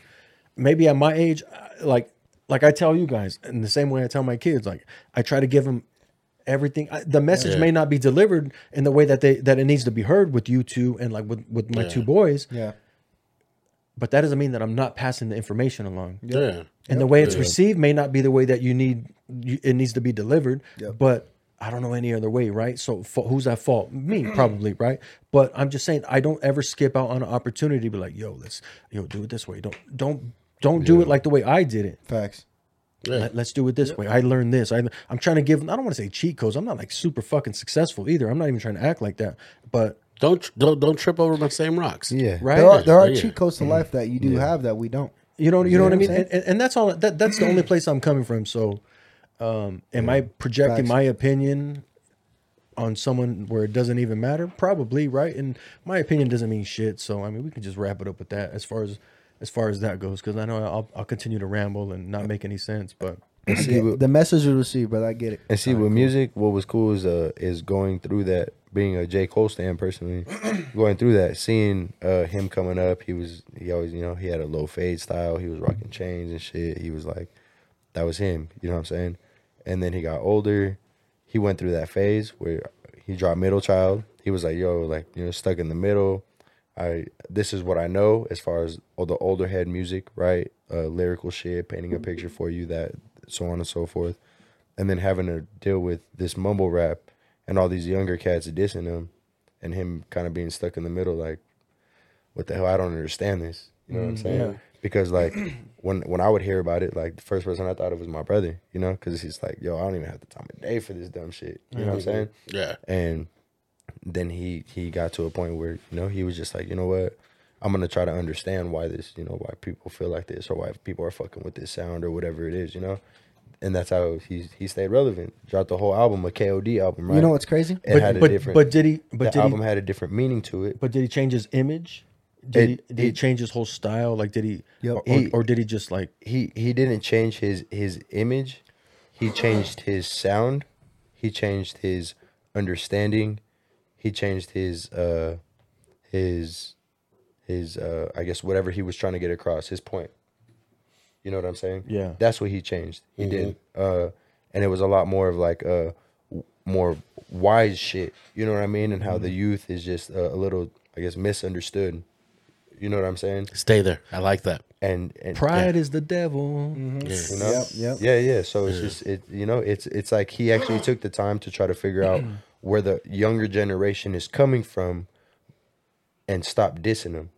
maybe at my age, I- like, like I tell you guys, in the same way I tell my kids, like, I try to give them everything. I, the message may not be delivered in the way that they that it needs to be heard with you two and like with with my two boys,
Yeah.
but that doesn't mean that I'm not passing the information along.
Yeah. yeah.
And the way it's received may not be the way that you need you, it needs to be delivered, but I don't know any other way, right? So fo- who's at fault? Me, probably, right? But I'm just saying I don't ever skip out on an opportunity to be like, yo, let's yo do it this way. Don't don't don't do it like the way I did it.
Facts.
Let, us do it this way. I learned this. I, I'm trying to give. I don't want to say cheat codes. I'm not like super fucking successful either. I'm not even trying to act like that. But
Don't tr- don't don't trip over my same rocks.
Yeah. Mm-hmm.
right,
There are, there are
yeah.
cheat codes to life that you do have that we don't.
You know, you know what I mean,
I'm
and, and, and that's all. That that's the only place I'm coming from. So, um, am I projecting
Facts.
my opinion on someone where it doesn't even matter? Probably, right? And my opinion doesn't mean shit. So, I mean, we can just wrap it up with that as far as as far as that goes, because I know I'll, I'll continue to ramble and not make any sense. But
I get- the message was received, brother. I get it.
And see, with music, what was cool is uh is going through that, being a J Cole stan personally, going through that, seeing uh him coming up. He was he always you know he had a low fade style. He was rocking chains and shit. He was like, that was him. You know what I'm saying? And then he got older. He went through that phase where he dropped middle child. He was like, yo, like you know, stuck in the middle. I this is what I know as far as all the older head music, right? Uh, lyrical shit, painting a picture for you, that so on and so forth and then having to deal with this mumble rap and all these younger cats dissing him and him kind of being stuck in the middle like what the hell i don't understand this you know what i'm saying because like when when i would hear about it like the first person i thought of was my brother you know because he's like yo i don't even have the time of day for this dumb shit you know what i'm saying
Yeah.
and then he he got to a point where you know he was just like you know what i'm gonna try to understand why this you know why people feel like this or why people are fucking with this sound or whatever it is you know and that's how he he stayed relevant dropped the whole album a kod album right
You know what's crazy?
it had
but
a
but,
different
but did he? But
the
did he?
album had a different meaning to it
But did he change his image? Did
It-
he? Did he
it-
change his whole style? Like, did he?
Yep.
or,
He-
or did he just like?
he he didn't change his his image he changed his sound he changed his understanding he changed his uh his his uh i guess whatever he was trying to get across his point you know what i'm saying
Yeah. Mm-hmm.
that's what he changed he did uh and it was a lot more of like uh more wise shit. You know what I mean? And how
Mm-hmm.
the youth is just a, a little, I guess, misunderstood. You know what I'm saying?
Stay there. I like that.
And, and
Pride is the devil.
you know?
Yep, yep.
yeah, yeah. So it's just it, you know, it's it's like he actually took the time to try to figure out where the younger generation is coming from, and stop dissing them.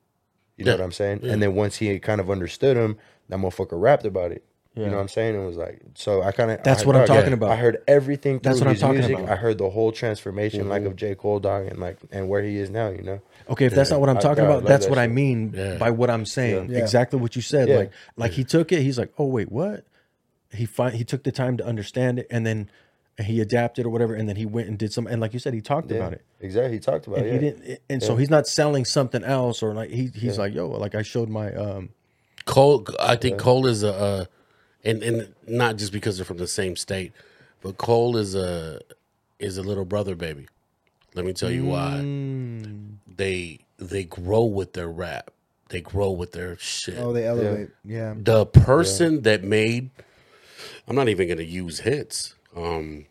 You know
Yeah.
what I'm saying? And then once he had kind of understood him, that motherfucker rapped about it. You know what I'm saying? It was like so. I kind of
That's what I'm talking about.
I heard everything through
That's what I'm
his
talking
music.
about.
I heard the whole transformation, like
Mm-hmm.
of J Cole dog, and like and where he is now. You know?
Okay, if that's not what I'm
I-
talking
I
about,
love
that's
that
what I
shit.
mean by what I'm saying.
Yeah.
Exactly what you said.
Yeah.
Like, like he took it. He's like, oh wait, what? He find he took the time to understand it, and then he adapted or whatever, and then he went and did some. And like you said, he talked
Yeah.
about it.
Exactly. He talked about
And
it.
he
yeah.
didn't. And so he's not selling something else, or like he he's like, yo, like I showed my um.
Cole, I think Cole is a, uh, and and not just because they're from the same state, but Cole is a is a little brother baby. Let me tell you why. They they grow with their rap. They grow with their shit.
Oh, they elevate. Yeah.
the person that made, I'm not even gonna use hits. Um,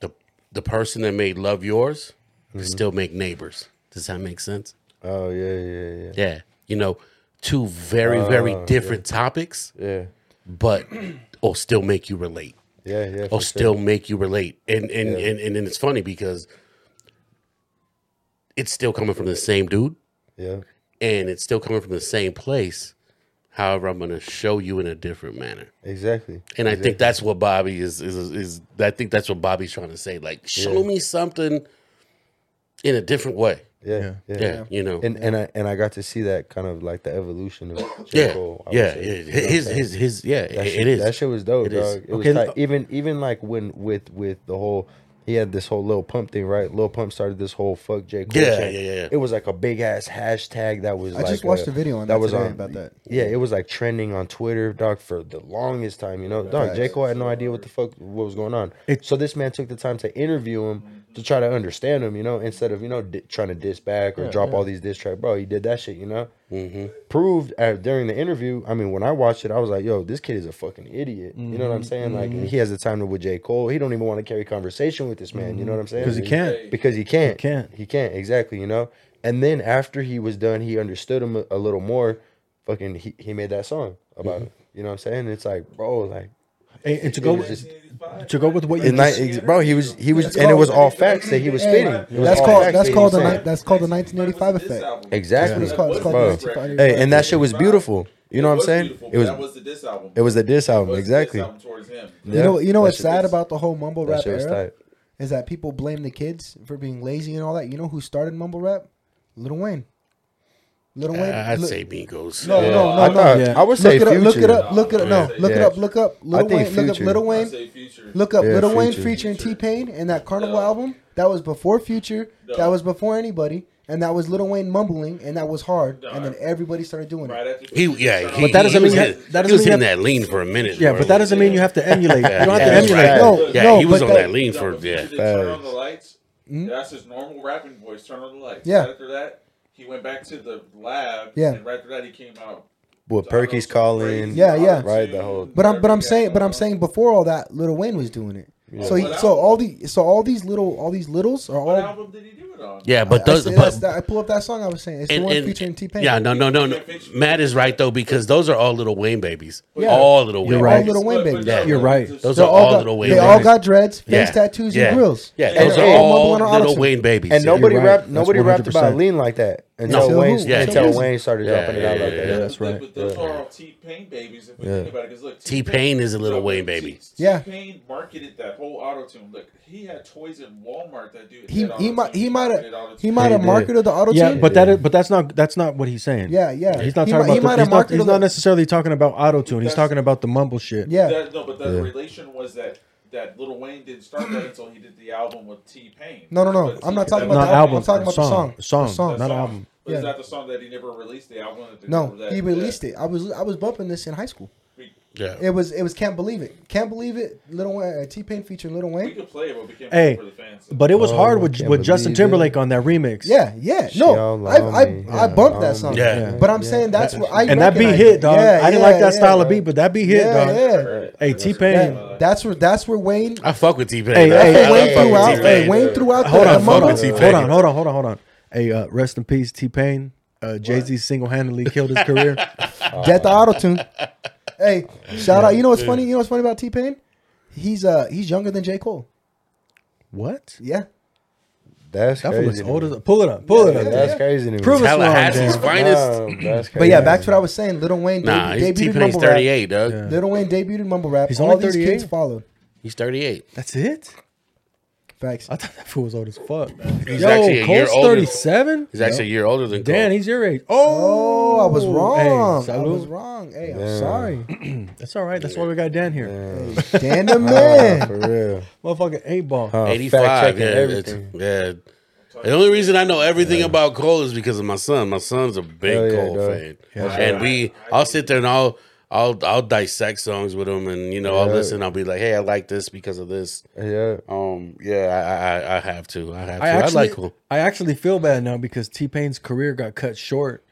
the the person that made Love Yours can still make Neighbors. Does that make sense?
Oh yeah, yeah, yeah,
Yeah. You know, two very
Oh,
very different topics
yeah,
but will still make you relate.
yeah, yeah.
Will
for sure.
still make you relate. And and, and and and it's funny because it's still coming from the same dude
yeah.
and it's still coming from the same place. However, I'm going to show you in a different manner.
Exactly.
And I think that's what Bobby is is is I think that's what Bobby's trying to say like show me something in a different way.
Yeah, yeah.
Yeah, you know.
And and I and I got to see that kind of like the evolution of J.
yeah.
Cole, I would
yeah, yeah,
say. You know what I'm
his
saying?
his his yeah,
That
it-
shit,
it is.
That shit was dope,
It
dog.
is.
It was
Okay,
tight.
uh,
even even like when with with the whole he had this whole Lil Pump thing, right? Lil Pump started this whole fuck J. Cole
Yeah,
shit.
yeah, yeah, yeah.
It was like a big ass hashtag that was
I
like
just watched
uh,
a video on that, today about that.
Yeah, it was like trending on Twitter, dog, for the longest time, you know. Dog, J. Cole had no idea what the fuck what was going on. so this man took the time to interview him to try to understand him, you know, instead of, you know, di- trying to diss back or drop all these diss tracks. Bro, he did that shit, you know? Proved uh, during the interview, I mean, when I watched it, I was like, yo, this kid is a fucking idiot. You know what
Mm-hmm.
I'm saying? Like, he has the time to with J. Cole. He don't even want to carry conversation with this man, you know what I'm saying?
Mm-hmm. 'Cause he can't.
Because he can't.
can't.
He can't, exactly, you know? And then after he was done, he understood him a, a little more. Fucking, he, he made that song about it. You know what I'm saying? It's like, bro, like,
And, and to go with
was just-
to go with what you
and like,
just,
ex- bro, he was, he was, and it was all facts that he was spitting. It was
That's
all
called
facts
that's
that he
called
was
the ni-
saying.
that's called the 1985 effect.
Exactly.
That's what it's called.
Bro.
It's called 1985.
Hey, and that shit was beautiful. You know what I'm saying? It was
that was the diss album.
it was a diss
That
album,
was the diss
exactly.
album towards him.
You know,
Yeah.
you know
That
what's
shit
sad
was-
about the whole mumble
that
rap
shit was
era
tight.
is that people blame the kids for being lazy and all that. You know who started mumble rap? Little Wayne.
Uh,
Little Wayne.
I'd
Lil-
say Migos.
no,
Yeah.
no, no,
I
no.
thought
yeah.
I would say
Look it up. Look it
Future.
up. Look it up. No,
Yeah.
look it
Yeah.
up. Look up. Little
think
Wayne. Look up.
Future.
Little
I
Wayne.
say future.
Look up
Yeah,
Little Wayne
Future.
featuring T Pain and that Carnival album. That was before Future. That
No.
was before anybody. And that was Little Wayne mumbling, and that was hard. And then everybody started doing
Right
it.
after
He,
Future
yeah,
came
he,
out.
But that doesn't
he was
mean you
hit-
have- that
he was
doesn't mean you
hitting
have-
that lean for a minute.
yeah,
bro.
but that doesn't mean you have to emulate. you don't have to
that's
emulate.
right.
No,
yeah,
no,
he was
but
on
that-
that lean
He's on
for
the
yeah.
Future did turn on the lights. That's his normal rapping voice. Turn on the lights.
Hmm? Yeah.
After that, he went back to the lab.
Yeah.
And right after that, he came out. Uh,
With Perky's calling.
Yeah, yeah.
Right, the whole-
But I'm but I'm saying but I'm saying before all that, Little Wayne was doing it. So he,
What
so
album?
all the so all these little all these littles are
What
all.
album did he do it on?
Yeah, but
I,
those,
said-
but
that's- I pull up that song I was saying. It's the
and,
one
and-
featuring T Pain.
yeah, no, no, no, no. Matt is right though because those are all little Wayne babies. All little Wayne.
You're
all
right.
Little Wayne
But- but
babies.
Yeah,
no,
you're right.
those-
Those
They're
are all
got,
little Wayne.
They
babies.
all got dreads, face
Yeah.
tattoos,
Yeah.
and grills.
Yeah,
And
those
they're
are all
mumbling on
little
autotune.
Wayne babies.
And
Yeah.
nobody
you're right.
rapped
That's
nobody rapped
100%.
about lean like that until
Until
Wayne
who? Yeah,
until
until-
Wayne started
Yeah,
dropping it out
yeah,
like
yeah,
that.
yeah. that's right.
But those are all T Pain babies. If we think about it, because look,
T-Pain is a little
so
Wayne
T-
baby.
Yeah.
T Pain marketed that whole auto tune. Look, he had toys in Walmart that dude.
He
said
he
autotune,
might he might
marketed
have
autotune.
he might have
did.
marketed the auto
Yeah,
tune.
but that is, but that's not that's not what he's saying.
yeah, yeah.
He's not
He
talking
might- he might
about the,
have
he's, not,
marketed
he's
the-
not necessarily talking about auto tune. He's
That's-
talking about the mumble shit.
Yeah,
That, no, but the relation was that that Little Wayne didn't start that until he did the album with T Pain.
no, no, no. I'm not talking about
Not
the album. I'm
album,
talking about the
song,
song.
song,
The song.
not album.
Is
Yeah.
that the song that he never released? The album. That they
No,
never- that,
he released it. I was I was bumping this in high school.
it.
Yeah.
It was it was can't believe it. Can't believe it. Little Wayne, uh, T Pain featuring Little
We
Wayne.
could play it, but we can't
Hey,
play it for the fans.
But it was
Oh,
hard
I
with
can't
with Justin
believe it.
Timberlake on that remix.
Yeah, yeah,
Y'all
no, I
on
I,
me.
I
Yeah,
bumped
on
that song.
me.
Yeah.
But I'm saying that's what I
And that beat
recognize
hit,
it.
dog.
Yeah,
I didn't
yeah,
like that
yeah,
style of
bro.
beat, but that beat hit,
Yeah,
dog.
yeah.
Hey, T Pain.
That- that's where that's where Wayne
I fuck with T Pain.
Hey, hey,
that's
I
what Wayne
fuck
threw
with
out.
T-Pain.
Wayne threw out
Hold
the
on, hold
mumble.
on,
with T-Pain.
hold on, hold on, hold on, hold on. Hey, uh, rest in peace, T Pain. Uh, Jay Z single handedly killed his career.
Death to auto tune. Hey, shout out. You know what's funny? You know what's funny about T Pain? He's uh he's younger than J Cole.
what?
Yeah.
That's
That
crazy.
fool's
to me.
old as pull it up, pull it up.
Yeah,
dude.
that's crazy to me.
Prove us wrong,
Tallahassee's
Dan.
finest.
Nah, that's
But yeah,
crazy.
back to what I was saying. Little Wayne de-
Nah, he's
debuted
T
in
Pain's
mumble rap.
38, dog.
Little Wayne debuted in mumble rap.
He's
All
only
these
38?
kids followed.
He's 38.
That's it.
Facts.
I thought that fool was old as fuck.
He's actually
Yo,
a year
Cole's
older.
thirty seven.
He's actually a year older than Cole.
Dan, he's your age. Oh,
Oh, I was wrong.
Hey,
I was
salute.
wrong. Hey, I'm sorry.
That's all right. That's why we got Dan here.
Dan the
Nah,
man.
for
Uh,
real.
Motherfucking eight ball.
Huh, fact
85.
checking
Yeah, it's-
everything.
yeah. The only reason I know everything about Cole is because of my son. My son's a big
Hell yeah,
Cole
dog.
fan, and we. I'll sit there and I'll. I'll I'll dissect songs with him, and you know I'll
Yeah.
listen. I'll be like, "Hey, I like this because of this."
Yeah.
Um, yeah, I I, I have to. I have to.
I
I,
actually, I,
like Cole.
actually feel bad now because T Pain's career got cut short,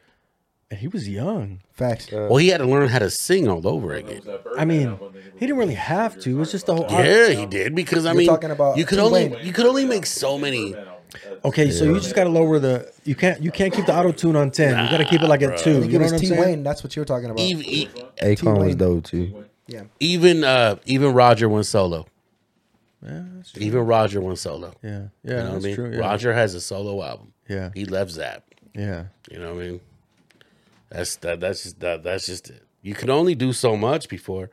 and he was young.
Facts.
Well, he had to learn how to sing all over again.
I mean, he didn't really have to. It was just the whole.
Yeah, he did because I mean,
talking about
you could
T.
only
Wayne.
you could only make so many.
Okay, so you just got to lower the. You can't. You can't keep the auto tune on ten. you got to keep it like at
I
two.
think it
You know what
was
I'm
T
saying?
Wayne. That's what you were talking about.
Even e-
Akon was
Wayne.
dope too.
Yeah.
even uh even Roger went solo. Even Roger went solo.
Yeah,
You
yeah,
know what I
that's
mean?
true. Yeah,
Roger has a solo album.
yeah,
He left Zap.
yeah.
You know what I mean? That's that. That's just that. That's just it. You can only do so much before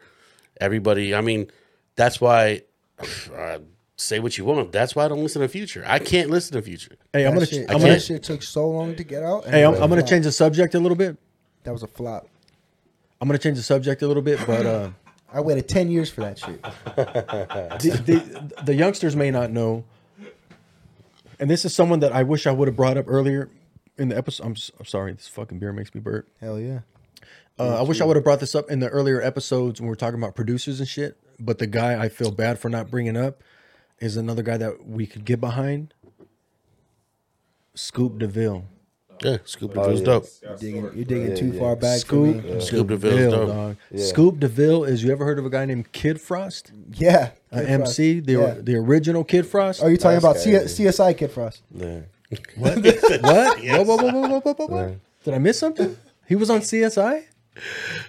everybody. I mean, that's why. Uh, say what you want. That's why I don't listen to Future. I can't listen to Future.
Hey, I'm
That
gonna.
shit,
I'm
that
gonna.
shit took so long to get out. and
Hey,
it
I'm,
was a
I'm gonna
flop.
change the subject a little bit.
That was a flop.
I'm gonna change the subject a little bit, but uh,
I waited ten years for that shit.
the, the, the youngsters may not know, and this is someone that I wish I would have brought up earlier in the episode. I'm, s- I'm sorry, this fucking beer makes me burp.
Hell yeah.
Uh, I wish I would have brought this up in the earlier episodes when we are talking about producers and shit. But the guy I feel bad for not bringing up is another guy that we could get behind, Scoop DeVille.
Yeah, Scoop DeVille's dope.
You're digging, you're digging too
yeah.
far back. Scoop.
Scoop,
Scoop DeVille's
DeVille,
dope.
dog. Scoop DeVille is. You ever heard of a guy named Kid Frost?
Yeah.
Uh,
Kid
MC,
Frost.
the
yeah.
the original Kid Frost.
Oh, you're talking about C-
crazy.
CSI Kid Frost.
Yeah.
What? what? Whoa, whoa, whoa, whoa, whoa, whoa, whoa. Did I miss something? He was on CSI.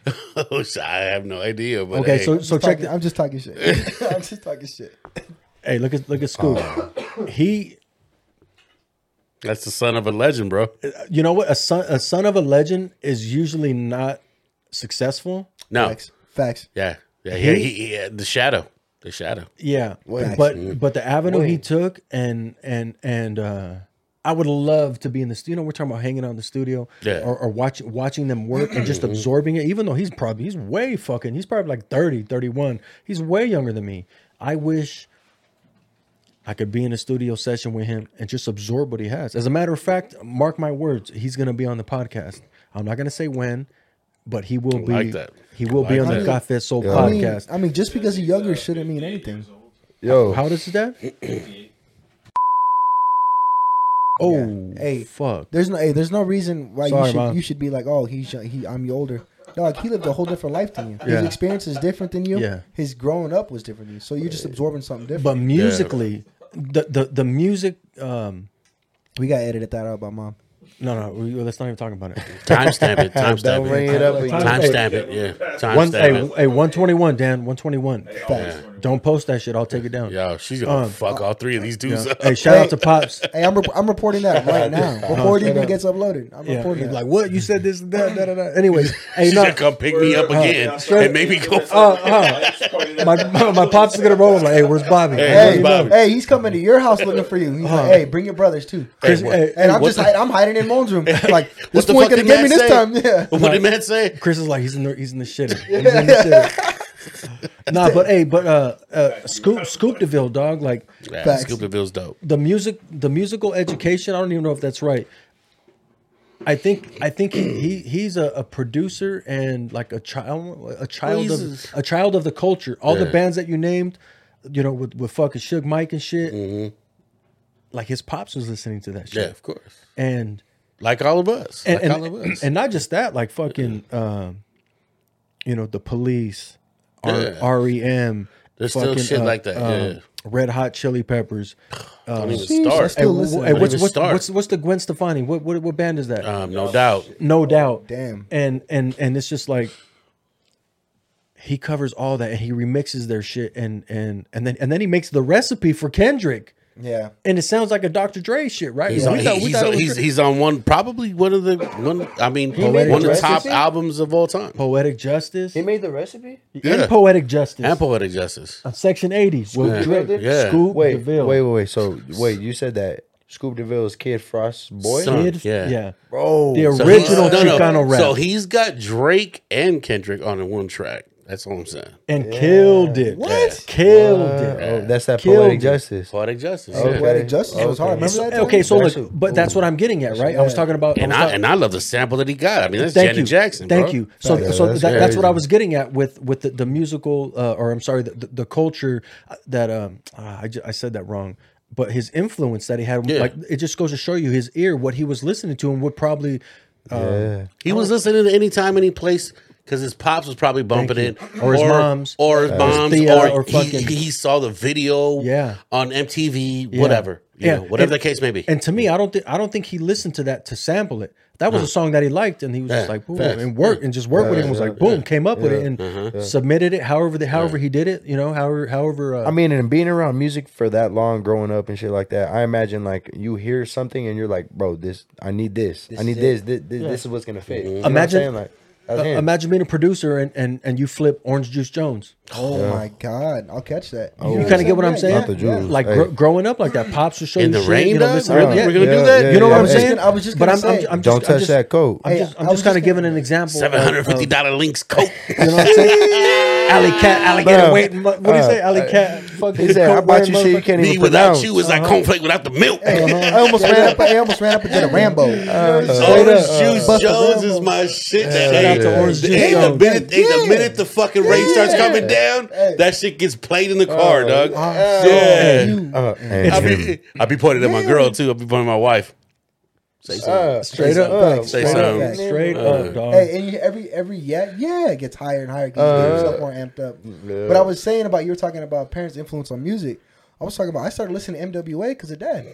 I have no idea. But
Okay,
hey.
so so
I'm
check.
talking-
th-
I'm just talking shit. I'm just talking shit.
Hey, look at look at Scoop. He,
that's the son of a legend, bro.
you know what? A son a son of a legend is usually not successful.
No,
Facts. Facts.
yeah, yeah, yeah. He, he, yeah, the shadow, the shadow.
Yeah,
Wait.
but but the avenue he took and and and uh I would love to be in the studio. You know, we're talking about hanging out in the studio,
Yeah.
or, or watching watching them work and just absorbing it. Even though he's probably he's way fucking he's probably like 30, 31. He's way younger than me. I wish I could be in a studio session with him and just absorb what he has. As a matter of fact, mark my words, he's gonna be on the podcast. I'm not gonna say when, but he will be.
like that.
He will be
like
on the
that.
Café Soul
I mean,
podcast.
I mean, just because you're younger shouldn't mean anything.
Yo,
How does that? oh,
Hey.
fuck.
There's no hey, there's no reason why
Sorry,
you should
man.
you should be like, oh, he's young, he I'm older. Dog, he lived a whole different life than you.
Yeah.
His experience is different than you.
Yeah.
His growing up was different than you. So you're just absorbing something different.
But musically, the, the the music. Um,
we got edited that out by mom.
no, no, we, let's not even talk about it.
Timestamp it.
don't
Timestamp
ring
it.
it up again.
Timestamp it. Yeah.
One, hey,
Timestamp it.
hey, one twenty one, Dan, one twenty one.
Facts.
Don't post that shit. I'll take it down.
Yo, she's gonna fuck all three of these dudes up.
Hey, shout out to pops.
Hey, I'm, rep- I'm reporting that right now before it even gets uploaded. I'm
Uh-huh. Yeah,
reporting that.
like what you said this and that. Da, da, da. Anyways, hey,
she's
no,
gonna come pick me up again and make me go.
uh, uh, my, my my pops is gonna roll like, hey, where's Bobby?
Hey,
Where's
hey,
Bobby.
hey, he's coming to your house looking for you. He's like, hey, bring your brothers too.
Chris-
what-
hey,
And I'm
what
just
the-
hiding, I'm hiding in mom's room. Like this
What the
boy
fuck
gonna
did
get me
Matt
this
say?
time. Yeah.
What did Matt say?
Chris is like he's in the he's in the shitter. He's in the shitter. nah, but hey, but uh, uh Scoop Scoop Deville, dog. Like
Yeah,
Facts.
Scoop DeVille's dope.
the music, the musical education. I don't even know if that's right. I think I think he, he he's a, a producer and like a child a child
he's-
of a child of the culture. All the
Yeah.
bands that you named, you know, with, with fucking Suge Mike and shit.
Mm-hmm.
Like his pops was listening to that
Yeah,
shit.
of course.
And
Like all of us.
and,
like all of
and,
us.
and not just that, like fucking um, you know, the police, R- E
Yeah.
REM,
There's still shit like that, yeah.
uh, um, Red Hot Chili Peppers.
Don't even
Jeez, I
start.
Hey,
Still
wh-
listening.
hey,
Don't
what's,
even
what's,
start.
what's what's the Gwen Stefani? What what what band is that?
Um, no doubt.
no doubt.
damn.
And and and it's just like he covers all that and he remixes their shit and and and then and then he makes the recipe for Kendrick
Yeah.
and it sounds like a Dr. Dre shit, right?
He's
We
on,
thought- we
he's,
thought it
on,
was
he's,
Dre-
he's on one, probably one of the one. I mean,
made
one of the
Justice
top
League?
albums of all time,
poetic justice
He made the recipe.
Yeah.
and poetic justice.
and Poetic Justice.
Uh, Section 80 with Drake,
Yeah.
Scoop
Wait,
DeVille.
wait, wait, wait. So wait, you said that Scoop DeVille's Kid Frost's boy.
Son.
Kid-
Yeah.
yeah.
Bro,
The
So he's-
original
no, no.
Chicano rap
So he's got Drake and Kendrick on the one track. That's all I'm saying.
and killed it.
What?
Killed it.
Oh, that's that
Killed
poetic
it.
justice.
Poetic Justice.
Okay.
yeah.
Poetic Justice was hard. Remember that? Tony?
Okay, so
That
look,
shit-
but that's what I'm getting at, right? I was talking about
And
was
I
talk-
and I love the sample that he got. I mean, that's
Thank
Janet
you.
Jackson.
Thank
bro.
you. So,
Yeah,
so
that's
that, that's what I
crazy.
was getting at with with the, the musical, uh, or I'm sorry, the, the, the culture uh, that um, ah, I, ju- I said that wrong. But his influence that he had,
Yeah.
like it just goes to show you his ear, what he was listening to, and would probably
Yeah.
He was listening to any time, any place, because his pops was probably bumping it,
Or his moms. Uh,
or his moms,
Thea,
or,
or fucking-
he, he saw the video,
Yeah.
on MTV, whatever, you know, whatever
And-
the case may be.
And to me, I don't think I don't think he listened to that to sample it. That was a song that he liked, and he was just
Yeah,
like, boom,
facts.
and worked and just worked with it. and Was like, boom, came up with it and submitted it. However, the, however he did it, you know, however, however. Uh,
I mean, and being around music for that long, growing up and shit like that, I imagine like you hear something and you're like, bro, this, I need this, I need this, this, this, this is what's gonna fit. You know what I'm
Imagine-
saying? like, that's
uh,
him.
imagine being a producer and and and you flip Orange Juice Jones.
Oh my God, I'll catch that.
You kind of get what I'm
Yeah,
saying?
Not the Jews.
Like
Hey.
gr- growing up like that, pops would show
In
you
the
shit,
rain,
you know,
dog?
this and
Really?
that.
We're gonna do
Yeah.
that?
You know what I'm
yeah.
saying?
I was just
but
gonna
I'm, I'm,
say,
I'm just,
don't
I'm
touch
just-
that coat.
I'm
Hey,
just,
I
I'm
was
just kind of
just
giving
gonna-
an example. of-
Seven hundred fifty
of-
dollar links coat.
You know what I'm saying? Alley cat, alligator
Bro.
waiting. What do you
Uh,
say? Alley
uh,
cat. Fucking
he said,
coat
I bought you
wearing
shit you
motherfucker.
can't
Me
even
without
pronounce.
you is
Uh-huh.
like cornflake without the milk.
I almost ran up. I almost ran up into the Rambo.
Uh,
Orange
up,
Juice
Busta
Jones
Rhymes.
is my shit.
Shout
That
out to
ain't-
Orange Juice
Hey, the
Jones.
minute, hey, the minute the fucking rain starts coming down,
Hey.
that shit gets played in the
Oh,
car, dog.
Yeah.
yeah.
You.
Uh, and
I
him.
be, I be pointing at my girl too. I be pointing at my wife. Say something.
Uh,
Straight up.
uh,
Say
Straight
something.
up, Straight up, dog.
Hey, and you, every every yeah yeah it gets higher and higher, it gets yourself more amped up. But I was saying about you were talking about parents' influence on music. I was talking about I started listening to MWA because of dad.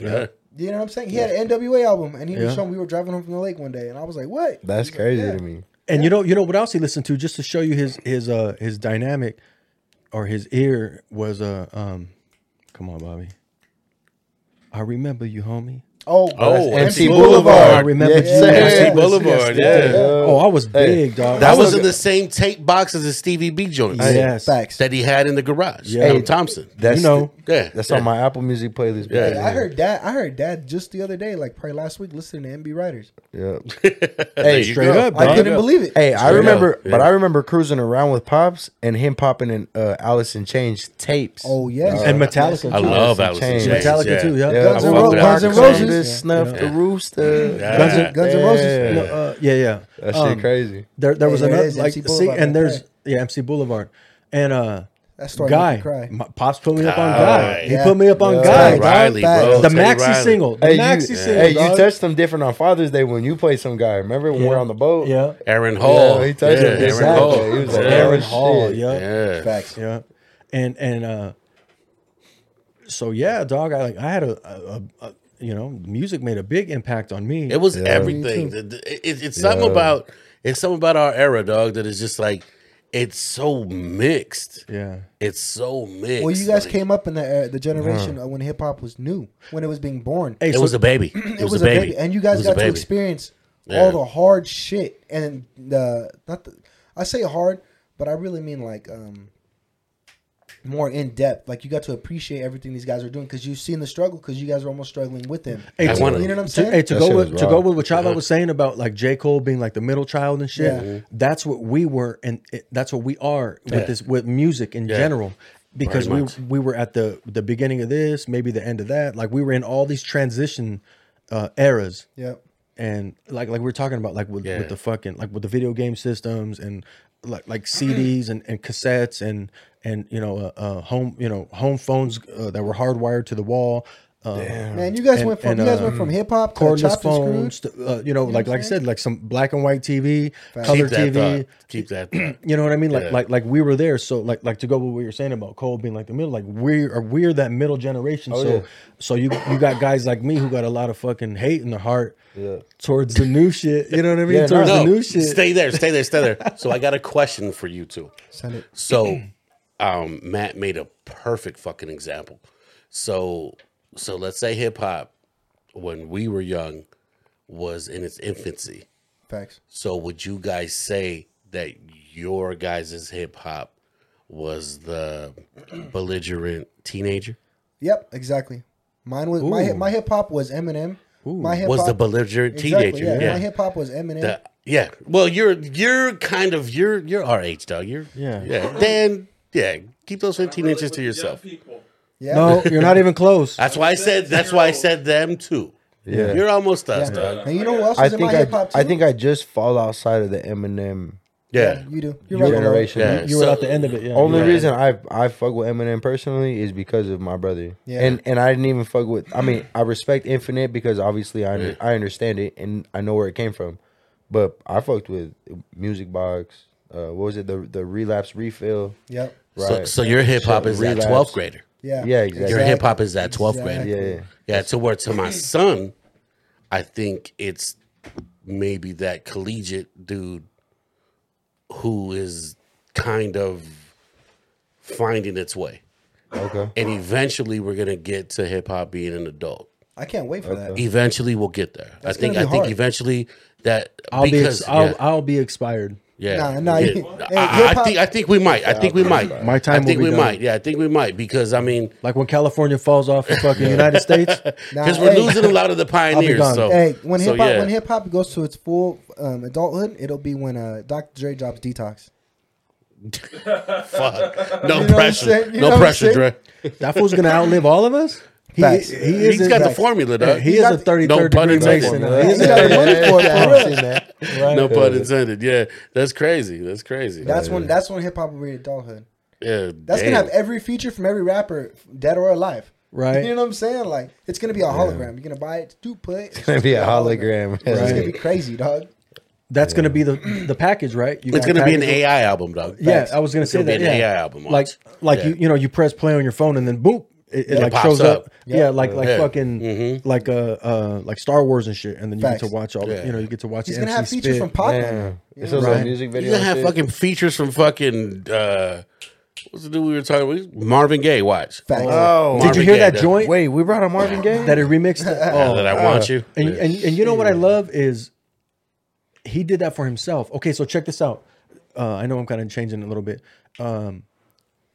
Yeah.
You know what I'm saying? He had an NWA album, and he
Yeah.
was showing. We were driving home from the lake one day, and I was like, "What?"
That's crazy to me.
And you know, you know what else he listened to, just to show you his his uh his dynamic or his ear was uh um come on, Bobby. I remember you, homie.
Oh,
Oh,
that's
MC
I
Boulevard.
remember
Yes,
you.
sir.
Yes,
MC
yes,
Boulevard.
yes.
Yeah.
Oh, I was
Hey,
big, dog.
That
I
was in the same tape box as the Stevie B joint
yes.
facts.
that he had in the garage.
Yeah.
Adam Thompson.
That's
You know.
Yeah.
That's
yeah.
on my Apple Music playlist.
Yeah.
man.
Hey, I heard dad. I heard dad just the other day, like probably last week, listening to MB Riders.
Yep.
There
hey,
you
straight
go.
up.
I
dog.
couldn't believe it.
Hey, I
Straight
remember,
up, yeah.
but I remember cruising around with pops and him popping in uh, Alice in Chains tapes.
oh yes,
And Metallica.
I
too.
love Alice
Alice in
in
Chains.
Chains.
Metallica too, yeah.
Yeah,
Guns
I
N'
fuck
Ro-
with
Guns N'
Alex
Roses,
Cruises, Snuff the Rooster.
Guns, N- Guns N' Roses.
Yeah.
No, uh, yeah, yeah.
That shit
Um,
crazy.
There, there was
Hey, there
another
is
like
MC
see,
Boulevard right
and there's
there.
yeah, MC Boulevard, and uh,
That story
guy,
made me cry.
my, pops put me up on
Guy.
guy. He
Yeah.
put me up on
Yeah.
Teddy
guy.
Hey,
dog.
Riley,
facts.
bro.
The
Teddy
maxi
Riley.
single, the
Hey,
maxi
you,
single.
hey, you
dog.
touched them different on Father's Day when you played some guy. Remember when we were on the boat?
yeah,
Aaron Hall.
Yeah, he touched
Yeah,
him.
Aaron
Exactly.
Hall.
He was like,
Aaron
Oh,
Hall,
shit.
yeah,
Yeah.
Facts.
yeah, and and uh, so yeah, dog. I like I had a, a, a, a you know music made a big impact on me.
It was everything. The- the- it- it- it's something about it's something about our era, dog. That is just like it's so mixed.
yeah,
It's so mixed.
Well, you guys
like,
came up in the uh, the generation uh, when hip hop was new, when it was being born.
Hey,
It
so-
was a baby. It, was, a baby.
and you
It
guys
was a
got to
baby.
experience
Yeah.
all the hard shit and the not the I say hard, but I really mean like um more in depth. Like you got to appreciate everything these guys are doing because you've seen the struggle because you guys are almost struggling with them.
Hey,
I
to-
wanna-
you know what I'm
to, hey,
saying?
to
That
go
shit
with
was
to go
wild. Uh-huh.
with what Chava was saying about like J Cole being like the middle child and shit.
Yeah. Mhm.
Mm-hmm.
That's what we were, and it, that's what we are with
Yeah.
this with music in
Yeah.
general. Because
Very
we
much.
we were at the the beginning of this, maybe the end of that. Like we were in all these transition uh, eras,
Yep.
and like like we are talking about like with,
Yeah.
with the fucking like with the video game systems and like like CDs and, and cassettes and and you know uh, uh home you know home phones uh, that were hardwired to the wall. Uh,
Mm.
Man, you guys
and-
went from
and,
you guys
um,
went from hip hop to
cordless
chopped and
phones,
screwed.
to, uh, you know, like
what I'm
like I
saying?
said, like some black and white TV,
Keep
color
that
TV.
thought. Keep that thought.
You know what I mean? Like
Yeah.
like like we were there. So like like to go with what you're saying about Cole being like the middle, like we're we're that middle generation.
Oh,
so
yeah.
so you you got guys like me who got a lot of fucking hate in their heart towards the new shit. You know what I mean?
Yeah,
towards
no,
the new shit.
Stay there, stay there, stay there. so I got a question for you two.
Send it.
So um, Matt made a perfect fucking example. So so let's say hip hop when we were young was in its infancy.
Facts.
So would you guys say that your guys' hip hop was the belligerent teenager?
Yep, exactly. Mine was my hi- my hip hop was Eminem. My hip
Was the
hop
belligerent
exactly,
teenager?
yeah.
yeah.
My hip hop was Eminem.
The- yeah. Well, you're you're kind of you're you're our age, dog. You're
Yeah.
yeah. Dan, yeah. Keep those fifteen
Really
inches
with
to
the young
yourself.
people.
yeah.
No, you're not even close.
That's why I said. That's why I said them too.
Yeah.
You're almost us,
Yeah.
dog.
And you know who else
I
was in
think
my hip
I,
hop too?
I think I just fall outside of the Eminem
Yeah.
you do. You're right. Lolo.
generation.
Yeah.
you were
so-
at the end of it. Yeah.
Only
Yeah.
reason I I fuck with Eminem personally is because of my brother.
Yeah.
And and I didn't even fuck with. I mean, I respect Infinite because obviously I under- I understand it and I know where it came from. But I fucked with Music Box. Uh, what was it? The the relapse refill.
Yep.
So,
Right.
so your hip hop
So
is that
relapse.
twelfth grader.
Yeah.
Yeah, exactly.
Your hip hop is that twelfth
Exactly.
grader.
yeah, yeah.
Yeah. To where to my son, I think it's maybe that collegiate dude who is kind of finding its way.
Okay.
and eventually we're gonna get to hip hop being an adult.
I can't wait for that.
Eventually we'll get there. I think. I
gonna be
think
hard.
eventually that
I'll
because
be I'll,
yeah,
I'll be expired.
yeah,
Nah, nah,
yeah.
you-
I-
hey,
I, I
hip-hop-
think. I think we might. I think we might.
My time
I
will
think
be
we
done.
might. Yeah, I think we might because I mean,
Like when California falls off the fucking United States.
Nah,
because we're
hey,
losing a lot of the pioneers.
gone.
So,
Hey, when
so
hip hop
yeah.
when hip hop goes to its full um, adulthood, it'll be when uh, Dr. Dre drops detox.
fuck, no
You know what I'm
pressure,
saying? You know what
no
I'm
pressure,
saying?
Dre.
That fool's gonna outlive all of us. He,
Facts.
he is
He's got the
facts.
formula, though.
Yeah, he is a
No
33rd
pun
degree
intended.
Mason.
Yeah,
He is a
yeah,
33rd
yeah, yeah, I've seen that.
No pun intended. Yeah, that's crazy. That's crazy.
That's when that's when hip hop will be adulthood.
yeah,
That's
damn.
gonna have every feature from every rapper, dead or alive.
Right.
You know what I'm saying? Like it's gonna be a hologram. You're gonna buy it to put. It's
Gonna be a hologram.
It's
Right.
gonna be crazy, dog.
That's gonna be the the package, right? You
It's
got
gonna be an
package-
AI album, dog.
Yeah, I was gonna
It's
say
gonna
that.
be an
yeah.
AI album,
Like
watch.
like
Yeah.
you you know you press play on your phone and then boop. It, it like
pops
shows up,
up.
yeah. like like
Yeah. Mm-hmm.
fucking like uh uh like Star Wars and shit, and then you
Facts.
get to watch all
Yeah.
the you know you get to watch.
He's
the
gonna
MC
have features
spit.
from Pac.
Damn. It's a
Right.
little music
You
video.
gonna
and
have
shit.
fucking features from fucking uh, what's the dude we were talking about? Marvin Gaye. Watch.
Facts.
Oh,
Did you
Marvin
hear
Gaye,
that
though.
joint
wait, we brought on Marvin Gaye.
that he remixed?
Yeah,
Oh,
that I want you.
And, and and you know what I love is he did that for himself. Okay, so check this out. Uh, I know I'm kind of changing a little bit. Um,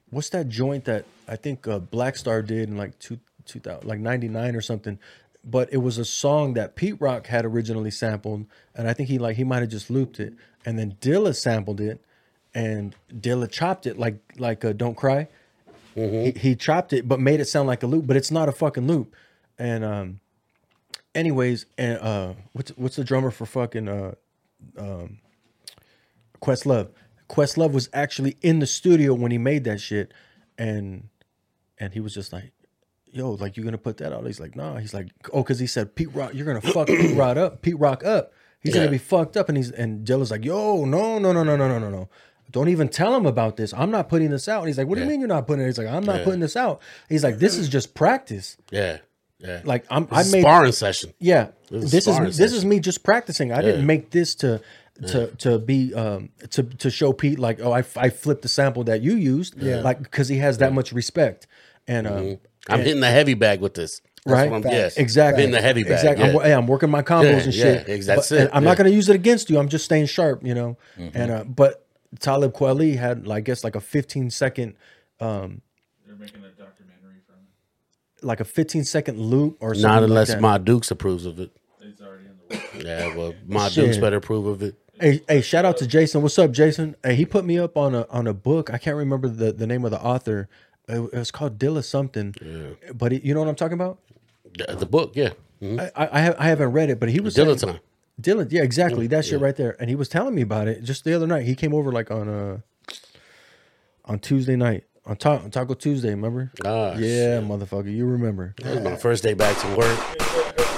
what's that joint that I think uh, Black Star did in like two two thousand like ninety nine or something? But it was a song that Pete Rock had originally sampled, and I think he like he might have just looped it, and then Dilla sampled it, and Dilla chopped it like like uh, "Don't Cry." He, he chopped it, but made it sound like a loop, but it's not a fucking loop. And um, anyways, and uh, what's what's the drummer for fucking uh, um, Questlove? Questlove was actually in the studio when he made that shit, and and he was just like, "Yo, like you gonna put that out?" He's like, "Nah." He's like, "Oh, because he said Pete Rock, you're gonna fuck Pete Rock up, Pete Rock up. He's
Yeah.
gonna be fucked up." And he's and Dilla's like, "Yo, no, no, no, no, no, no, no, no." Don't even tell him about this. I'm not putting this out. And he's like, "What do you mean you're not putting it?" He's like, "I'm not putting this out." He's like, "This is just practice.
Yeah, yeah.
Like I'm,
It's
I
a
made
sparring session.
yeah,
This is
this is
sparring
this
session.
is me just practicing. I didn't make this to to to be um to to show Pete like oh I, f- I flipped the sample that you used yeah like because he has that much respect and um
I'm hitting the heavy bag with this. That's
Right?
Mm-hmm. What I'm,
Facts.
yes.
exactly
Hitting the heavy bag.
exactly I'm,
Yeah.
wor- hey, I'm working my combos
Yeah,
and
yeah,
shit
ex- that's
But- and
it,
I'm
yeah. Mm-hmm.
not gonna use it against you I'm just staying sharp you know and uh but Talib Kweli had like, I guess like a 15 second um
They're making a documentary from it.
like a 15 second loop or something
Not
like
unless
that.
Ma Dukes approves of it.
It's already in the works.
Yeah, well, Ma
Shit.
Dukes better approve of it.
Hey, hey, shout out to Jason. What's up, Jason? Hey, he put me up on a on a book. I can't remember the, the name of the author. It, it was called Dilla something. But he- you know what I'm talking about?
The, the book, yeah.
I, I, I have- I haven't read it, but he was
Dylan
saying-
time.
Dylan, yeah, exactly. That shit right there. And he was telling me about it just the other night. He came over like on uh on Tuesday night on, ta- on Taco Tuesday. Remember?
Ah,
yeah, motherfucker, you remember?
That was my first day back to work.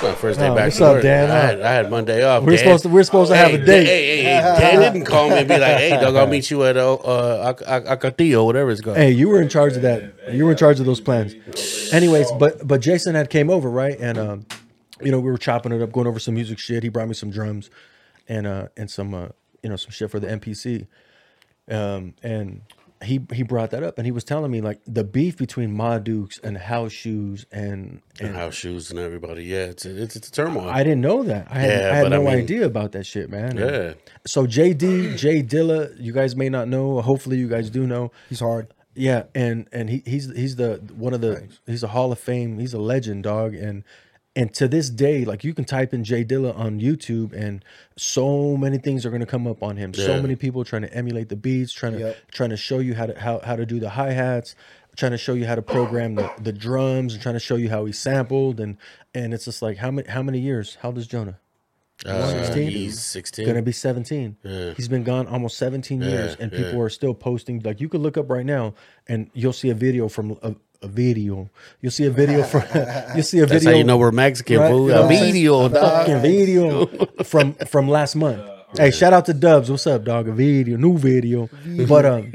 My first day
Oh,
back
what's
to
up,
work.
Dan?
I had, I had Monday off.
We're
Dan.
supposed to we're supposed to have a
Hey,
date.
hey, hey, hey, Dan didn't call me and be like, "Hey, dog, I'll meet you at uh, uh Ac- Ac- Acatillo, whatever it's called."
Hey, you were in charge of that. You were in charge of those plans. Anyways, but but Jason had came over, right? And um, you know, we were chopping it up, going over some music shit. He brought me some drums and uh and some uh you know some shit for the NPC. Um and he he brought that up and he was telling me like the beef between Ma Dukes and House Shoes and and
house shoes and everybody. Yeah, it's a, it's, it's a turmoil.
I didn't know that. I had,
Yeah,
I had
but I
no
mean-
idea about that shit, man. And
Yeah.
So JD, Jay Dilla, you guys may not know. Hopefully, you guys do know.
He's hard.
Yeah, and and he he's he's the one of the he's a Hall of Fame. He's a legend, dog. And and to this day, like you can type in Jay Dilla on YouTube, and so many things are gonna come up on him. So
Yeah.
many people trying to emulate the beats, trying to
Yep.
trying to show you how to how, how to do the hi hats, trying to show you how to program the, the drums, and trying to show you how he sampled. And and it's just like how many how many years? How does Jonah?
Uh,
16?
he's sixteen.
Gonna be 17. He's been gone almost 17 years, and people are still posting. Like you could look up right now, and you'll see a video from a, a video. You'll see a video from. you'll see a
That's
video.
how you know we're Mexican.
Right,
fool.
you know
A
what I'm saying?
video, dog.
fucking video from from last month. Hey, shout out to Dubs. What's up, dog? A video, new video, but um,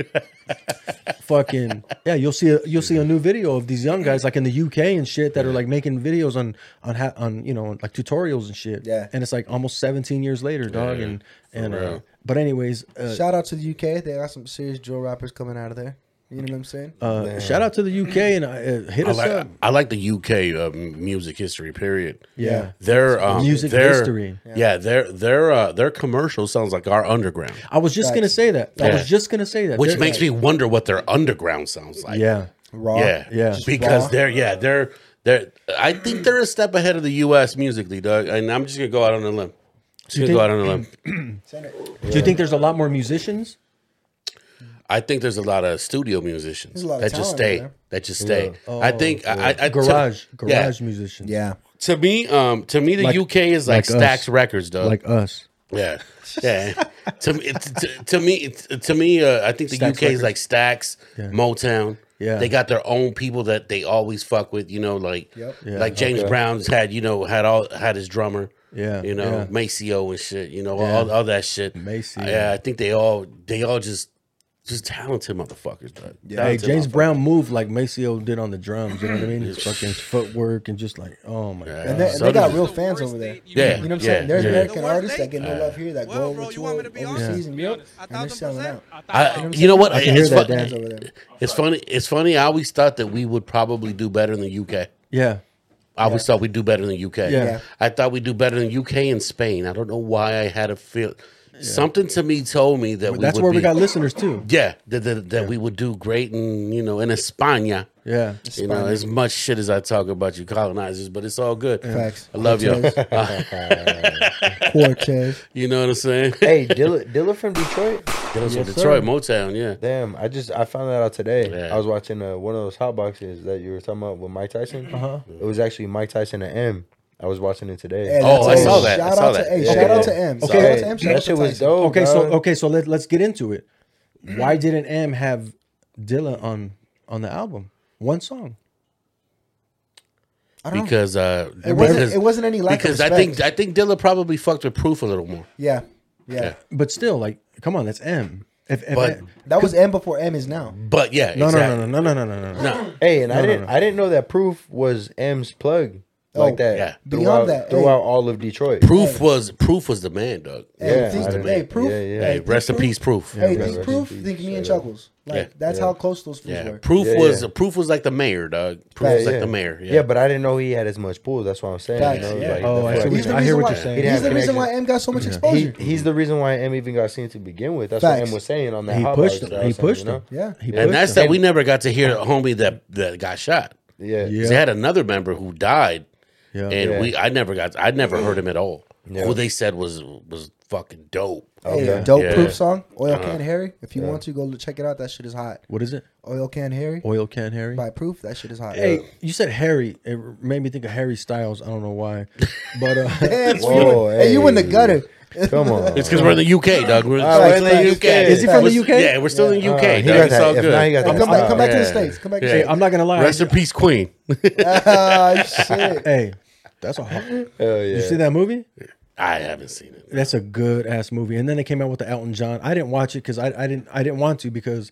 fucking yeah, you'll see a, you'll see a new video of these young guys like in the UK and shit that are like making videos on on ha- on you know like tutorials and shit.
Yeah.
and it's like almost 17 years later, dog. and and uh,
real.
but anyways, uh,
Shout out to the UK. They got some serious drill rappers coming out of there. You know what I'm saying?
uh, shout out to the UK and uh, uh, hit
I
us
like
up.
I like the UK uh, m- music history. Period.
Yeah.
Their um,
Music
their,
history.
Yeah, their their uh, their commercial sounds like our underground,
I was just gonna say that. I
Yeah.
was just gonna say that.
which
They're-
makes me wonder what their underground sounds like.
yeah.
raw.
yeah,
Yeah.
Just
Because
raw.
they're yeah they're they're I think they're a step ahead of the U.S. musically, Doug. And I'm just gonna go out on a limb. Just
You
gonna go out on a limb.
Do you think there's a lot more musicians?
I think there's a lot of studio musicians
There's a lot of
that
talent
just stay.
in there.
That just stay. I think I, I, I
Oh, Garage,
to, yeah.
garage musicians.
Yeah.
To me, um, to me, the
Like-
UK is like,
like us.
Stax Records, Doug.
like us.
Yeah, yeah. to, me- it, to, to me, it, to me, uh, I think the
Stax
UK is like Stax, Motown.
Yeah.
they got their own people that they always fuck with. You know, like
Yep.
Yeah,
like James Brown's had you know had all had his drummer.
Yeah,
you know
yeah.
Maceo and shit. You know all, all that shit.
Maceo.
Yeah, I think they all they all just just talented motherfuckers. Dog.
Hey,
Talented
James
motherfuckers.
Brown moved like Maceo did on the drums. You know what I mean? His fucking footwork and just like, oh my god.
And they, and
so
they got
does-
real fans over there. You
Yeah,
know what I'm
yeah,
saying? There's
yeah.
American
The worst
artists that
thing-
get no love here that
Well,
go
bro,
over
you want me to
to
be
overseas
honest?
in Europe
I
and they're
thousand
selling
percent.
out.
I
I,
thousand
you know what?
I can
it's,
hear that
fu-
dance over there.
it's funny. It's funny. I always thought that we would probably do better in the UK.
Yeah.
I always thought we'd do better than UK.
Yeah.
I thought we'd do better than UK and Spain. I don't know why I had a feel. Something to me told me that we
That's
would
where
be,
we got listeners too.
Yeah, that, that, that we would do great in you know in España.
Yeah.
You know, as much shit as I talk about you colonizers, but it's all good.
Facts.
I love you.
Cortez.
Uh,
Cortez.
you know what I'm saying?
hey, Dilla, Dilla from Detroit.
Those
Yes,
from Detroit,
sir.
Motown, yeah.
Damn, I just I found that out today.
Yeah.
I was watching uh, one of those hot boxes that you were talking about with Mike Tyson. Uh-huh. It was actually Mike Tyson and M. I was watching it today.
Hey,
Oh,
that's-
I
hey,
saw that. I
Shout
saw
out
that.
to hey,
Yeah.
shout out to M. Shout out to M.
Hey,
Shout out
that
to
shit was
Tyson.
dope.
Okay, so
dog.
okay, so let let's get into it.
Mm.
Why didn't Am have Dilla on on the album? One song.
I don't know.
Because uh,
It wasn't-
because-
it wasn't any lack of
because I think I
respect.
think Dilla probably fucked with Proof a little more.
Yeah. Yeah.
But still, like, come on, that's M. If, if
But-
That was M before M is now.
But yeah,
no,
exactly.
no, no, no, no, no, no, no, no.
Hey, and I
no,
didn't
no.
I didn't know that Proof was M's plug like
Oh,
that.
yeah.
Beyond
throughout,
that, hey.
throughout all of Detroit.
Proof was proof was the man, dog.
Hey,
Yeah,
think-
I didn't-
hey, proof.
yeah, yeah.
Hey,
think
rest in
proof-
peace, proof.
Hey,
Yeah,
think
rest
proof.
in peace.
Think me and
Yeah.
Chuckles. Like
Yeah.
that's how close those fools
Yeah,
were.
proof
Yeah,
was
yeah.
proof was like the mayor, dog. Proof
Yeah,
was like
yeah.
the mayor. Yeah,
Yeah, but I didn't know he had as much pull. That's what I'm saying. you
Facts,
know,
yeah.
like,
Oh, I
the
see
fuck-
what
He's
you-
the
I hear
reason
what
why.
you're saying.
He
He's
didn't
the
have
reason why M
connection.
got so much
he,
exposure.
he's the reason why M even got seen to begin with. That's what
Facts.
M was saying on that.
He
hot
pushed
box
him.
that I
He
was saying,
pushed
you know?
him.
Yeah.
He pushed
and that's
him.
that we never got to hear a homie that that got shot.
Yeah, Oh,
Yeah.
'Cause They had another member who died,
Yeah.
and
Yeah.
we I never got I never heard him at all.
Yeah. Oh,
Who they said was was fucking dope.
Hey,
Okay.
dope
Yeah.
proof song, Oil Can Harry. If you want to go check it out, that shit is hot.
What is it?
Oil Can Harry
Oil can Harry.
by Proof, that shit is hot.
Hey, you said Harry. It made me think of Harry Styles. I don't know why, but uh,
Damn,
Whoa,
you in- hey, you in the
hey.
gutter.
Come on.
It's because we're in the UK, Doug. We're
All right,
still in the
thanks.
UK.
Is he
from the
We're-
UK?
Yeah, we're still in the UK.
Uh, he
Doug.
got
It's
that-
all
if
good.
not, he got
Oh,
that
come back,
style.
come back to the
Yeah.
states. Come back
Yeah.
to the
hey, I'm not gonna lie.
Rest in peace, Queen.
states. Ah, shit.
hey, that's a hard.
Hell yeah.
You see that movie?
I haven't seen it.
That's a good ass movie. And then they came out with the Elton John. I didn't watch it because I, I didn't I didn't want to because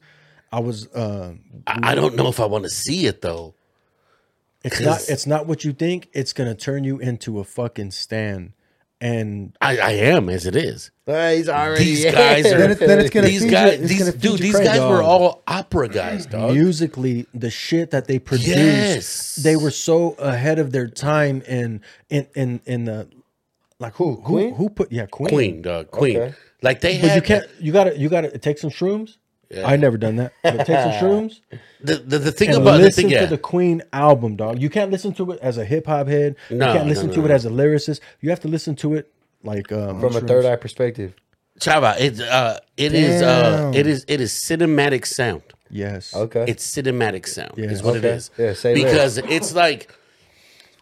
I was uh,
I, I don't know if I want to see it though.
it's not
'Cause-
it's not what you think. It's gonna turn you into a fucking stand. And
I, I am as it is.
Uh, he's already
These guys are-
Then, it, then it's gonna
these
feed
guys,
you, it's
these
gonna feed you
dude, these
crazy.
guys were
dog.
all opera guys, dog.
musically, the shit that they produced,
Uh, Yes.
they were so ahead of their time. And in in in the like who who
Queen?
who put yeah Queen.
Queen, dog, Queen.
Okay.
Like they
But
had.
you can't. You gotta. You gotta take some shrooms.
Yeah.
I never done that. But take some shrooms.
The, the, the thing
and
about the
listen
thing, yeah.
to the Queen album, dog. You can't listen to it as a hip hop head.
No,
you can't
no,
listen
no,
to it
no.
as a lyricist. You have to listen to it like um,
from a third eye perspective.
Chava, it's uh, it is uh,
Damn.
it is it is cinematic sound.
Yes.
Okay.
It's cinematic sound.
Yeah.
Is what it
Okay.
is.
Yeah, say less.
because it's like,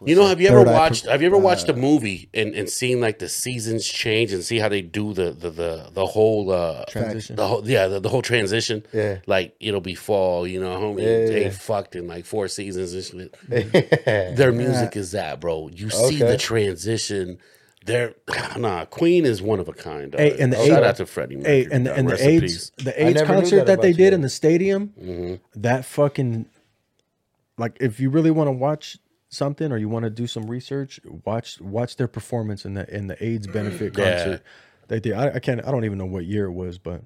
you know, have you ever
Third eye
watched? Have you ever watched a movie and, and seen like the seasons change and see how they do the the the, the whole uh,
Transition.
The whole yeah, the, the whole transition.
Yeah.
like it'll be fall. You know, homie,
Yeah,
they
yeah.
fucked in like four seasons and shit. Their music is that, bro. You see
Okay.
the transition. They're nah. Queen is one of a kind.
Hey,
dog.
and the
shout
AIDS-
out to Freddie. Mercury,
Hey, and the,
dog.
and
Rest
the
in
AIDS
peace. Mm-hmm.
the AIDS
never knew
concert
that
that, they
about
did
you.
in the stadium, that fucking like if you really want to watch something or you want to do some research, watch watch their performance in the in the AIDS benefit
Yeah.
concert. They did. I, I can't. I don't even know what year it was, but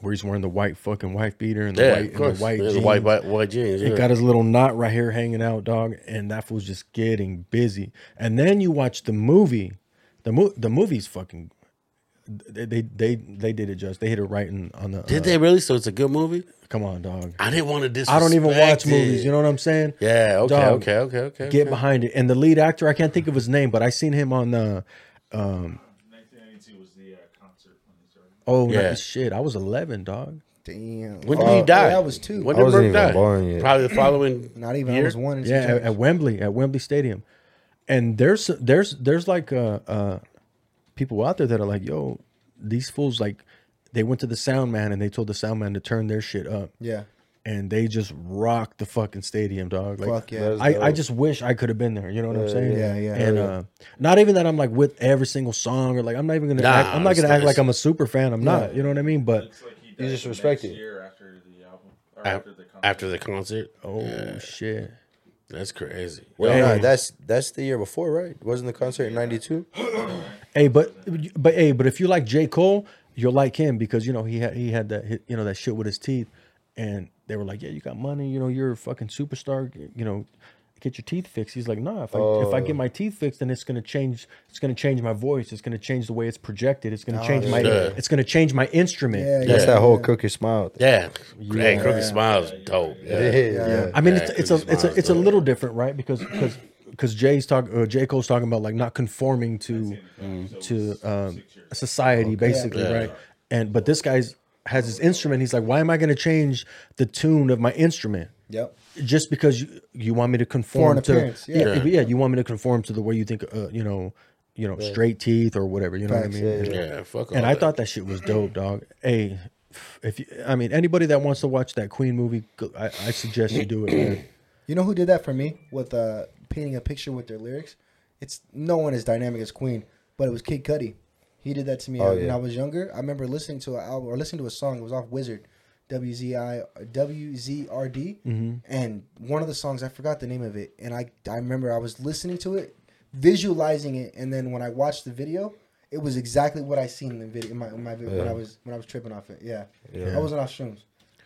where he's wearing the white fucking wife beater and the
Yeah,
white
of
and the
course.
white,
Yeah,
jeans.
the white, white, white jeans.
It
yeah.
got his little knot right here hanging out, dog, and that fool's just getting busy. And then you watch the movie. The mo- the movie's fucking. They they they, they did it just. They hit it right in, on the.
Did
uh,
they really? So it's a good movie.
Come on, dog.
I didn't want to disrespect.
I don't even watch
it.
movies. You know what I'm saying?
Yeah. Okay.
Dog,
okay. Okay. Okay.
Get
okay.
behind it. And the lead actor, I can't think of his name, but I seen him on the. Um,
1982 was the uh, concert when they started.
oh
Yeah.
no, shit! I was 11, dog.
Damn.
When did
Oh,
he die?
Yeah, I was two.
When
I
did
wasn't
Burke
even
die?
born yet.
Probably the following.
Not even. I
year?
was one. And
Yeah,
some
at, at
change.
Wembley, at Wembley Stadium, and there's there's there's like uh, uh, people out there that are like, yo, these fools like, they went to the sound man and they told the sound man to turn their shit up,
yeah.
and they just rocked the fucking stadium, dog. Like,
Fuck yeah.
That's
I, I
dope.
just wish I could have been there. You know what I'm saying?
yeah, yeah.
And
Yeah.
uh, not even that I'm like with every single song or like I'm not even gonna
Nah,
act, I'm not
it's-
gonna act
it's-
like I'm a super fan. I'm not. You know what I mean? But
Looks like he died
You just
the
respect
next
it.
Year after the album, or
Af-
after the concert.
After the concert.
oh shit,
That's crazy.
Well,
Hey.
nah, that's that's the year before, right? Wasn't the concert in '92?
hey, but but hey, but if you like J Cole, you'll like him because you know he had he had that hit- you know that shit with his teeth, and they were like, yeah, you got money, you know, you're a fucking superstar, you know. Get your teeth fixed. He's like, nah. If I if I get my teeth fixed, then it's gonna change. It's gonna change my voice. It's gonna change the way it's projected. It's gonna change my.
shit.
It's gonna change my instrument.
Yeah, yeah.
That's that whole crooked smile. thing.
Yeah. Hey, Crooked Smiles, dope.
Yeah,
Yeah.
yeah.
I mean,
Yeah,
it's, it's
Cookie
a it's a
Smiles,
it's a
though.
little different, right? Because because because Jay's talk, uh, J Cole's talking about like not conforming to to um, society, basically,
Yeah.
right? And but this guy's has his instrument. He's like, why am I going to change the tune of my instrument
Yep.
just because you, you want me to conform
an
to
appearance,
yeah.
yeah.
Yeah, you want me to conform to the way you think uh, you know you know straight teeth or whatever you know
Facts,
what I mean?
yeah,
Yeah, Fuck.
And
all
I
that.
thought that shit was dope, dog. Hey, if you, I mean anybody that wants to watch that Queen movie, go- I, I suggest you do it. Man.
You know who did that for me with uh, painting a picture with their lyrics? It's no one as dynamic as Queen, but it was Kid Cudi. He did that to me uh,
Oh,
when
yeah.
I was younger. I remember listening to an album or listening to a song. It was off Wizard, WZI, WZRD,
Mm-hmm.
and one of the songs I forgot the name of it. And I I remember I was listening to it, visualizing it, and then when I watched the video, it was exactly what I seen in the video. In my, in my vid- when I was when I was tripping off it. Yeah, I wasn't off shrooms,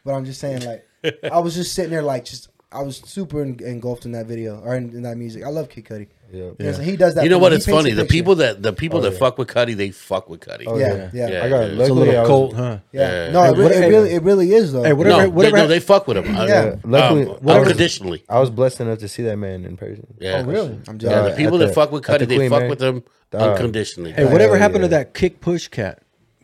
but I'm just saying like I was just sitting there like just I was super en- engulfed in that video or in, in that music. I love Kid Cudi.
Yeah.
And so he does that.
You know
for me.
what?
He
It's
paints a
funny. The
picture.
people that the people
Oh,
that
yeah.
fuck with Cuddy, they fuck with Cuddy.
Oh,
Yeah, yeah, yeah.
Yeah.
I got
it's a
It's a
luckily
little
I was-
cold, huh?
Yeah.
No, it,
Hey,
really, it
hey.
really, it really is though.
Hey,
no,
whatever, whatever.
they, no, they fuck with him.
Yeah.
Yeah.
Luckily, I was-
um, uh, unconditionally.
I was blessed enough to see that man in person.
Yeah.
I'm
Yeah,
just
Uh,
the people
at
that
the-
fuck with
at
Cuddy,
the
they
Queen
fuck
Mary.
with him
Dog.
unconditionally.
hey, whatever
Hell
happened to
yeah.
that kick push cat?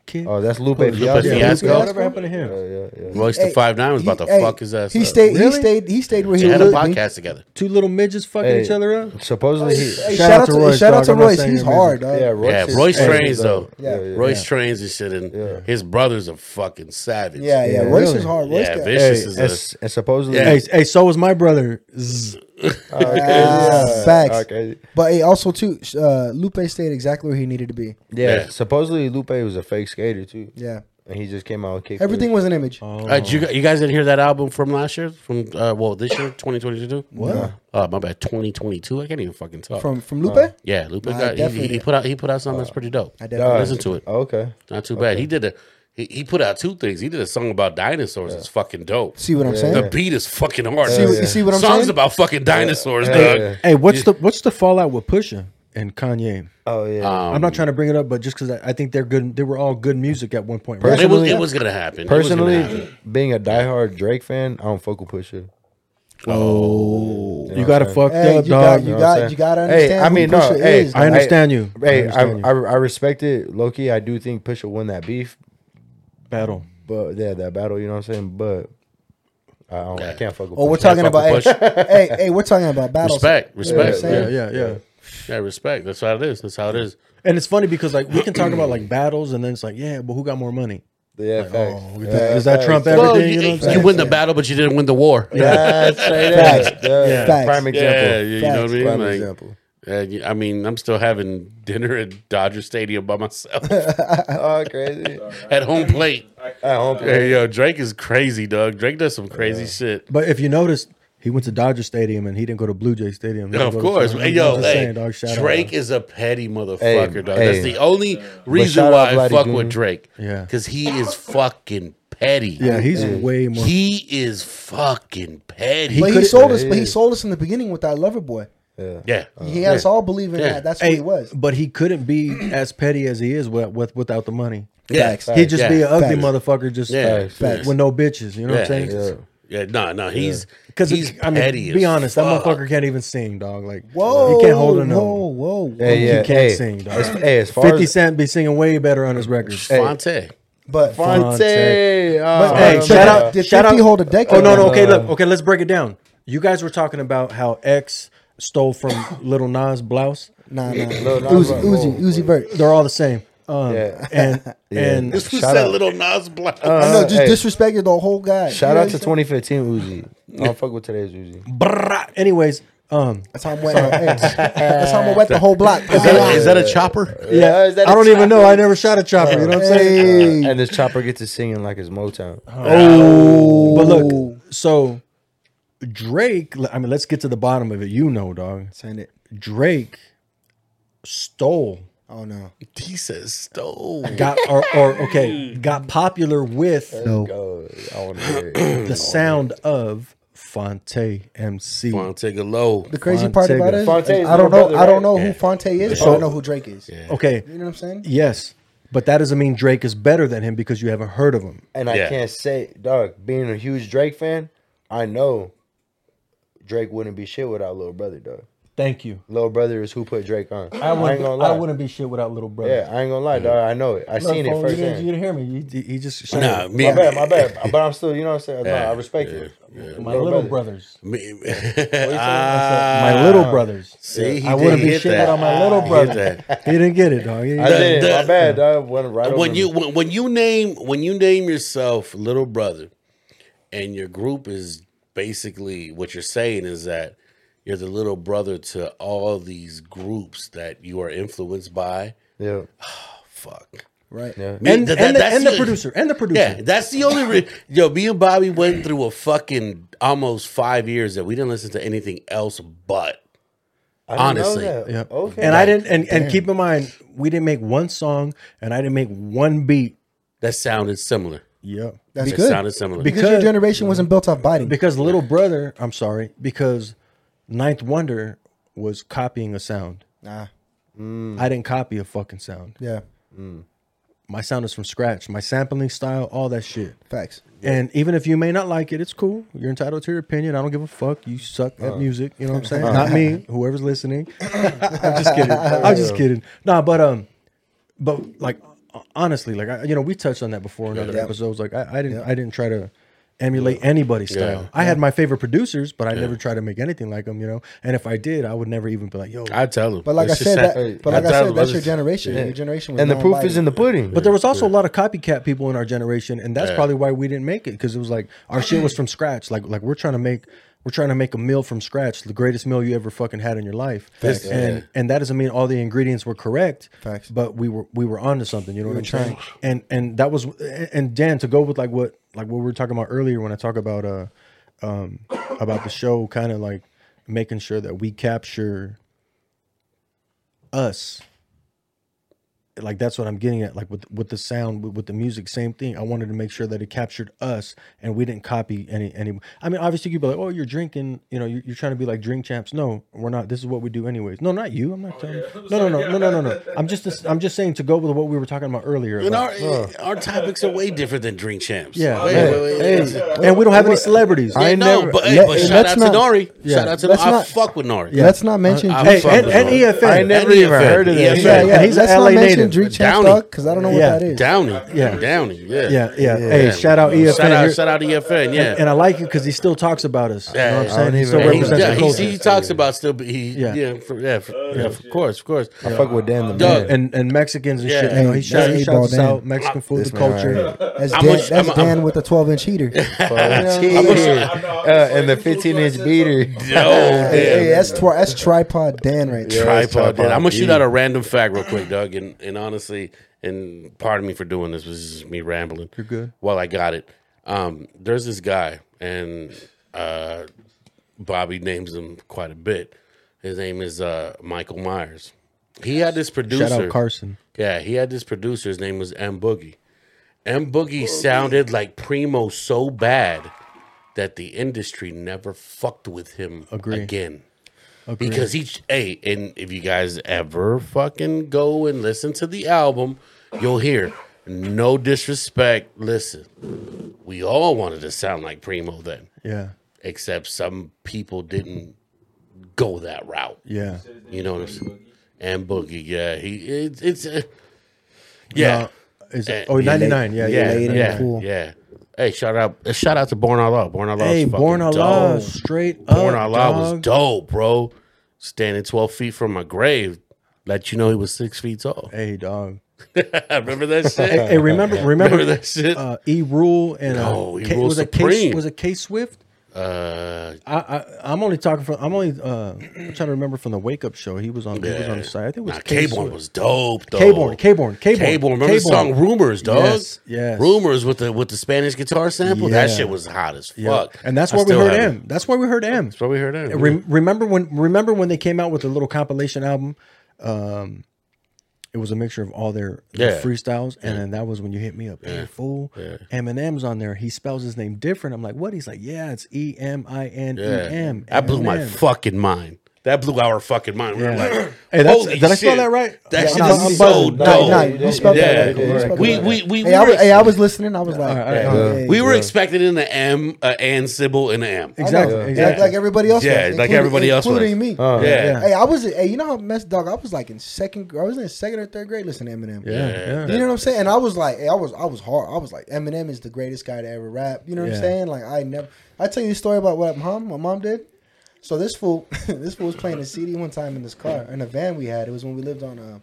Kick.
Oh, that's Lupe
Lupe
Fiasco.
Yeah,
Fiasco?
Whatever happened to him?
Yeah, yeah, yeah.
Royce the Five Nine was about to
he-
fuck his ass.
He
up.
stayed. He
Really?
stayed. He stayed where
They
he
had a
was. Me.
podcast together.
Two little midgets fucking
Hey.
each other up.
Supposedly he.
Hey, shout, out to Royce. Shout out
dog.
to
I'm not
Royce.
saying
He's
your music.
hard, dog.
Yeah, Royce,
Yeah,
is-
Royce
Hey,
trains though.
Yeah.
yeah.
Royce trains and shit, and
Yeah.
his brother's a fucking savage.
Yeah, yeah.
Yeah,
Royce
really.
is hard. Royce
Yeah,
got-
Vince-
Hey,
Vicious is
and,
a-
s- and supposedly.
Yeah.
Hey, hey, so was my brother. Zzz.
Okay,
Ah,
yeah,
facts.
okay.
But hey, also too, sh- uh, Lupe stayed exactly where he needed to be.
Yeah,
Yeah.
supposedly Lupe was a fake skater too,
Yeah,
and he just came out with kick.
everything was an image.
Uh, did you, gu- you guys didn't hear that album from last year? From uh, well, this year, twenty twenty two. What? Uh, my bad, twenty twenty two. I can't even fucking talk.
From from Lupe,
yeah, Lupe
I
got, he- he,
definitely-
he put out he put out something that's pretty dope.
I
Dog.
definitely.
Listen to it.
Oh, okay.
Not too bad. He did a he, he put out two things. He did a song about dinosaurs. It's fucking dope.
See what I'm
Yeah.
saying?
The beat is fucking hard.
See- Yeah. see what I'm
Songs
saying?
about fucking dinosaurs,
Yeah.
dog.
Yeah.
Hey, what's the what's the fallout with Pusha and Kanye?
Oh yeah.
Uh,
I'm not trying to bring it up, but just because I, I think they're good, they were all good music at one point. Right?
It was
Personally-
it was gonna happen. It was gonna happen.
Personally, being a diehard Drake fan, I don't fuck with Pusha.
Oh, you got to fuck
Hey,
up,
you got
dog.
you
know what I'm
got
saying?
you got to understand.
Hey, I mean,
who
no,
Pusha
hey,
is,
I
dog.
understand you.
Hey, I,
understand
I,
you.
I respect it, Loki. I do think Pusha won that beef,
battle.
but yeah, that battle. You know what I'm saying? But I, don't, I can't fuck with.
Oh, we're
Pusha.
talking
fuck
about
with
hey, hey, hey, we're talking about battles.
Respect,
You know what I'm
respect.
saying?
Yeah, yeah, yeah.
Yeah, respect. That's how it is. That's how it is.
And it's funny because like we can talk about like battles, and then it's like, yeah, but who got more money?
Yeah, facts.
Oh, is
Yeah,
that, is that
facts.
Trump
Well,
everything?
you,
you know
you
what I'm
win the battle, but you didn't win the war. Yeah,
Yeah, straight up. Yeah,
Facts.
Prime example.
yeah, you know what I mean.
Prime
Like,
example.
uh, you- I mean, I'm still having dinner at Dodger Stadium by myself
Oh, crazy.
at home plate.
I hope.
Hey, yo, Drake is crazy, Doug. Drake does some crazy shit.
But if you notice, he went to Dodger Stadium and he didn't go to Blue Jay Stadium. He
No,
didn't
of
go to
course.
Trump.
Hey,
I'm
yo,
just
hey,
saying, dog, shout out.
Drake is a petty motherfucker,
Hey,
dog.
hey.
That's the only reason
shout
why
out
I
Vladdy
fuck
Goon.
with Drake.
Yeah.
Because he is fucking petty.
Yeah, he's way more.
He is fucking petty.
But he
could've-
sold us. But
yeah.
he sold us in the beginning with that lover boy.
Yeah.
yeah.
He had us all believing
Yeah.
that. That's what
Hey,
he was.
but he couldn't be as petty as he is with, with without the money.
Yeah.
Facts.
He'd just
Yeah.
be an ugly
Facts.
motherfucker, just
Yeah.
Facts.
with no bitches. You know what
Yeah.
I'm
Yeah.
saying?
Yeah, no, no, he's
Because
he's
I mean,
petty. as
be honest, that
fuck.
motherfucker can't even sing, dog. Like,
Whoa,
he can't hold a
Whoa,
note.
whoa, whoa.
Hey, yeah.
can't
hey,
sing, dog.
As, hey, as far
Fifty
as
Cent be singing way better on his records.
Fonte.
But
Fonte,
But,
uh,
Hey,
um,
but
shout out,
did
shout
50
out.
hold a decade?
Oh no, no.
Uh,
Okay, look. Okay, let's break it down. You guys were talking about how X stole from Little Nas blouse.
Nah, nah.
Lil Nas
Uzi,
Rock.
Uzi, Uzi Vert.
They're all the same. Um,
Yeah.
And and
This was
Shout
that
out.
little Nas Black.
Uh,
I know, just
hey.
disrespected the whole guy.
Shout
You
out
know
to
what
2015 Uzi. I don't fuck with today's Uzi.
brrrah. anyways, um,
I'm saying? That's how I'm wet. my ass. That's how I'm gonna wet the whole block. Is
a chopper?
Yeah,
yeah,
is that
I
a
don't even know.
chopper?
I never shot a chopper. You know what I'm saying?
hey.
Uh, And this chopper gets to singing like it's Motown.
But look, so Drake. I mean, let's get to the bottom of it. You know, dog.
Send it.
Drake stole
Oh no.
He says stole.
got or, or okay got popular with
Oh, I want to hear it.
the sound of Fonte MC.
Fonte Gallo.
The crazy part
Fonte-
about it, is,
Fonte is
I don't know.
little brother,
I don't
right?
know who Fonte is, but I know who Drake is.
Okay,
You know what I'm saying?
yes, but that doesn't mean Drake is better than him because you haven't heard of him.
And I
Yeah.
can't say, dog, being a huge Drake fan, I know Drake wouldn't be shit without Little Brother, dog.
Thank you.
Little Brother is who put Drake on. I,
I
ain't
wouldn't,
gonna
I
lie.
wouldn't be shit without little brother.
yeah, I ain't gonna lie, dog. I know it. I
Look,
seen it
fool, Oh, you, didn't, you
firsthand.
didn't hear me. He, he just
Nah, me,
My bad, my bad. But I'm still, you know what I'm saying? No, I respect it.
my little brothers.
me, Ah,
my little brothers.
See, he
I wouldn't
didn't
be
get
shit
that.
without my little
He
brother.
hit that.
He didn't get it, dog. He
I
didn't-
did.
the-
My bad, dog. Went right over
When you
me.
when, when you name when you name yourself little brother, and your group is basically what you're saying is that you're the little brother to all these groups that you are influenced by.
Yeah.
Fuck.
Right.
Me-
and,
that-
and the,
that's
and the
it.
producer and the
Yeah,
producer.
that's the only re- yo. Me and Bobby went through a fucking almost five years that we didn't listen to anything else but
I didn't know
Honestly.
that.
Yep.
Okay.
And I didn't. And, and keep in mind, we didn't make one song, and I didn't make one beat
that sounded similar.
Yep.
That's
It
good.
sounded similar.
because, your
Because-
generation wasn't built off biting.
Because Little Brother, I'm sorry, because Ninth Wonder was copying a sound.
Nah.
Hmm.
I didn't copy a fucking sound.
Yeah.
My sound is from scratch. My sampling style, all that shit.
Facts.
And even if you may not like it, it's cool. You're entitled to your opinion. I don't give a fuck. You suck at music. You know what I'm saying? Not me. Whoever's listening. I'm just kidding. I'm just kidding. Nah, but um, but like ho- honestly, like I, you know, we touched on that before in other
Yeah.
episodes. Like I, I didn't, I didn't try to emulate anybody's style.
Yeah.
I had my favorite producers, but I never tried to make anything like them. You know, and if I did, I would never even be like, yo.
I tell them.
But like I said, that, but like I said, that's your
general.
generation. Your generation was
and the proof is in the pudding.
But there was also a lot of copycat people in our generation, and that's probably why we didn't make it because it was like our shit was from scratch. Like like we're trying to make we're trying to make a meal from scratch, the greatest meal you ever fucking had in your life.
Facts.
And and that doesn't mean all the ingredients were correct.
Facts.
But we were we were onto something. You know what I'm saying? And and that was and and Dan to go with like what like what we were talking about earlier when I talk about uh um about the show kind of like making sure that we capture us like that's what I'm getting at. Like with with the sound, with, with the music, same thing. I wanted to make sure that it captured us, and we didn't copy any any. I mean, obviously, you'd be like, "Oh, you're drinking," you know, you're, you're trying to be like drink champs. No, we're not. This is what we do, anyways. No, not you. I'm not telling. you. No, no, no, no, no, no, no. I'm just I'm just saying to go with what we were talking about earlier.
And our,
about-
our topics are way different than Drink Champs.
yeah,
Wait,
yeah.
wait, wait,
Hey,
wait.
and we don't have any celebrities.
I know,
never-
but, hey,
let-
but shout
let's
out
not-
to Nori. shout out to Nori.
let's
I
not-
fuck with Nori.
Let's not mention.
I- I
Hey,
Drake-
fuck
and,
with
and E
Nori.
EFN.
I never
Any
even
offense.
heard of
Yeah,
yeah,
that.
yeah.
yeah. He's
He's
let's
LA
not mention
native.
Drink Champs
Downey.
dog because I don't know
Yeah.
what that is.
Downey.
Yeah.
Downey. Yeah.
Yeah, yeah. Hey, shout out EFN.
Shout
You're-
out, shout out EFN. Yeah.
and I like it because he still talks about us. You know what I'm
Yeah,
saying?
I don't
He
even-
still
And
And he,
represents
yeah,
the
he,
culture.
he talks about still, but he,
Yeah.
yeah, for, yeah, for, yeah, of course, of course.
I fuck with Dan the
Dog.
man.
and and Mexicans and
uh, Yeah.
shit. You know,
Hey,
he, shout, he
that's
shouts us
eight-ball
out Mexican food, the
This man
culture.
right
That's
I'm
Dan,
a-
that's
I'm a-
Dan
I'm-
with the 12 inch heater.
Fuck.
know, I
Uh,
was
and the
like, as soon
15
as I
inch
said
beater.
No,
Hey,
damn.
hey, that's twi- that's tripod Dan right there.
Tripod,
tripod.
dude.
I'm gonna shoot
Yeah.
out a random fact real quick, Doug. And, and honestly, and pardon me for doing this, this is me rambling. You're
good.
While I got it, um, there's this guy, and uh, Bobby names him quite a bit. His name is uh, Michael Myers. He had this producer.
Shout out Carson.
Yeah, he had this producer. His name was M Boogie. M Boogie sounded like Primo so bad that the industry never fucked with him
Agree.
again.
Agree.
Because each hey, and if you guys ever fucking go and listen to the album, you'll hear no disrespect. Listen, we all wanted to sound like Primo then,
yeah,
except some people didn't go that route.
yeah.
You know what I'm saying? And Boogie, yeah, he it's it's uh, yeah.
Now, is it,
Uh,
oh,
yeah,
99. Yeah, yeah,
yeah,
yeah.
yeah,
cool.
yeah. Hey, shout out! uh, Shout out to Born Allah. Born Allah.
Hey,
is fucking
Born Allah,
dope.
straight up.
Born Allah was
dog.
dope, bro. Standing twelve feet from my grave, let you know he was six feet tall.
Hey, dog.
remember that shit?
Hey, remember, remember,
remember that shit? Uh,
Uh, e Rule and uh,
No, E.
K-
Rule
was a
Supreme. Uh,
K was a K Swift. I, I I'm only talking from I'm only uh, I'm trying to remember from the Wake Up Show. He was on. He was on the side. I think it was
nah,
K
K-Born
Swift.
was dope. though.
K-Born, K-Born, K-Born,
K-Born. Remember the
K-Born.
song "Rumors," dog?
Yes, yes.
Rumors with the with the Spanish guitar sample. That
Yeah.
shit was hot as
Yeah.
fuck.
And that's
I
where we
still
heard
have it.
M. That's where we heard M.
That's where we heard him.
Re- remember when remember when they came out with the little compilation album um it was a mixture of all their, their
Yeah.
freestyles and then that was when you hit me up hey fool eminem's on there he spells his name different i'm like what he's like yeah it's E e-m-i-n-e-m
Yeah. That blew my
Eminem."
fucking mind. That blew our fucking mind. We were
Yeah.
like,
Hey, that's-
holy
did I spell
shit.
that right?
That
Yeah,
shit
no,
is
I'm
so
buzzing.
dope.
No,
no, you spelled that
yeah.
right. You spelled
We,
that
we, we,
Hey, I
were,
was, hey, I was listening. I was like,
right, all
hey,
we were expecting an M, a Ann Sybil, and an M.
exactly
like-
exactly
like everybody else.
Yeah,
was,
like
including-
everybody else was. Uh-huh.
including me.
Oh,
Yeah.
yeah.
Hey, I was. Hey, you know how messed dog? I was like in second. I was in second or third grade listening to Eminem.
yeah, yeah.
You know what I'm saying? And I was like, I was, I was hard. I was like, Eminem is the greatest guy to ever rap. You know what
Yeah.
I'm saying? Like, I never. I tell you a story about what my mom, my mom did. So this fool, this fool was playing a CD one time in this car in a van we had. It was when we lived on. Uh,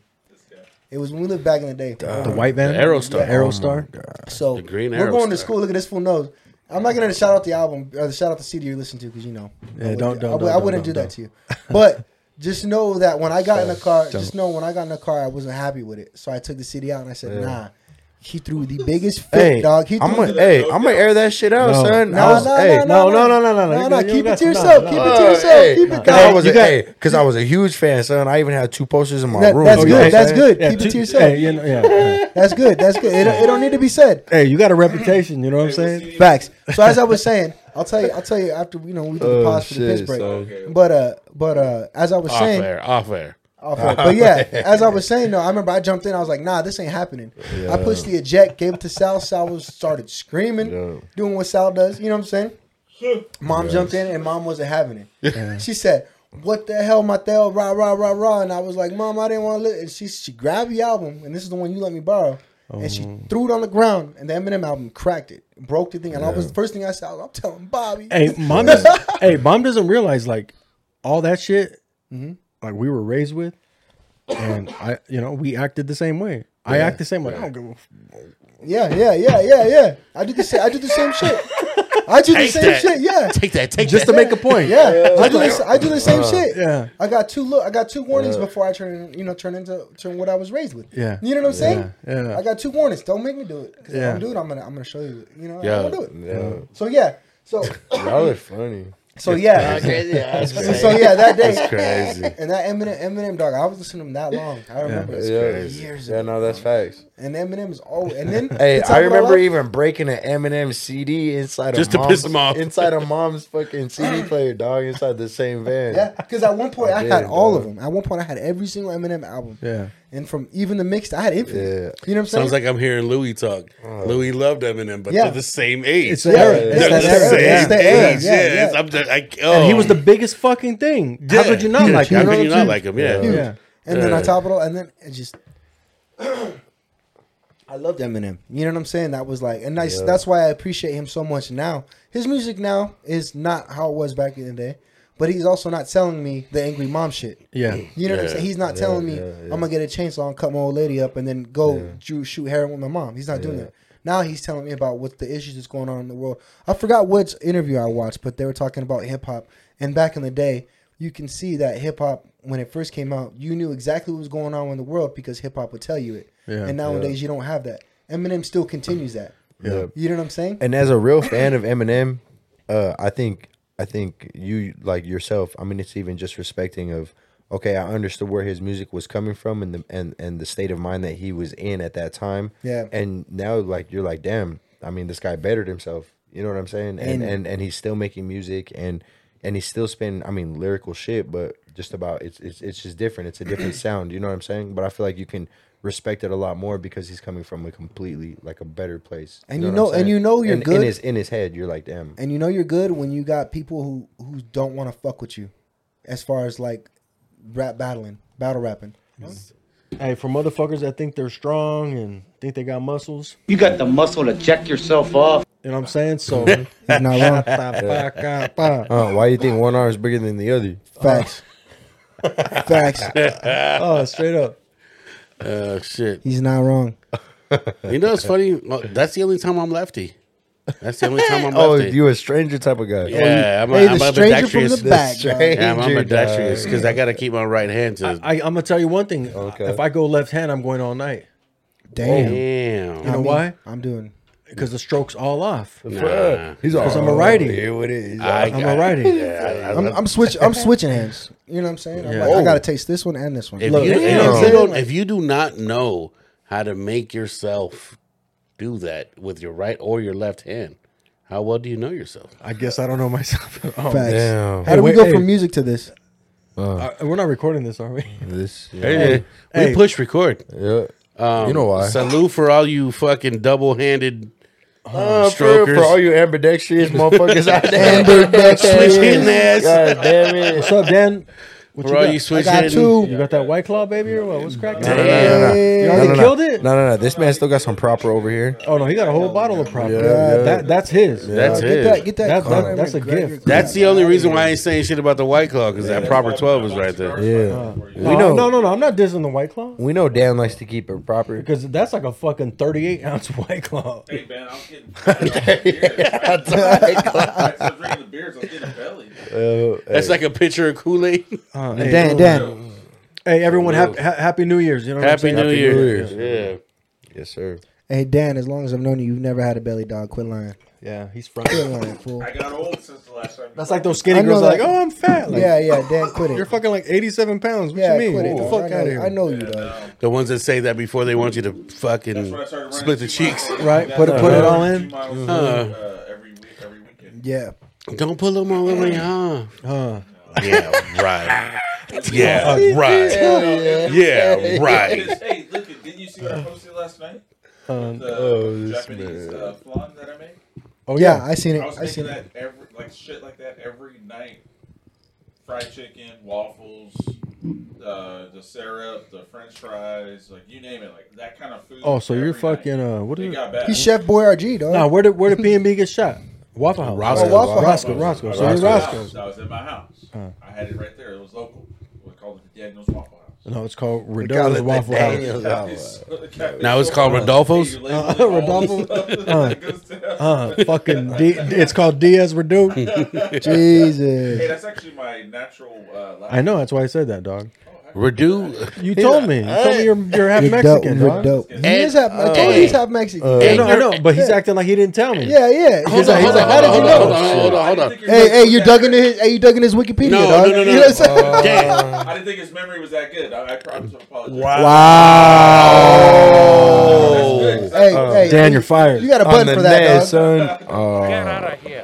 it was when we lived back in the day.
the white van
The Aerostar. Oh
aerostar
So
The green
we're
arrow
going to
style.
school. Look at this fool nose. I'm not gonna shout out the album or shout out the CD you listen to because you know. I
Yeah,
wouldn't-
don't- don't-
I, would-
don't-
I wouldn't
don't-
do
don't.
that to you. But just know that when I got in the car, just know when I got in the car, I wasn't happy with it. So I took the CD out and I said, "Nah, He threw the biggest fit,
Hey,
dog. He threw
I'm gonna,
the,
hey, I'm gonna air that shit out,
No.
son.
No,
I was,
no,
hey,
no,
No, no, no, no, no,
no,
you
no,
got- you
keep it
got-
to
no,
yourself.
no.
Keep it
Oh,
to yourself.
hey.
keep it.
Cause I
dog.
was,
You
a,
got-
hey, cause I was a huge fan, son. I even had two posters in my
That-
room.
that's
you
good,
know what I'm
that's
saying?
good.
Yeah,
Keep it
two-
to yourself.
Hey, you know, yeah.
That's good. That's good. It, it don't need to be said.
hey, you got a reputation. You know what I'm saying?
Facts. So as I was saying, I'll tell you. I'll tell you after you know we do the
Oh,
pause for the
shit,
piss break.
son.
But uh, but uh, as I was
Off
saying,
air, off air.
Off air. But yeah, as I was saying, though, I remember I jumped in. I was like, nah, this ain't happening. I pushed the eject, gave it to Sal. Sal was started screaming,
Yeah.
doing what Sal does. You know what I'm saying? Mom jumped in and mom wasn't having it. she said, what the hell, Mattel? Rah, rah, rah, rah. And I was like, mom, I didn't want to listen. And she, she grabbed the album, and this is the one you let me borrow. And she threw it on the ground, and the Eminem album cracked it, broke the thing. And I was the first thing I said, I was, I'm telling Bobby.
Hey, mom. Doesn't, hey, mom doesn't realize like all that shit.
Mm-hmm.
Like we were raised with, and I, you know, we acted the same way. I act the same way. I don't give a f-
Yeah, yeah, yeah, yeah, yeah. I did the same. I did the same shit. I do the
Take
same
that.
shit. Yeah.
Take that. Take
just to
that.
make a point.
Yeah, I do this. I do the
uh,
same shit.
yeah.
I got two look. I got two warnings before I turn. You know, turn into turn what I was raised with.
Yeah.
you know what I'm saying.
Yeah, yeah.
I got two warnings. Don't make me do it. 'Cause
Yeah.
if I do it, I'm gonna I'm gonna show you. You know,
Yeah.
I'm gonna do it.
Yeah.
So yeah, so
Y'all are funny.
so yeah,
Yeah,
so, yeah. That day,
Crazy.
and that Eminem, Eminem dog. I was listening to him that long. I remember it's
Yeah,
years
yeah,
ago.
no, that's facts.
And Eminem is old. And then
Hey,
the time
I
of my
remember
life-
even breaking an Eminem CD inside
Just
a
to
mom's,
piss him off.
inside a mom's fucking CD player, dog, inside the same van.
Yeah, because at one point I,
did,
had all of
dog.
them. At one point I had every single Eminem album.
Yeah.
and from even the mixed, I had infinite. You know what I'm saying?
Sounds like I'm hearing Louis talk. Louis loved Eminem, but
Yeah.
they're the same age.
Oh. It's an era.
They're
that
the
era.
same
It's that era.
age.
Yeah,
Yeah,
yeah.
it's- I'm just- I-
And he
oh.
was the biggest fucking thing.
Yeah.
How could you not
Yeah,
like him?
How
You know
could you
what I'm
not like him? Yeah.
saying?
Huge.
Yeah.
And then
Yeah.
on top of it, all, and then it just, I loved Eminem. You know what I'm saying? That was like, and that's that's why I appreciate him so much now. His music now is not how it was back in the day, but he's also not telling me the angry mom shit.
Yeah.
You know what I'm
Yeah.
saying? He's not telling me
yeah, yeah.
I'm gonna get a chainsaw and cut my old lady up and then go ju- shoot heroin with my mom. He's not doing that. Now he's telling me about what the issues that's going on in the world. I forgot which interview I watched, but they were talking about hip hop. And back in the day, you can see that hip hop when it first came out, you knew exactly what was going on in the world because hip hop would tell you it.
Yeah.
and nowadays you don't have that. Eminem still continues that.
Yeah.
You know what I'm saying?
And as a real fan of Eminem, uh, I think I think you like yourself. I mean, it's even just respecting of okay, I understood where his music was coming from and the and and the state of mind that he was in at that time.
Yeah.
And now, like, you're like, damn. I mean, this guy bettered himself. You know what I'm saying? And and
And-
and, he's still making music and and he's still spinning. I mean, lyrical shit, but just about it's it's it's just different. It's a different sound. You know what I'm saying? But I feel like you can respect it a lot more because he's coming from a completely like a better place.
And you
what I'm
know- and
saying?
you know you're
And In
good.
his in his head, you're like, damn.
And you know you're good when you got people who who don't want to fuck with you, as far as like rap battling, battle rapping.
Hey, for motherfuckers that think they're strong and think they got muscles,
You got the muscle to jack yourself off.
you know what I'm saying? So,
He's not wrong.
oh,
Uh, why do you think one arm is bigger than the other?
Facts. Facts.
straight up.
Oh, shit.
He's not wrong.
You know, it's funny. Well, That's the only time I'm lefty. That's the only time I'm
Oh,
lefty.
you a stranger type of guy.
oh,
Oh,
yeah, I'm, a,
Hey,
I'm
the stranger from
ambidextrous.
the back.
Straight-
dog.
Yeah, I'm
Stranger,
ambidextrous
uh,
dog.
because I got to keep my right hand to.
I, I'm gonna tell you one thing.
Okay.
If I go left hand, I'm going all night
Damn.
Oh, You
Damn.
know why?
I'm doing.
because the stroke's all off.
Nah.
He's all,
I'm a righty.
Here it is.
I
I'm
got-
a righty.
I- I-
I'm, I'm switch. I'm switching hands. You know what I'm saying? I'm
Yeah. Oh.
like, I
Whoa.
gotta taste this one and this one.
If
Look,
you,
you
and
know what
if
I'm
you
saying?
don't,
Like,
if you do not know how to make yourself do that with your right or your left hand, how well do you know yourself?
I guess I don't know myself. Oh,
facts.
Damn.
How do we
Hey,
go
wait,
from
hey.
music to this?
I- Uh, we're not recording this, are we?
This, yeah.
Hey.
Um, we push record.
yeah.
Um,
You know why.
Salute for all you fucking double-handed
Uh, for,
strokers.
for all you ambidextrous motherfuckers out there.
switch hitting ass.
God damn it.
What's up, Dan? What
For all
got?
you
I
switch
got
hitting.
You
two.
got that white claw, baby, or what? What's cracking?
Damn.
You
No,
already
no, no.
killed it?
No, no, no. This man still got some proper over here.
Oh no, he got a whole bottle of prop.
Yeah,
Yeah,
yeah.
That, that's his.
That's
Get
it.
that. Get that.
That- that-
Conor
that's a
McGregor
gift.
That's the only reason why I ain't saying shit about the White Claw because that proper 12 was right there.
Yeah.
No,
We know.
no, no, no. I'm not dissing the white claw
We know Dan likes to keep it proper.
because that's like a fucking 38 ounce white claw.
Hey, man, I'm getting. I'm getting beers, right? I'm drinking the beers. I'm getting belly.
That's like a pitcher of Kool-Aid.
Uh, hey,
Dan, Dan,
hey, everyone, hap- ha- happy New Year's. You know, what I'm
Happy
saying?
New Year.
Yes, sir.
Hey,
Hey Dan, as long as I've known you, you've never had a belly dog. Quit lying.
Yeah, he's
Quit
fronting.
lying, fool.
I got old since the last time. you
That's like those
I
skinny
know
girls
that-
like, oh, I'm fat. Like,
yeah, yeah, Dan, quit it.
You're fucking like 87 pounds. What
yeah,
you mean?
quit
Get
it.
the
dog.
fuck
I
out
know,
of here.
I know you, dog.
The ones that say that before they want you to
That's
fucking
when I started running
split the
two miles.
cheeks.
Right,
That's
put it-
when I
put it
started
all
running
in.
two miles, uh, every week, every weekend.
Yeah.
Don't put them all in me, huh?
Huh.
Yeah, right. Yeah, right.
Yeah,
Yeah, right.
Hey, look, didn't you see what I posted last night?
Um,
The
uh,
Oh, this
Japanese
man.
uh, flan that I made.
oh,
Yeah,
yeah.
I seen it.
I was
I,
making
seen
that
it.
every like shit like that every night. Fried chicken, waffles, uh, the syrup, the French fries, like you name it, like that kind of food.
Oh, so you're
every
fucking,
Night.
uh, what
It
is it?
got bad.
He's Chef Boyardee, dog.
Nah, where did, where did P&B get shot? Waffle House.
Roscoe.
Oh, Waffle House.
Roscoe, Roscoe.
I
So
was
you're
at my
Roscoe's. Uh.
house. I was at my house.
Huh.
I had it right there. It was local. We called it the Daniel's Waffle House.
No, it's called
call it
Redo's
the
Waffle House.
Daniels.
now
Now it's called Rodolfo's?
Rodolfo? Uh, fucking, D, it's called Diaz Redo.
Hey,
Jesus.
that's actually my natural. Uh, last
I know, that's why I said that, dog.
Redo.
You told me. You told me you're, you're half
You're
Mexican,
dope. You're
dog.
dope.
Hey,
He is half, I told you
hey.
he's half Mexican.
I know, I know, but he's acting like he didn't tell me.
yeah, yeah. He's
uh,
like, he's
Hold on, hold
like,
on,
how did
hold on,
you
hold
know?
on, hold on, hold on.
Hey, hey, you dug into his. Hey, you dug into his Wikipedia,
No,
dog.
no, no, no,
You know what I'm saying?
no. Damn.
I didn't think his memory was that good. I, I promise to apologize.
Wow.
That's good.
Hey,
Uh,
hey,
Dan,
you-
you're fired.
You got a button for that, dog.
son.
Get out of here.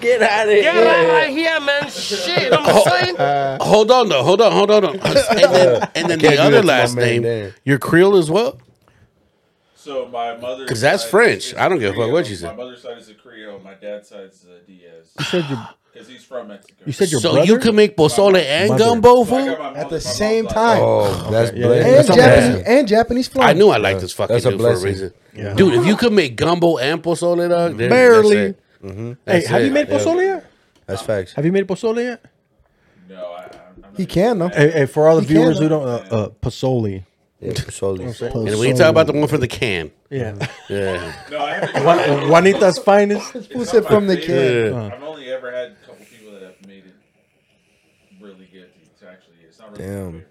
Get out of
Get out of here, man. Shit, I'm saying.
Hold on, though. Hold on, hold on. hold on. And then, and then
do
the
that
other
to my
last
man,
name,
Dan.
you're Creole as well?
So my mother,
'Cause that's French. I don't give a fuck what you said.
My mother's side is a Creole. My dad's side is a Diaz.
You said your,
Because he's from Mexico.
you said your
so
brother?
you can make pozole and
Mother.
gumbo,
So I
fool?
got my
At
mother-
the
my
same
mom's side.
time,
Oh, that's
yeah,
blessed.
yeah.
and
That's a
Japanese
blessing.
and Japanese fly.
I knew I liked this fucking
That's a
dude for a
blessing.
reason.
Yeah.
Dude, if you could make gumbo and pozole, dog, there-
Barely.
That's it. Mm-hmm.
Hey,
That's
have
it.
you made
Yeah.
pozole yet?
That's facts.
Have you made pozole yet?
No, I, I'm not
He can though.
Hey, hey, for all the
You can,
viewers who
though.
don't, uh, uh, pozole.
Yeah, solely.
And we ain't talking about the one for the can.
Yeah.
Yeah.
No, I haven't.
Juan- Juanita's finest.
Who said from the kid?
Yeah.
I've only ever had a couple people that have made it really good. It's actually, it's not really. my
Damn.
favorite,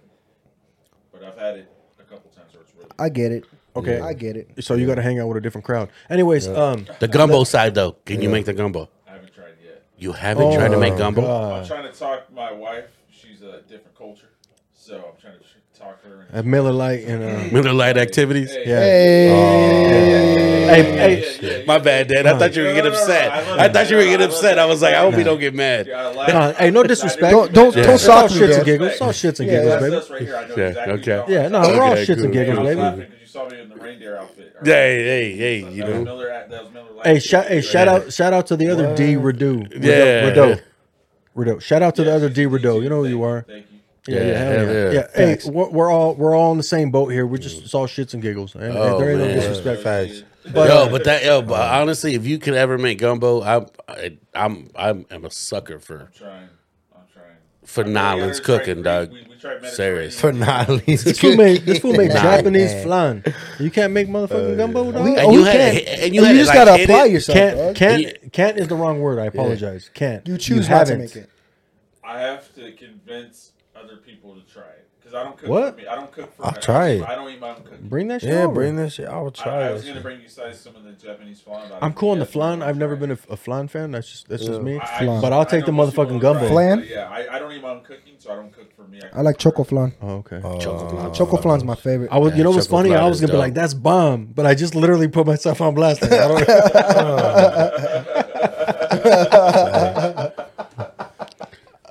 But I've had it a couple times where it's really.
I get it.
Okay.
I get it.
So you got to hang out with a different crowd. Anyways, um,
The gumbo side, though. Can you make the gumbo?
I haven't tried yet.
You haven't tried to make gumbo?
I'm
God.
trying to talk my wife. She's a different culture, so I'm trying to tr- talk her.
At
And,
Miller Lite and uh,
Miller Light activities?
Hey,
yeah.
Uh,
Hey,
Hey,
yeah,
hey,
yeah, yeah, yeah.
My bad, Dad. I thought you were
No,
getting
no, no,
upset.
no, I love
I
it.
thought you were
I
getting
love
upset.
it.
I was like, I hope you
Yeah.
don't get mad.
Yeah, I
Nah,
like.
hey, no disrespect.
don't don't
Yeah.
don't
it's all
sock me,
shits and
dad.
giggles. It's all shits and giggles,
That's
baby.
us right here. I know
Yeah,
exactly.
okay.
what you're
Yeah,
talking
no,
about.
we're all
Okay,
shits and
good.
I
giggles,
was
baby.
laughing 'cause you saw me in the reindeer outfit.
Hey, hey, hey, you
That was
know.
Miller, that was Miller Lite.
Hey, shout, hey, shout out, shout out to the other D Redo. Redo-
Yeah.
Redo. Redo. Shout out to the
Yeah,
other
she's
D
amazing.
Redo. You know who you are.
Thank you.
Yeah, yeah, hell, yeah.
yeah.
yeah. Hey, we're, we're all we're all in the same boat here. We're just it's all shits and giggles, and, and
Oh,
there ain't no
man.
disrespect.
Facts.
But,
yo,
uh,
but that yo, but honestly, if you could ever make gumbo, I'm I, I'm I'm I'm a sucker for
I'm trying. I'm trying.
for Nolan's cooking, dog.
We, we tried
Serious.
Mediterranean.
This fool made this fool made
Nah,
Japanese flan. You can't make motherfucking gumbo, dog.
We-
And
Oh,
you
he
had
can.
and you
You
had
just
like,
gotta
hit
apply
it.
yourself.
Can't
dog.
can't can't is the wrong word. I apologize. Can't
You choose not to
haven't.
make it.
I have to convince other people to try it because I don't cook.
What?
For me. I don't cook for.
I'll
my-
try it.
I don't eat my own cooking.
Bring that shit.
Yeah,
over.
bring that shit. I will
I,
try
I was
it.
gonna bring you guys some of the Japanese flan. but I
I'm
don't
cool on the
think you guys
flan.
wanna
I've never
try
been
it.
a, a flan fan. That's just that's just
Yeah.
me.
I- I
Flan.
just-
But I'll take
I
the
know most people
motherfucking
don't try
gumbo.
it,
Flan?
but Yeah, I, I don't eat my own cooking, so I don't cook for me.
I like choco flan.
Oh, okay.
Chocolate.
Choco flan's my favorite.
I was, you know what's
chocolate
funny? I
flan
was
is
gonna be
dope.
like, "That's bomb," but I just literally put myself on blast. Like, I don't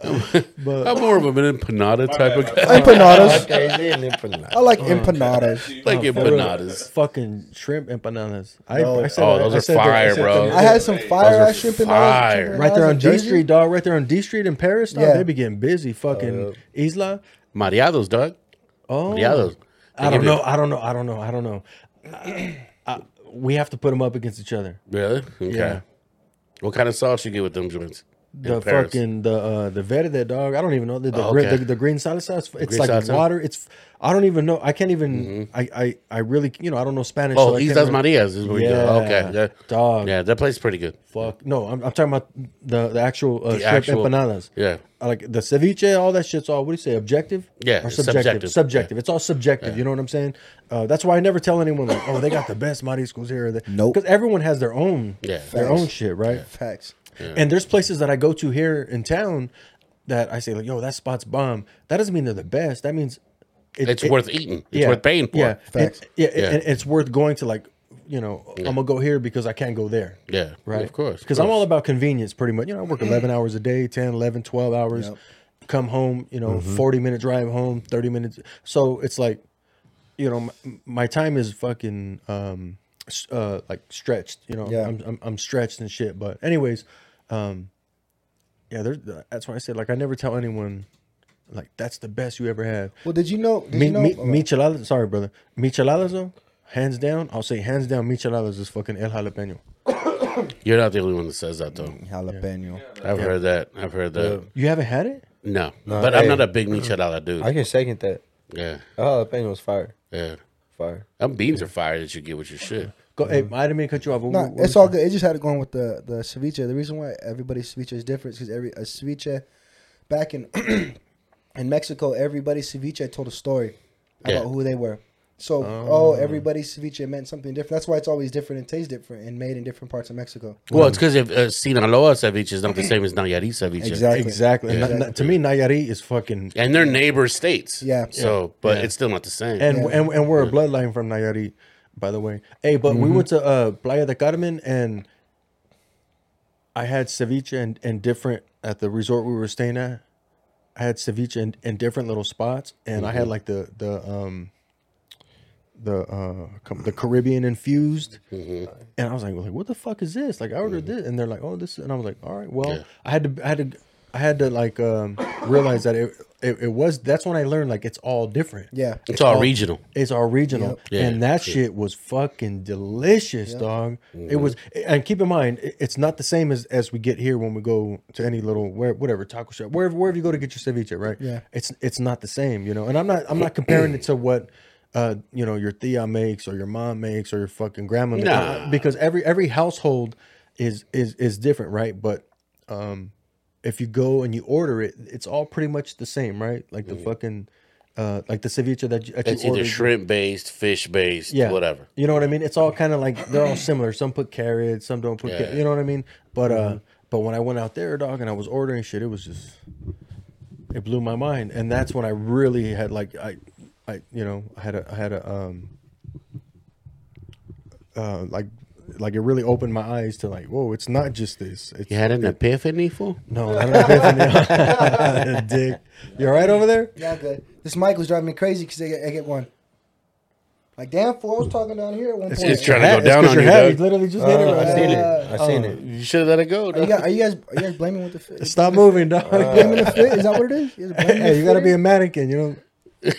I'm more of an empanada type of guy.
empanadas. I
Empanadas.
like empanadas.
like empanadas.
fucking shrimp empanadas. I,
No.
I said
Oh,
that-
those
I
are
said that- I
fire,
said
bro.
that-
I had some fire
are
ass shrimp empanadas.
fire.
right there on
J
D Street, dog. Right there on D Street in Paris, dog.
Yeah. Oh,
They be getting busy, fucking Isla.
Mariados, dog.
Oh,
Mariados.
I don't know. I don't know. I don't know. I don't know. I- we have to put them up against each other.
Really? Okay.
Yeah.
What kind of sauce you get with them joints?
the
Paris.
fucking the uh, the verde dog. I don't even know the the,
Oh,
gri-
okay.
the, the green salad sauce. It's
Green
like
salsa? Mm-hmm.
water. It's I don't even know. I can't even. I, I I really you know I don't know Spanish.
Oh,
so I
Islas
can't really-
Marias is where you go. Okay, yeah.
dog.
Yeah, that place is pretty good.
Fuck no, I'm, I'm talking about the the actual uh,
The
shrimp
actual-
empanadas.
yeah.
I like the ceviche, all that shit's all what do you say, objective?
Yeah,
or
it's
subjective. Subjective.
subjective.
It's all subjective. You know what I'm saying? Uh, that's why I never tell anyone like, oh, they got the best mariscos here.
Nope.
because everyone has their own,
Yeah.
their
Facts.
own shit, right?
Facts.
And there's places that I go to here in town that I say like, yo, that spot's bomb. That doesn't mean they're the best. That means it-
It's
it-
worth eating. It's worth paying for.
Yeah,
Facts.
It, yeah, it-
Yeah.
and it's worth going to like, you know, I'm gonna go here because I can't go there.
Yeah,
Right.
Of course. of
Because I'm
course.
all about convenience pretty much. You know, I work 11 hours a day, 10, 11, 12 hours,
Yep. Mm-hmm.
come home, you know, 40 minute drive home, 30 minutes. So it's like, you know, my, my time is fucking, um, s- uh, like stretched, you know,
Yeah.
I'm, I'm, I'm stretched and shit. But anyways, um, yeah, there's, that's why I said, like, I never tell anyone like that's the best you ever had.
Well, did you know? Did
Mi-
you know?
mi-
oh,
micheladas, sorry, brother. Micheladas, though, hands down, I'll say hands down, micheladas is fucking el jalapeno.
You're not the only one that says that though.
jalapeno.
I've heard that. I've heard that.
You haven't had it?
No,
No,
but
hey.
I'm not a big michelada dude.
I can second that.
yeah,
Oh, jalapeno's fire,
yeah.
fire.
Them beans are fire that you get with your shit.
Go, hey, I didn't mean to cut you off. What-
No,
what was
it's all
that?
good. It just had it going with the the ceviche. The reason why everybody's ceviche is different is because every a ceviche back in in Mexico, everybody's ceviche told a story about
Yeah.
who they were. So, oh. everybody's ceviche meant something different. That's why it's always different and tastes different and made in different parts of Mexico.
Well, it's because if uh, Sinaloa ceviche is not the same as Nayarit ceviche,
Exactly.
Exactly. And
Yeah.
na- na- to me, Nayarit is fucking.
and they're neighbor states.
Yeah.
So, but it's still not the same.
And, and, and we're a bloodline from Nayarit, by the way. Hey, but we went to uh, Playa de Carmen and I had ceviche and, and different at the resort we were staying at. I had ceviche in, in different little spots, and I had like the the um the uh com- the Caribbean infused, and I was like, like, what the fuck is this? Like, I ordered this, and they're like, oh, this, and I was like, all right, well,
Yeah.
I had to, I had to, I had to like um realize that it, it it was. That's when I learned like it's all different.
Yeah.
it's all regional.
It's our regional,
Yeah,
and that shit was fucking delicious, dog. It
Mm-hmm.
was, and keep in mind, i- it's not the same as as we get here when we go to any little where, whatever taco shop, wherever wherever you go to get your ceviche, right?
Yeah.
it's it's not the same, you know. And I'm not I'm not comparing it to what. Uh, you know your thea makes or your mom makes or your fucking grandma makes
Nah.
because every every household is is is different right but um if you go and you order it it's all pretty much the same right like the fucking uh like the ceviche that you, that you
It's Mm-hmm. either
ordered.
shrimp based, fish based,
Yeah.
whatever.
You know what I mean? It's all kind of like they're all similar. Some put carrots, some don't put.
Yeah. Mm-hmm.
Carrot, you know what I mean? But uh, but when I went out there, dog, and I was ordering shit, it was just it blew my mind, and that's when I really had like I, I you know I had a I had a um, uh like like it really opened my eyes to like whoa, it's not just this. It's,
You had an epiphany, fool.
no, I don't know. Dick, you all right over there?
Yeah, good. This mic was driving me crazy because I, get- I get one. Like, damn, fool, I was talking down here at one point.
it's trying to go
It's
down
'cause
on
your
you,
hat,
dog.
literally just hit it.
I
right
seen
there.
it. I seen it.
You should have let it go.
Are you,
dog.
guys, are you guys are you guys blaming with the fit?
Stop moving, dog.
blaming the fit? Is that what it is? You guys blaming
hey,
the
you gotta
fit?
be a mannequin, you know.
We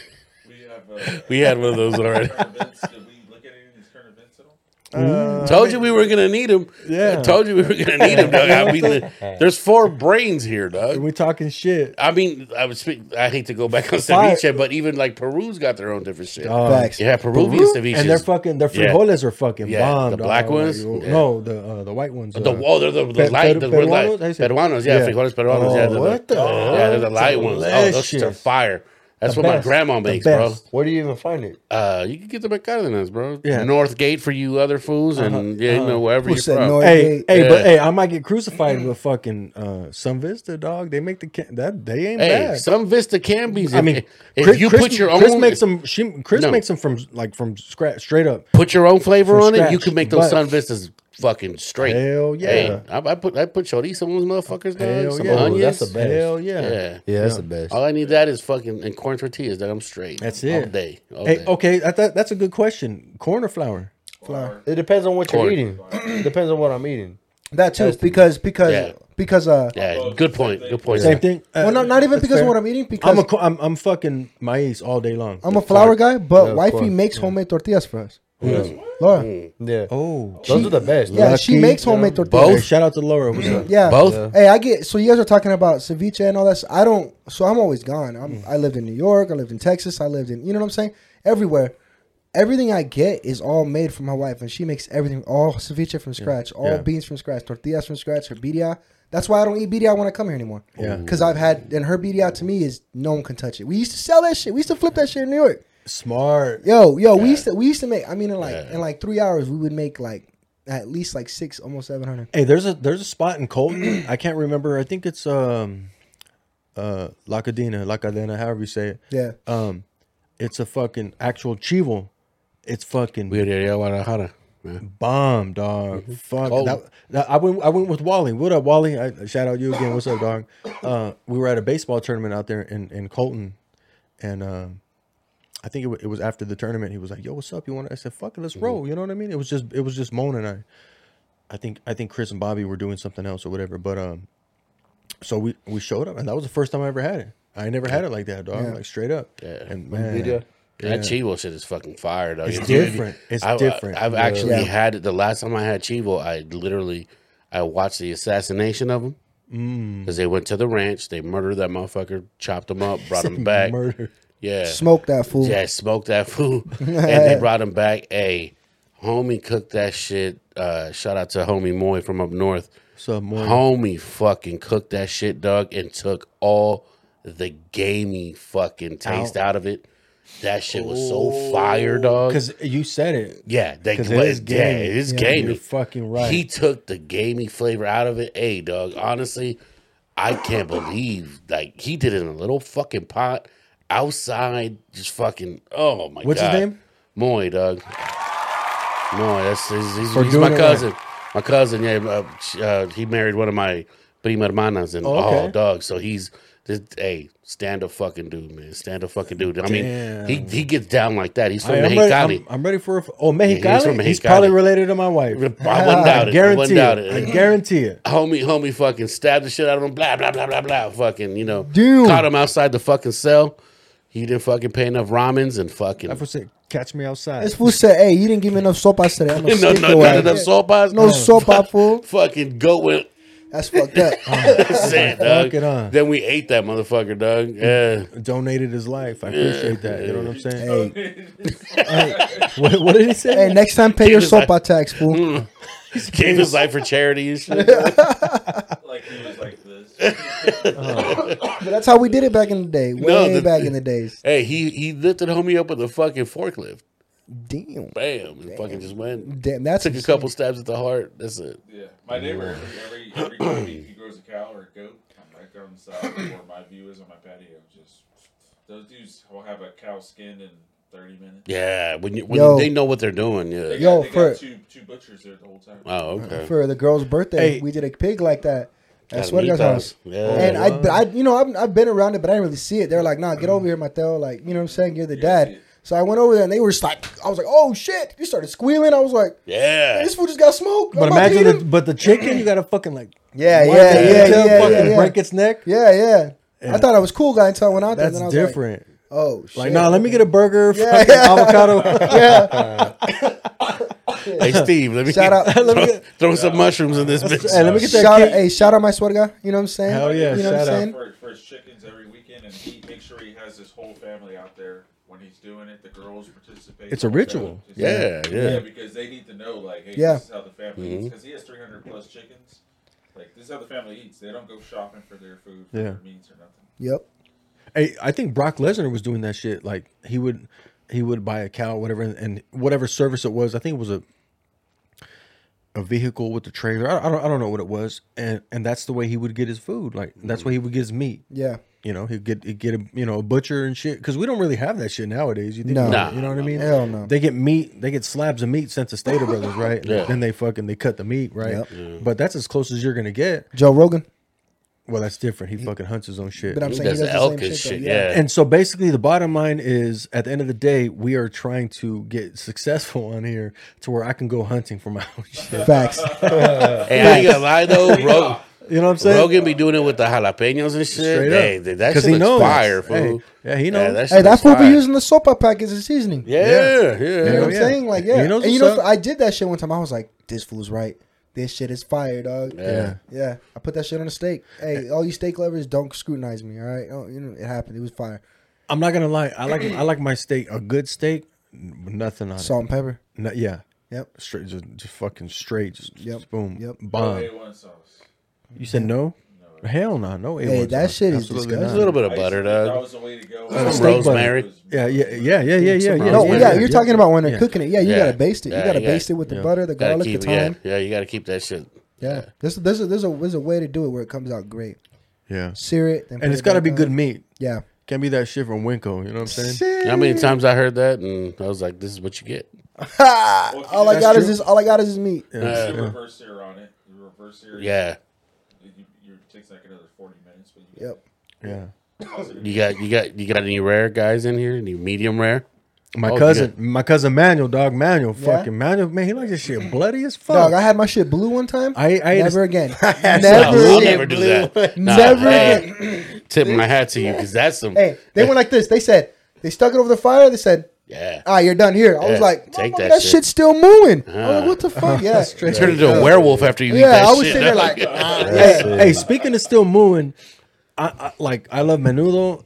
have uh,
We had one of those already.
current events. Did we look at any of these current events at all?
Told you we were gonna need him.
Yeah.
I told you we were gonna need him, dog. I mean, there's four brains here, dog.
We talking shit.
I mean, I was speak, I hate to go back on
Fire.
ceviche, but even like Peru's got their own different shit.
Oh,
Facts.
yeah, Peruvian ceviche.
And their fucking their
Um, Yeah.
frijoles are fucking
Yeah,
bomb.
the
dog.
black ones?
Like,
Yeah.
No, the uh, the white ones.
the
uh,
oh, they're the, the
Pe-
light,
Pe-
the red light.
Peruanos? How you say-
Peruanos, yeah,
Yeah.
frijoles peruanos. yeah,
Oh, what the
yeah, they're the
hell?
light ones. Oh, those shits are
Delicious.
fire. That's
The
what
best.
my grandma
The
makes, bro.
best.
Where do you even find it?
Uh, you can get them at Cardenas, bro.
Yeah. Uh-huh.
North Gate for you other fools, and yeah, you know wherever
Who
you're
said
from.
North-
Hey, hey, but
Yeah.
hey, I might get crucified with fucking uh, some Vista dog. They make the can- that they ain't
Hey,
bad.
some Vista can be.
I mean,
if
Chris,
you
Chris,
put your own,
Chris makes them. She, Chris
No.
makes them from like from scratch, straight up.
put your own flavor
From
on it, you
scratch,
can make those
but-
Sun Vistas fucking straight.
Hell yeah.
I, I put I put chorizo on those motherfuckers, dog.
Hell
Some
yeah,
onions.
that's the best.
Hell yeah.
Yeah.
Yeah, that's the best.
All I need that is fucking and corn tortillas. That I'm straight.
That's
All
it.
day. All
Hey, oh.
day.
okay, I thought that's a good question. Corn or flour?
Flour.
It depends on what
Corn.
you're eating. depends on what I'm eating.
That too, because because
Yeah.
because uh,
Yeah. Good point. Good point.
Same thing. Uh,
well, not, not even
that's
because
fair.
of what I'm eating. Because
I'm a co- I'm, I'm fucking maíz all day long.
I'm a flour guy, but
Yeah,
wifey
corn.
makes homemade tortillas for us. Laura.
Yeah.
Oh,
Those are the best.
Yeah, she
Lucky
makes homemade
girl.
tortillas.
Hey, shout out to Laura. What's up?
Yeah.
Both?
Hey, I get so you guys are talking about ceviche and all that. So I don't. So I'm always gone.
Mm.
I'm, I lived in New York. I lived in Texas. I lived in you know what I'm saying. Everywhere, everything I get is all made from my wife, and she makes everything all ceviche from scratch, all
Yeah.
beans from scratch, tortillas from scratch, her birria. That's why I don't eat birria when I come here anymore.
Yeah.
Because I've had and her birria to me is no one can touch it. We used to sell that shit. We used to flip that shit in New York.
Smart.
Yo, yo, we used to we used to make. I mean, in like in like three hours, we would make like at least like six, almost seven hundred.
Hey, there's a there's a spot in Colton. I can't remember. I think it's um uh La Cadena, La Cadena, however you say it.
Yeah.
Um it's a fucking actual chivo. It's fucking
We already at Guadalajara. Yeah.
bomb, dog. Fuck.
Mm-hmm. Cold.
That, that- I went. I went with Wally. What up, Wally? I, shout out you again. What's up, dog? Uh, we were at a baseball tournament out there in in Colton, and um, I think it, wa- it was after the tournament. He was like, "Yo, what's up? You want?" to I said, "Fuck it, let's
Mm-hmm.
roll." You know what I mean? It was just it was just Moan and I. I think I think Chris and Bobby were doing something else or whatever. But um, so we we showed up, and that was the first time I ever had it. I ain't never had it like that, dog. Like straight up.
Yeah.
And man,
Video.
That Chivo shit is fucking fire, though.
It's
You know,
different. It's
I've,
different.
I've actually
Yeah.
had it. The last time I had Chivo, I literally, I watched the assassination of him
Mm.
because they went to the ranch. They murdered that motherfucker, chopped him up, brought him back.
murder.
Yeah,
Smoke that fool.
yeah, smoked that food, and they brought him back. Hey, homie, cooked that shit. Uh, shout out to homie Moy from up north.
So more.
Homie fucking cooked that shit, Doug, and took all the gamey fucking taste out, of it. That shit was so fire, dog.
Because you said it.
Yeah, they
'Cause
it
it is
is Yeah,
gamey.
it is
Yeah,
gamey.
you're fucking right.
He took the gamey flavor out of it. Hey, dog. Honestly, I can't believe like he did it in a little fucking pot outside. Just fucking. Oh my
What's his
god.
name?
Moy, dog. Moy. That's he's, he's,
For
he's
doing
my
it right.
cousin. My cousin. Yeah, uh, sh- uh, he married one of my prima hermanas, and
Oh,
oh,
okay.
dog. So he's. This, hey, stand up fucking dude, man. Stand up fucking dude. I mean, he,
Damn.
he gets down like that. He's from
I, um, am
Mexicali.
ready, I'm, I'm ready for a, oh Mexicali.
Yeah, he's from
He's
Mexicali.
probably related to my wife.
I wouldn't doubt it. I
guarantee
wouldn't doubt
it.
it.
I guarantee it.
homie, homie, fucking stabbed the shit out of him. Blah blah blah blah blah. Fucking, you know,
Dude.
caught him outside the fucking cell. He didn't fucking pay enough ramens and fucking.
That was it. Catch me outside.
This fool said, "Hey, you didn't give me enough sopas today. I'm
no,
gonna
no,
stick
not
your ass."
enough sopas.
Oh.
No sopa, fool.
Fucking goat went
That's fucked up.
sad, dog.
Fuck it, huh?
Then we ate that motherfucker, dog. Yeah.
Donated his life. I appreciate that. You know what I'm saying? what, what did he say?
hey, next time pay your
was like-
sopa tax, fool.
Mm. Gave his life for charity and shit.
Like he was like this.
But that's how we did it back in the day. Way
No, the-
back in the days.
hey, he he lifted homie up with a fucking forklift.
Damn,
Bam. And fucking just went.
damn, that's
Took a couple stabs at the heart. That's it.
Yeah, my neighbor every every time he, he grows a cow or a goat, I'm right there on the side where my view is on my patio. Just those dudes will have a cow skinned in 30 minutes.
Yeah. When you, when
Yo.
they know what they're doing. Yeah.
They got,
Yo,
they
for-
got two two butchers there the whole time.
Oh, okay.
for the girl's birthday.
Hey.
We did a pig like that. I
Gotta
swear to
meet
God's house.
those. Yeah.
And I, but I, you know, I've, I've been around it, but I didn't really see it. They were like, "Nah, get over here, Mateo." Like, you know what I'm saying? You're the dad. So I went over there, and they were just like, I was like, "Oh shit!" You started squealing. I was like,
Yeah.
"This fool just got smoked."
But
I'm about to
imagine,
eat
the,
him.
but the chicken, you gotta fucking like,
Yeah,
wipe
yeah,
that
yeah,
tail,
yeah,
fucking
yeah.
break its neck.
Yeah, yeah. I thought I was cool guy until I went out there.
That's
and then I was like,
different.
oh, shit.
Like, nah, let me get a burger,
Yeah,
fucking
yeah.
avocado.
Yeah.
Hey Steve, let me
Shout out.
throw,
Let
me get-
throw some mushrooms in this bitch.
hey, let me get that.
shout out,
cake.
hey, shout out my sweater guy. You know what I'm saying?
Hell yeah,
You know
shout
what I'm
out.
He
saying?
For, for his chickens every weekend, and he makes sure he has his whole family out there when he's doing it. The girls participate.
It's a ritual.
Just-
Yeah, yeah.
because they need to know, like, hey,
Yeah.
this is how the family eats.
Mm-hmm.
Because he has 300 plus chickens. Like, this is how the family eats. They don't go shopping for their food, for
Yeah.
their meats, or nothing.
Yep.
Hey, I think Brock Lesnar was doing that shit. Like he would, he would buy a cow, whatever, and, and whatever service it was. I think it was a a vehicle with a trailer. I, I don't, I don't know what it was, and and that's the way he would get his food. Like that's where he would get his meat.
Yeah.
You know, he'd get he'd get a you know a butcher and shit because we don't really have that shit nowadays. You think
No.
about
Nah.
it, you know what I mean?
Hell no.
They get meat, they get slabs of meat sent to Stater Brothers, right?
Yeah.
Then they fucking they cut the meat, right?
Yep.
But that's as close as you're gonna get.
Joe Rogan.
Well, that's different. He, fucking hunts his own shit.
But I'm
He
saying he does
does the
the same
elk and
shit.
shit.
though. Yeah.
Yeah.
And so basically, the bottom line is at the end of the day, we are trying to get successful on here to where I can go hunting for my own shit.
Facts.
hey, I ain't gonna lie though, Ro-
You know what I'm saying?
Rogan be doing it with the jalapenos and
Straight
shit. Hey,
up.
th- that
'Cause
shit
he
looks
knows.
fire,
Hey,
fool.
yeah, he knows.
that shit
Hey, that
looks
fool be
fire.
using the sopa pack as a seasoning.
Yeah,
Yeah.
yeah.
You know what I'm
Yeah.
saying? Like, yeah.
He knows
and you
what's
know,
up.
I did that shit one time. I was like, this fool's right. This shit is fire, dog.
Yeah.
Yeah. I put that shit on a steak. Hey, all you steak lovers, don't scrutinize me, all right? Oh, you know, it happened. It was fire.
I'm not gonna lie. I like I like my steak a good steak, n- nothing on
Salt and pepper.
it. No, yeah,
Yep.
straight, just, just fucking straight, just,
Yep.
just boom,
Yep.
bomb.
A1 sauce.
You said no? Hell no, no.
Hey,
A1
that
sauce.
shit is
Absolutely
There's
disgusting.
a little bit
I
of
used to
butter,
think That
dog.
was the way to go.
Some
steak butter.
rosemary.
Yeah, yeah, yeah, yeah, yeah, yeah. yeah
No,
yeah,
yeah, you're talking about when they're cooking it. Yeah, you
Yeah.
gotta baste it. You
Yeah,
gotta
you
baste
got-
it with the
yeah.
butter, the
Gotta
garlic,
keep,
the
yeah,
thyme.
yeah, you gotta keep that shit.
Yeah, There's, there's a there's a there's a way to do it where it comes out great.
Yeah,
Sear it, then put
and it's
it
got to
back
be
on.
good meat.
Yeah.
Can't be that shit from Winko. You know what I'm saying?
You know how many times I heard that and I was like, this is what you get.
Well, if you
All I
just
got is this. All I got is this meat.
do the
Yeah.
reverse sear on it. The reverse sear.
Yeah.
You, you, it takes like another 40 minutes. But you
Yep.
yeah.
You got you got you got any rare guys in here? Any medium rare?
My
Oh,
cousin, my cousin Manuel, dog Manuel,
Yeah?
fucking Manuel, man, he likes this shit bloody as fuck.
Dog, I had my shit blue one time.
I- I ate a-
never again.
No, I'll
never.
never do that. Nah,
Never
hey, tip my hat to you because that's some.
Hey, they went like this. They said they stuck it over the fire. They said,
yeah.
"Ah, you're done here." I
Yeah,
was like,
take
"Motherfucker,
that
that,
shit."
shit's still moving." I was
Ah.
like, "What the fuck?" Yeah,
You Turn into a werewolf after you eat
yeah.
that uh,
I was
shit.
sitting there like,
hey, hey, speaking of still mooing, I, I like I love menudo,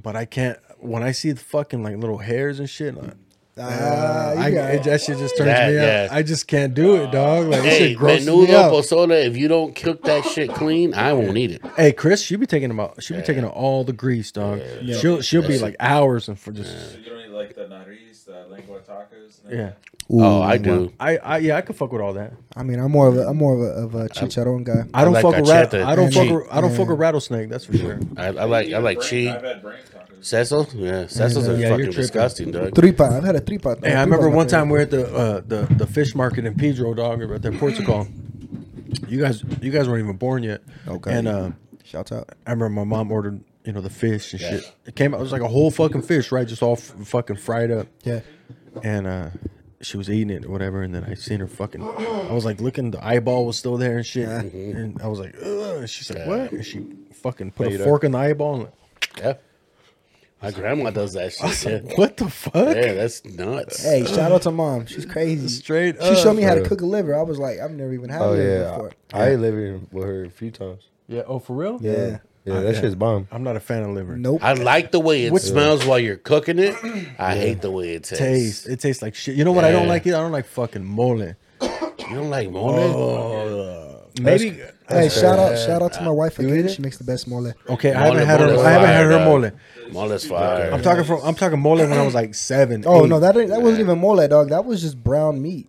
but I can't when I see the fucking like little hairs and shit. I,
"Ah,
I,
you got
it,
it."
that shit just turns
That-
me up.
yeah.
I just can't do it, dog. Like this
hey,
shit grosses
menudo
me out.
pozole. If you don't cook that shit clean, I won't eat it.
Hey, Chris, she be taking about she be taking all the grease, dog. She'll she'll be like hours and for just
So you don't eat like the nariz, the lengua tacos. and
yeah.
oh, I do.
I, I yeah, I could fuck with all that.
I mean, I'm more of a I'm more of a, of a chicharron guy.
I don't
like
fuck with rat-
cacheta.
I don't fuck
Cheat.
with, I don't fuck with rattlesnake. That's for sure.
I, I like I like
Brain,
cheese.
I've had brain tacos.
Cecil? Yeah, Cecil's are
Yeah, you're
fucking
tripping.
disgusting, dog.
Tripa. I've had a tripa.
Hey, I remember one time we were at the uh, the the fish market in Pedro, dog, right there in Portugal. You guys, you guys weren't even born yet.
Okay.
And uh,
Shout out.
I remember my mom ordered, you know, the fish and shit. It came out. It was like a whole fucking fish, right? Just all f- fucking fried up.
Yeah.
And uh, she was eating it or whatever. And then I seen her fucking. I was like looking. The eyeball was still there and shit. And I was like, Ugh. And she's like, what? And she fucking put
Plate
a
up.
fork in the eyeball. And
Yeah. My grandma does that shit.
like,
Yeah.
what the fuck?
yeah, that's nuts.
Hey, shout out to mom. She's crazy.
Straight
She showed
up,
me how to
bro.
cook a liver. I was like, I've never even had
Oh
liver
yeah,
before.
I, I ate liver with her a few times.
Yeah. Oh, for real?
Yeah.
Yeah, that shit's bomb.
I'm not a fan of liver.
Nope.
I like the way it
What's-
smells while you're cooking it. I hate the way it tastes.
taste. It tastes like shit. You know what I don't
Yeah.
like? It. I don't like fucking mole.
You don't like mole?
Maybe.
Hey, shout out, shout out to my wife again. She makes the best mole.
Okay, I
Mole-
haven't had
mole
her.
is
I haven't had
fire,
her
dog.
mole.
Mole is fire.
I'm talking from. I'm talking mole when I was like seven.
Oh
eight.
no, that ain't- that wasn't even mole, dog. That was just brown meat.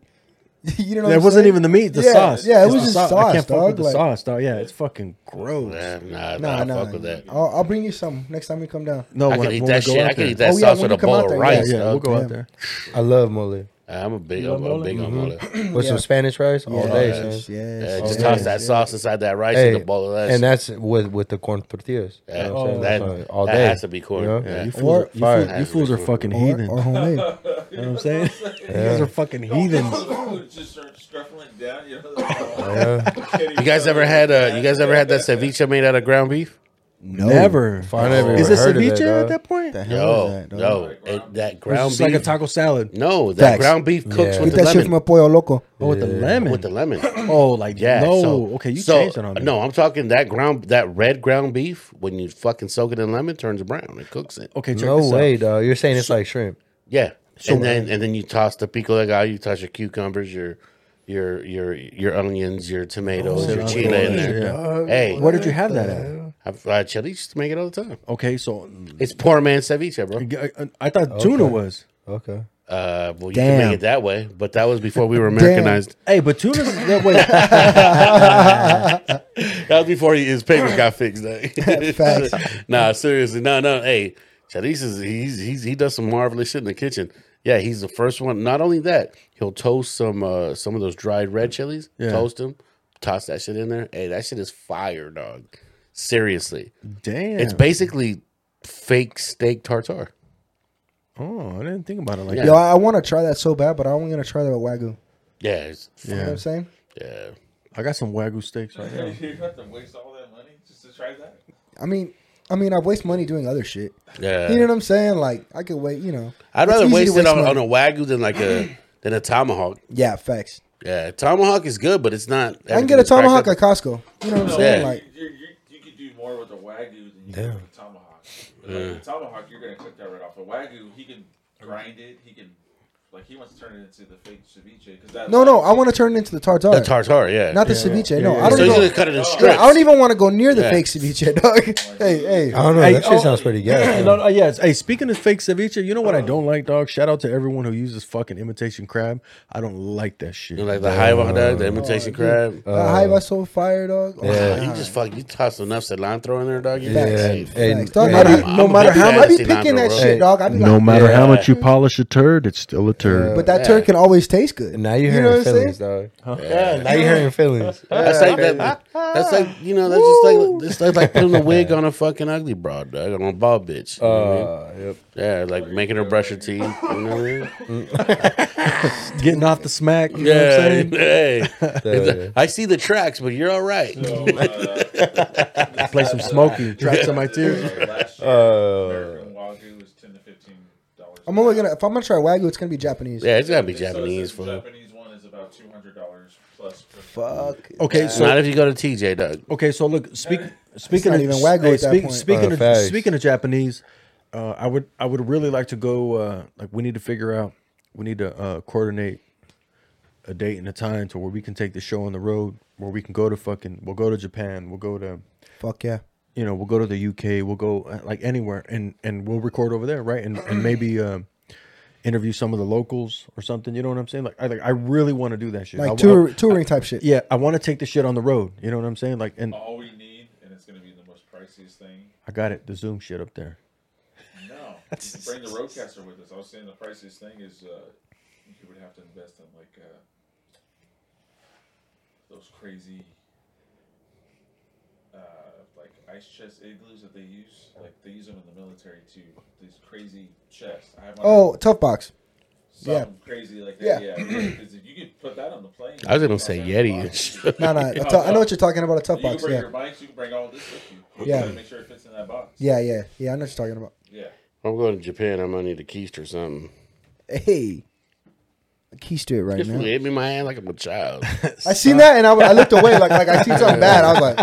you know, what
That
I'm
wasn't
saying?
even the meat. The
yeah,
sauce.
Yeah, it
It's
was
the
just
sau-
sauce,
I can't
dog.
fuck with the
like,
sauce, dog. Yeah, it's fucking gross.
Yeah, nah, nah,
Nah,
I
nah.
fuck with that.
I'll, I'll bring you some next time you come down.
No,
I
when-
can eat
when
that
we go
shit.
out
I can
there.
eat that
Oh, yeah,
sauce
when
with
you
a
come
bowl
out
of
there,
Yeah,
rice.
yeah, we'll
dog.
go out
Yeah.
there.
I love mole
I'm a big,
love
I'm a
mole?
big on mole.
Mm-hmm.
with
Yeah.
some Spanish rice all day. son.
yes, yes,
Yeah,
yes.
Oh,
just toss that sauce inside that rice
Hey,
in the bowl of that.
and
shit.
that's with with the corn tortillas. You know what I'm
that-
saying? So, all
that
day
has to be corn.
You know?
Yeah.
Oh, You fools,
Or-
you fools,
fire.
you fools are fucking
Or,
heathen.
or homemade.
You know what I'm saying? You guys are fucking heathens.
Food just start scuffling down. You, know, like,
Yeah.
Oh. You guys ever had uh, you guys ever had that ceviche made out of ground beef?
Never.
I never
Is
even
it
heard of
ceviche
that,
at
dog.
that point?
The hell
Yo,
is that, dog?
no, it, that ground
It's
beef.
like a taco salad.
No, that
Facts.
ground beef cooks
Yeah.
Get
with the
that shit
lemon.
from a pollo loco.
Oh, with the lemon.
with the lemon.
Oh, like
Yeah.
No,
so-
okay, you
so,
changed it on me.
No, I'm talking that ground, that red ground beef. When you fucking soak it in lemon, turns brown. It cooks it.
Okay, check
No
this
way,
out.
dog. You're saying it's like shrimp.
Yeah. and then and then you toss the pico de gallo. You toss your cucumbers, your your your your onions, your tomatoes, your chile in there.
Yeah.
Hey,
Where did you have that at?
I've, uh, chili used to make it all the time.
Okay, so
It's poor man ceviche, bro.
I, I thought tuna was.
Okay.
Uh, well, you can
Damn.
make it that way, but that was before we were Americanized.
Hey, but tuna's that way.
That was before his papers got fixed.
Facts.
nah, seriously, no, no. Hey, Chalice is he's, he's he does some marvelous shit in the kitchen. Yeah, he's the first one. Not only that, he'll toast some uh some of those dried red chilies.
Yeah.
Toast them, toss that shit in there. Hey, that shit is fire, dog. Seriously,
Damn.
it's basically fake steak tartare.
oh, I didn't think about it like
Yeah.
Yo, I, I want to try that so bad, but I'm only gonna try that with wagyu.
Yeah, it's,
You know what
that.
I'm saying?
yeah.
I got some wagyu steaks right here.
you have to waste all that money just to try that?
I mean, I mean, I waste money doing other shit.
Yeah.
You know what I'm saying? Like, I could wait. You know,
I'd
It's
rather
easy to
waste it on,
money.
on a wagyu than like a than a tomahawk.
yeah, facts.
Yeah, tomahawk is good, but it's not.
I can get a tomahawk at Costco. You know what I'm
No,
saying?
yeah.
Like,
You, you, you could do more with a wagyu than you could with a tomahawk. Like, a tomahawk, you're gonna cook that right off. A wagyu, he can grind it. He can, like, he wants to turn it into the fake ceviche. 'cause that,
no, no, I want to turn it into the tartar.
the tartar. Yeah,
Oh, not the ceviche. no, I
So
don't
you're
even.
gonna cut it in
Yeah,
strips.
I don't even want to go near the
Yeah.
fake ceviche, dog. hey, hey.
I don't know.
Hey,
that shit
oh,
sounds pretty
Yeah,
good.
no, no, yeah. it's- Hey, speaking of fake ceviche, you know what I don't like, dog? Shout out to everyone who uses fucking imitation crab. I don't like that shit.
You know, like the hive on that, the imitation crab.
the hive I so fire, dog. Oh,
Yeah,
God.
you just fuck. You toss enough cilantro in there, dog. You
Facts.
yeah.
Facts,
Hey,
dog.
hey,
I be-
I'm
no
a
matter
big
how
fan
much I be
of cilantro,
picking that
bro.
shit, dog. I be
no
like,
matter
Yeah.
how much you polish a turd, it's still a turd.
But that
Yeah.
turd can always taste good.
now you're
you know
hurting
what I'm saying?
feelings, dog. Yeah, now you're hurting feelings.
That's like that. That's like you know. That's just like that's like putting a wig on a fucking ugly broad, dog, on a bald bitch. You know what I mean?
Uh, yep.
Yeah, like making her brush her teeth. You know what I mean?
Getting off the smack, you know what I'm
Yeah,
saying?
hey.
The-
I see the tracks, but you're all right.
So, uh,
Play some Smokey, tracks on my tears.
last year,
Oh.
American wagyu was ten to fifteen dollars.
I'm only gonna if I'm gonna try wagyu, it's gonna be Japanese.
Yeah, it's gotta be
So it's-
Japanese
The
food.
Japanese one is about two hundred dollars plus.
Fuck.
Okay, so
Not if you go to TJ, dog.
Okay, so look, speak, speaking
not
of
even wagyu
hey,
at that
speak-
point.
speaking
Uh,
of
facts.
speaking of Japanese, uh, I would I would really like to go. Uh, like we need to figure out, we need to uh, coordinate a date and a time to where we can take the show on the road, where we can go to fucking, we'll go to Japan, we'll go to
Fuck yeah.
you know, we'll go to the UK, we'll go uh, like anywhere, and and we'll record over there, right? And and maybe. Um, interview some of the locals or something you know what i'm saying like i like i really want to do that shit I- I-
Like tour, touring type shit.
yeah i want to take the shit on the road you know what i'm saying like and
All we need, and it's gonna be the most priciest thing.
i got it the zoom shit up there
No, you can bring the roadcaster with us. I was saying the priciest thing is uh, you would have to invest in like uh, those crazy uh, like ice chest igloos that they use. Like they use them in the military too. These crazy chests. I have
Oh, tough box.
something
yeah.
crazy like that. Yeah, because if you could put that on the plane,
I was gonna
Oh,
say
that's
Yeti
awesome.
and shit.
No, no. a tou- I know what you're talking about. A tough
You can
box.
bring
Yeah.
your bikes. You can bring all this with you. You
Yeah.
yeah. Make sure it fits in that box.
Yeah, yeah, yeah. I know what you're talking about.
Yeah.
I'm going to Japan. I'm gonna need a keister or something.
Hey, a keister it right
This fool
now.
hit me in my hand like I'm a child.
I seen that and I, I looked away like like I seen something bad. I was like,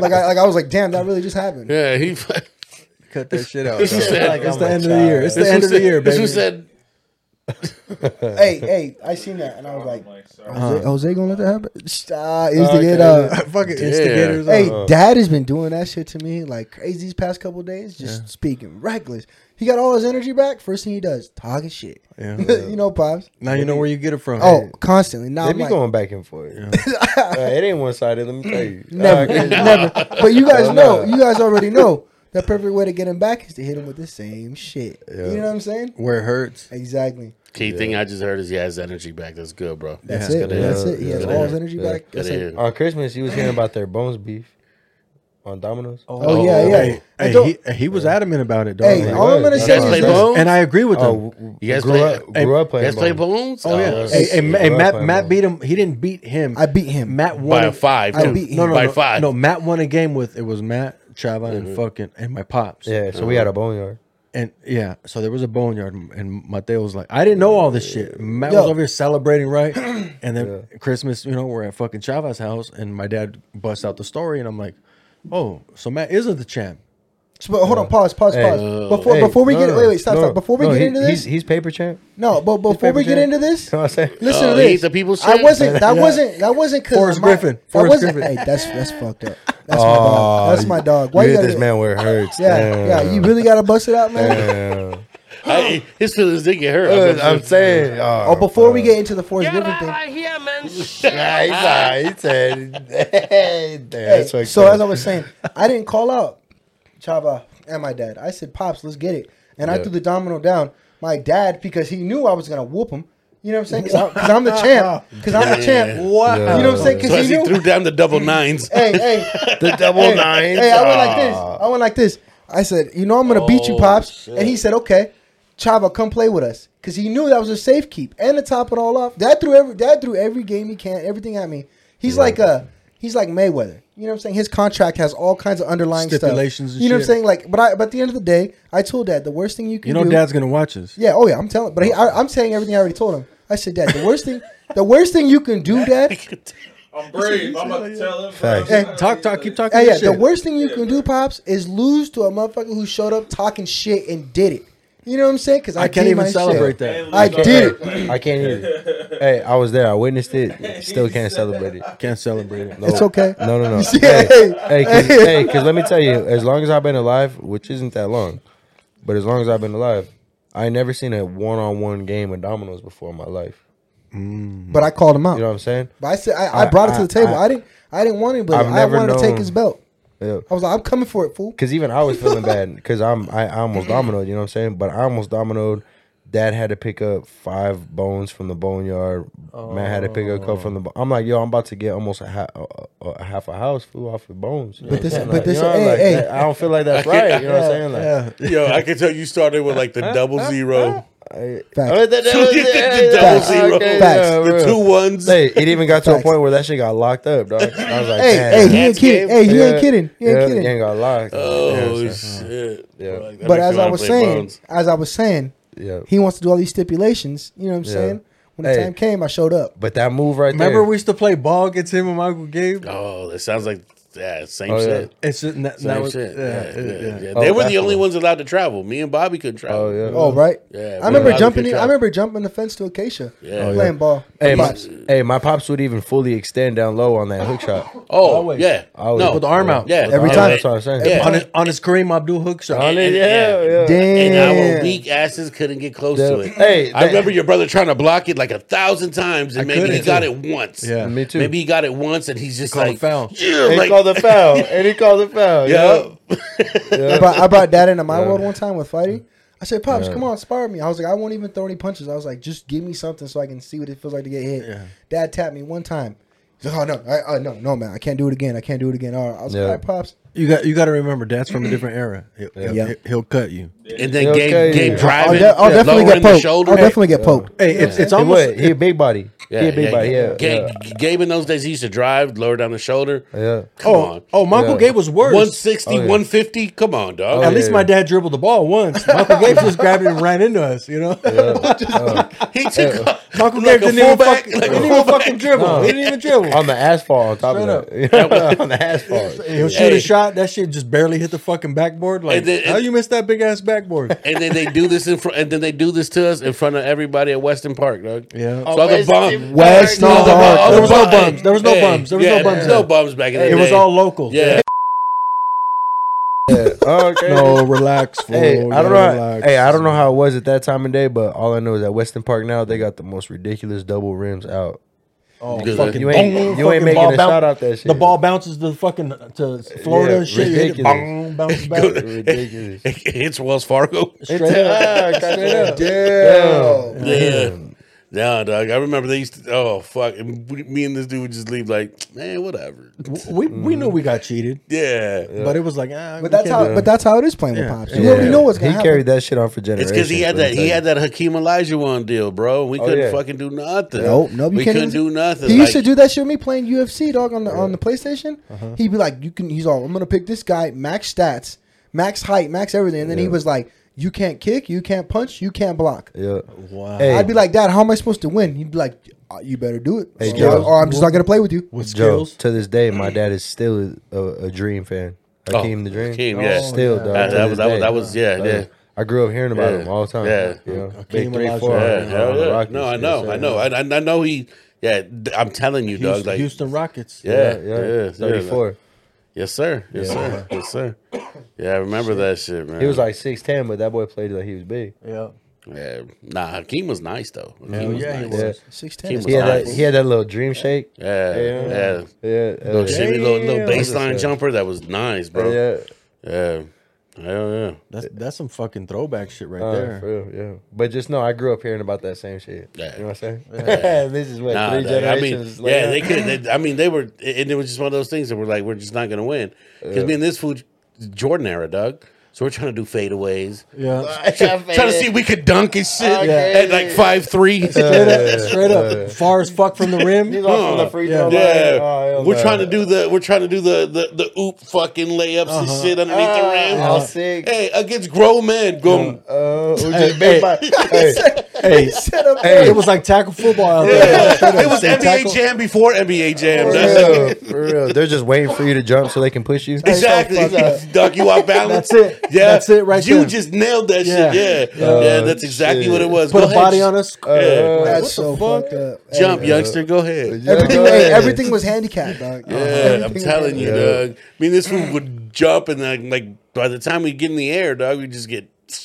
like I like I was like, damn, that really just happened.
yeah, he.
cut that shit out.
This
dog.
is sad.
Like, it's
I'm
the
a
end of the year. It's the end of the year,
This
baby.
who said
Hey, hey, I seen that and I was like, uh-huh. ah,
I'm like, sorry.
Jose, Jose gonna let that happen? Stop, instigate up.
Fucking instigators.
uh, Hey,
uh,
dad has been doing that shit to me like crazy these past couple days, just speaking reckless. He got all his energy back. First thing he does, talking shit.
Yeah.
you know, pops.
now you know where you get it from.
Oh, constantly. Now
They
I'm
be
like,
going back and forth. Uh, it ain't one sided. Let me tell you.
never,
Uh,
never. But you guys
Oh,
know,
no.
you guys already know. The perfect way to get him back is to hit him with the same shit. You know what I'm saying?
where it hurts.
Exactly.
key thing I just heard is he has energy back. That's good, bro.
That's
Yeah.
it. That's
Yeah.
it. He has
Yeah.
all his energy
Yeah.
back.
Good
That's
to
it.
hear.
on Christmas, you was hearing about their bones beef on Domino's.
Oh, yeah, yeah.
Hey,
And
hey,
don't-
he, he was adamant about it, dog.
Hey,
Like,
all I'm gonna
You
say
guys play
is
ball?
this.
and I agree with him.
Oh,
You guys
grew
play-
up, grew up
You
playing.
guys play
bones.
bones?
Oh yeah,
that's-
hey, hey, Ma- hey,
Yeah.
Matt, Matt beat him. He didn't beat him.
I beat him.
Matt won
by
a-
a five.
I
too.
beat him.
No, no,
by
no,
five.
No, Matt won a game with it was Matt, Chava, and fucking and my pops.
Yeah, so we
Oh.
had a boneyard.
and yeah. So there was a boneyard, and Mateo was like, "I didn't know all this shit." Matt
Yo.
was over here celebrating, right? And then Christmas, you know, we're at fucking Chava's house, and my dad busts out the story, and I'm like, "Oh, so Matt isn't the champ."
So, but hold on, pause, pause,
Hey,
pause. Before
Hey,
before we
no,
get
no,
wait wait stop
no,
stop. Before we
no,
get
he-
into this,
He's, he's paper champ.
no. But before we
paper
get
champ.
into this,
You know what I'm saying?
listen
Oh,
to
he
this.
ate the people's
I
shit?
wasn't. That wasn't. That wasn't because
Forrest Griffin.
That
Forrest
wasn't.
Griffin.
Hey, that's that's fucked up. That's my dog. That's my dog. Why you,
Oh, you hit
gotta
this
get-
man where it hurts?
Yeah, yeah.
Damn.
You really gotta bust it out, man.
Damn.
I, his feelings did get hurt.
Uh, I'm saying. Oh,
Oh, before we get into the Forrest
Get
Griffin thing,
out of here, man. Shit.
Nah, he's all right. He said, hey, damn, that's
Hey,
what
so as I was saying, I didn't call out Chava and my dad. I said, "Pops, let's get it." And I threw the domino down. My dad, because he knew I was gonna whoop him. You know what I'm saying? Because I'm the champ. Because I'm the champ.
Wow.
You know what I'm saying?
So
Because
as
he
he
knew.
threw down the double nines.
Hey, hey,
the double
hey,
nines.
hey! I went like
Ah.
this. I went like this. I said, "You know, I'm gonna beat
Oh,
you, pops." And he said, "Okay, Chava, come play with us," because he knew that was a safe keep. And to top it all off, dad threw every dad threw every game he can, everything at me. He's like a he's like Mayweather. You know what I'm saying? His contract has all kinds of underlying stuff.
Stipulations and
You know what I'm
shit.
saying? Like, but I but at the end of the day, I told Dad the worst thing you can
You know,
do.
Dad's gonna watch us.
Yeah, oh yeah, I'm telling, but he, I, I'm saying everything I already told him. I said, Dad, the worst thing, the worst thing you can do, Dad.
I'm brave. I'm about to tell him.
Facts.
bro.
Hey,
Talk, talk, keep talking.
Hey,
your
yeah, the
shit.
worst thing you can do, pops, is lose to a motherfucker who showed up talking shit and did it. You know what I'm saying? Because I,
I can't
did
even
my
celebrate
shit.
that.
I did it.
I can't hear. you. Hey, I was there. I witnessed it. Still can't celebrate it.
Can't celebrate it.
No.
It's okay.
No, no, no.
Yeah.
Hey, hey, cause, hey, 'cause let me tell you, as long as I've been alive, which isn't that long, but as long as I've been alive, I ain't never seen a one-on-one game of dominoes before in my life.
But I called him out.
You know what I'm saying?
but I said I, I brought it to the
I- I-
table. I, didn't. I didn't want anybody.
I've
I
never
wanted to take
known-
his belt.
Yeah.
I was like, I'm coming for it, fool.
Cause even I was feeling bad because I'm I, I almost dominoed, you know what I'm saying? But I almost dominoed. Dad had to pick up five bones from the boneyard. Man had to pick up a couple from the. Bo- I'm like, yo, I'm about to get almost a, ha- a, a, a half a house flew off the bones. You know
But this-
what I'm
but
saying?
this-
Like, you know,
hey,
like,
hey.
that- I don't feel like that's right. You know what I'm saying? Like,
Yeah.
Yo, I can tell you started with like the double zero,
Facts.
Oh, that- that
So
was-
you get the
yeah,
double
yeah,
zero.
okay,
Facts.
yeah,
the
real.
two ones.
Hey, it even got to a
Facts.
point where that shit got locked up, dog. I was like,
Hey,
damn.
hey, he ain't
That's
kidding.
game.
Hey, he
Yeah,
ain't kidding. He ain't
yeah,
kidding.
game got locked.
Oh
yeah, so-
shit!
Yeah.
Like, that
but
makes
as
me
I
wanna
was
play
saying,
Bones.
as I was saying,
yeah.
he wants to do all these stipulations. You know what I'm
Yeah.
saying? When the
Hey.
time came, I showed up.
But that move right
Remember
there.
we used to play ball against him and Michael Gabe.
oh, that sounds like yeah, same
Oh, yeah.
shit.
It's just that,
Same
that was,
shit.
Yeah,
Yeah,
yeah,
yeah, yeah.
Oh,
they were the
definitely.
only ones allowed to travel. Me and Bobby could travel.
Oh yeah.
Oh right.
Yeah,
I remember
we-
jumping. In, I remember jumping the fence to Acacia.
Yeah.
Playing ball.
Hey, my,
Pops.
hey, my pops would even fully extend down low on that hook shot.
Oh
Always.
yeah.
Always.
No.
With the arm out.
Yeah.
Every
Oh,
time.
yeah.
That's what I'm saying.
Yeah.
On his, on his Kareem Abdul hook shot.
And- and-
Yeah,
yeah.
yeah.
Damn.
And our weak asses couldn't get close
Yeah.
to it.
Hey,
I
that-
remember your brother trying to block it like a thousand times, and maybe he
couldn't,
got
too.
it once.
Yeah.
Me too.
Maybe he got it once, and he's just
Called a
like,
foul.
yeah,
And he
like,
called the foul. And he called the foul.
yeah.
I brought, I brought dad into my world one time with fighting. I said, "Pops, come on, spar me." I was like, "I won't even throw any punches." I was like, "Just give me something so I can see what it feels like to get hit." Dad tapped me one time. He's like, "Oh no, I, oh, no, no, man, I can't do it again. I can't do it again." All right, I was
Yeah.
like, "All right, pops."
You got you got to remember, Dad's from a different era. He'll, he'll-
Yeah.
he'll cut you.
And then game,
Okay.
game
I'll
I'll,
driving,
de- I'll definitely
lowering
get
the
poked. I'll
shoulder.
definitely get poked.
Hey, it's it's
He
almost
would. He a big body. Yeah, he a big body. Yeah.
Gabe,
Yeah.
Gabe in those days, he used to drive, lower down the shoulder.
Yeah.
Come on.
Oh, Michael
Yeah.
Gabe was worse.
160,
Oh, yeah. Oh,
150. Come on, dog.
At
yeah,
least
yeah.
my dad dribbled the ball once. Michael Gabe just grabbed it and ran into us. You know,
He took
Michael
Like
Gabe
a
didn't even
fullback,
fucking,
like a
didn't even fucking dribble.
No.
He didn't even dribble.
On the asphalt on top of
Straight
that. Yeah, on the asphalt.
He'll shoot
Hey.
a shot. That shit just barely hit the fucking backboard. Like,
And then-
how you miss that big ass backboard?
and then they do this in front, and then they do this to us in front of everybody at Western Park, dog.
Yeah.
so all the bum,
West
all the
Park.
bum- all
There
the
was no
bum-
bums. There was no bums. There was
yeah,
no bums
No
then.
bums back in the
it
day.
was all local.
yeah.
Oh, okay.
No, relax. Fool.
Hey, I don't know. How,
Relax.
hey, I don't know how it was at that time of day, but all I know is at Weston Park now they got the most ridiculous double rims out.
Oh,
Because
fucking
you
ain't-
boom,
you
fucking
ain't making
ball
a
bounce-
shot out that shit.
The ball bounces to fucking to Florida
Yeah,
and shit. You hit it,
ridiculous.
boom, bounces back.
Ridiculous.
It hits Wells Fargo.
Straight up.
Damn.
Yeah. Nah, dog. I remember they used to. Oh fuck! And we- me and this dude would just leave like, man, whatever.
We we
Mm.
knew we got cheated,
Yeah,
but it was like, ah, we
But that's
can't
how.
do it.
But that's how it is playing
Yeah.
with pops. You, know, you know what's gonna
he
happen.
carried that shit on for
it's
generations.
because he had
let
that.
me
He
tell
had that Hakeem Olajuwon deal, bro.
Oh,
We couldn't
yeah.
fucking do nothing.
Nope, nope. You
we
can't
couldn't
even-
do nothing.
He used to
Like,
do
Uh-huh.
that shit with me playing UFC dog on the on the PlayStation. He'd be like, "You can." He's all, "I'm gonna pick this guy, max stats, max height, max everything." And then he was like, "You can't kick, you can't punch, you can't block."
you. Yeah.
wow.
Hey,
I'd be like, "Dad, how am I supposed to win?" He'd be like, "Uh, "You better do it,
Hey,
or,
Joe.
or I'm just not gonna play with you."
with
Joe,
skills.
to this day, my dad is still a, a dream fan.
Oh,
Hakeem the Dream.
Hakeem, yeah.
Still, dog.
That-
to
that
this
was- that was-
day.
that was-
Uh-huh.
yeah,
Like,
yeah.
I grew up hearing about
Yeah,
him all the time.
yeah.
You know,
Hakeem
big three,
Olajuwon.
four.
yeah,
Yeah,
hell
on the
yeah.
Rockets,
no, I
yes,
know,
sir.
I know, I, I I know he. Yeah, th- I'm telling you, dog.
Houston,
Like,
Houston Rockets.
yeah,
Yeah,
yeah, yeah.
34.
Yes, sir. Yes, sir. Yes, sir. Yeah, I remember that shit, man.
He was like 6'10, but that boy played like he was big.
yeah.
yeah. nah, Hakeem was nice though. Hakeem
Hell
was
yeah, he
nice.
was.
Yeah.
Six
He
ten.
was
He had, that,
nice.
he had that little dream shake.
Yeah, yeah.
Yeah. Yeah.
Little shimmy, little, little
Damn.
baseline jumper. That was nice, bro. Yeah.
Yeah.
Yeah. Hell yeah.
That's that's some fucking throwback shit right
Uh,
there.
for real, yeah. But just know, I grew up hearing about that same shit.
Yeah.
You know what I'm saying? this is what
Nah,
three
dog, I mean,
generations.
yeah,
later.
they could. They, I mean, they were, and it was just one of those things that were like, we're just not gonna win because me and this food Jordan era, Doug. So we're trying to do fadeaways.
Yeah.
Trying to see if we could dunk and shit
Okay.
at like five three.
Straight up, straight up, far as fuck from the rim.
He's off from the free
yeah.
throw line.
Yeah,
Oh, hell
we're
no.
trying to do the we're trying to do the the, the oop fucking layups and
Uh-huh.
shit underneath the rim.
How sick.
Hey, against grown men, going
Uh, we
Hey,
just
hey.
big my- hey,
Hey, hey, it was like tackle football. Out there. Straight up,
it was
straight
NBA
tackle.
Jam before NBA Jam.
for real, for real. They're just waiting for you to jump so they can push you.
Exactly, dunk you off balance.
That's it.
Yeah,
That's it right
You
there.
just nailed that
Yeah.
shit. Yeah, yeah, that's exactly
shit.
what it was.
Put
Go
a
ahead,
body
just-
on us.
Yeah.
Uh,
That's
What
so
the fuck?
fucked up. Hey,
Jump, youngster. Go ahead.
yeah,
everything,
go
hey,
ahead.
everything was handicapped, dog.
Yeah, I'm
Everything
telling you,
Uh-huh. Yeah.
dog. I mean, this fool would jump and then, like, by the time we get in the air, dog, we just get.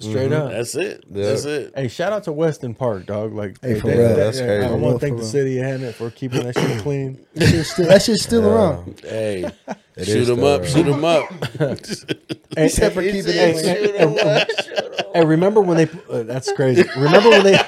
Straight up.
mm-hmm. That's it. That's it.
Hey, shout out to Weston Park, dog. Like,
Hey, for
they-
real,
they-
that's
they-
crazy.
I
For
want
real,
to thank
for
the
real.
city of Hammett for keeping that shit clean.
That shit's still, that shit's still around.
Hey,
It
shoot
is
him
the-
up. Shoot him up.
Hey,
Except for
hey,
keeping it
hey,
clean.
Hey, remember when they? Uh, that's crazy. Remember when they?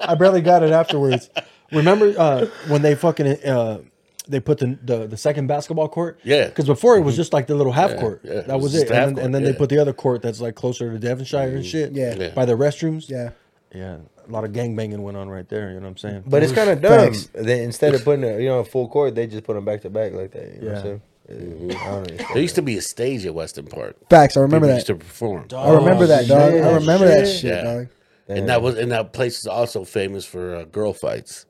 I barely got it afterwards. Remember uh, when they fucking uh, they put the, the the second basketball court?
Yeah.
Because before it was just like the little half court.
yeah, it
That
was
was,
just
it.
the half
And, then-
court,
and then
yeah. Mm.
they put the other court that's like closer to Devonshire and shit.
Yeah. Yeah.
By the restrooms.
Yeah.
Yeah. A lot of gangbanging went on right there. You know what I'm saying?
But it's kind of dumb.
Facts.
They, instead of putting it, you know, full court, they just put them back to back like that. You know
Yeah.
what I'm saying?
Mm-hmm.
I don't understand.
There used to be a stage at Weston Park.
Facts. I remember
People
that.
used to perform,
I remember
Oh,
that, dog.
shit.
I remember that shit,
Yeah.
dog.
and that was and that place is also famous for uh, girl fights.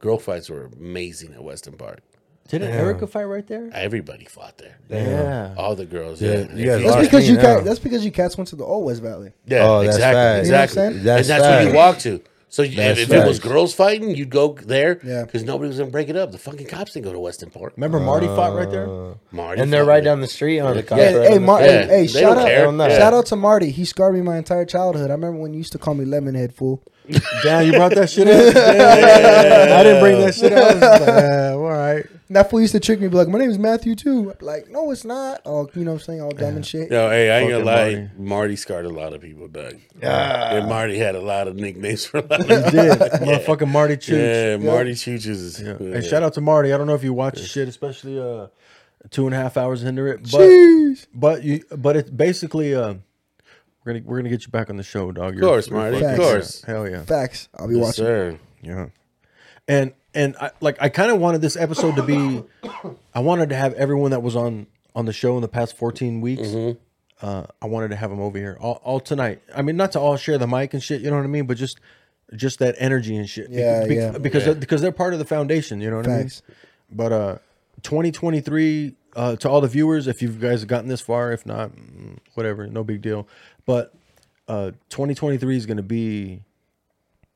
Girl fights were amazing at Weston Park.
Didn't Erica fight right there?
Everybody fought there.
Yeah.
All the girls. Yeah,
you guys
That's
Large
because
team
you cat,
now.
that's because you cats went to the old West Valley.
Yeah,
Oh, that's
exactly,
facts. You know what I'm
exactly.
saying?
That's
and that's where you
facts.
walk to. So you, if,
That's
if it was
facts.
girls fighting, you'd go there
Yeah.
because nobody was gonna break it up. The fucking cops didn't go to Weston Park.
Remember Marty fought right
Uh.
there?
Marty
and they're
fucking-
right down the street on the cop.
Hey,
right
hey,
on the
Mar-
street.
hey, hey,
they
shout
don't
out,
care.
Hell no.
Yeah.
shout out to Marty. He scarred me my entire childhood. I remember when you used to call me Lemonhead fool.
Damn, you brought that shit up. Damn. I didn't bring that shit up. I was just like, "Ah, all right.
And that fool used to trick me, be like, "My name is Matthew too." I'd be like, no, it's not. Oh, you know what I'm saying? All dumb and shit.
No, hey, I ain't gonna
Fucking
lie. Marty.
Marty.
scarred a lot of people, Doug. and Marty had a lot of nicknames for a lot
You
of
did. Motherfucking Marty
Yeah,
Chooch.
Marty Chooch is.
Yeah.
yeah.
And shout out to Marty. I don't know if you watch the shit, especially uh two and a half hours into it. But but you but it's basically uh we're gonna we're gonna get you back on the show, dog.
Of course, Marty. Of
Facts.
course.
Hell yeah.
Facts. I'll be
Yes,
watching.
sir.
Yeah. And and I like I kinda wanted this episode to be I wanted to have everyone that was on on the show in the past fourteen weeks. Uh, I wanted to have them over here all, all tonight. I mean, not to all share the mic and shit, you know what I mean, but just just that energy and shit.
Yeah,
Be-
yeah.
Because they're, because they're part of the foundation, you know what
Facts.
I mean. But uh, 2023 uh, to all the viewers, if you guys have gotten this far, if not, mm, whatever, no big deal. But uh, 2023 is going to be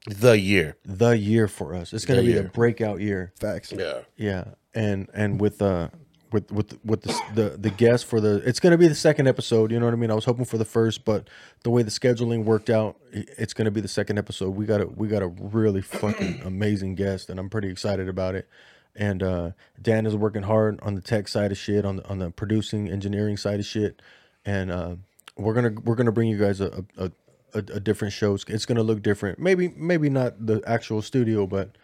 The year.
the year for us. It's going to
The
be
year.
the breakout year.
Facts.
Yeah.
Yeah, and and with uh with with with the the, the guest for the it's gonna be the second episode. You know what I mean? I was hoping for the first, but the way the scheduling worked out, i- it's gonna be the second episode. We got a we got a really fucking amazing guest, and I'm pretty excited about it. And uh, Dan is working hard on the tech side of shit, on the, on the producing engineering side of shit, and uh, we're gonna we're gonna bring you guys a a, a a a different show. It's- It's gonna look different. Maybe maybe not the actual studio, but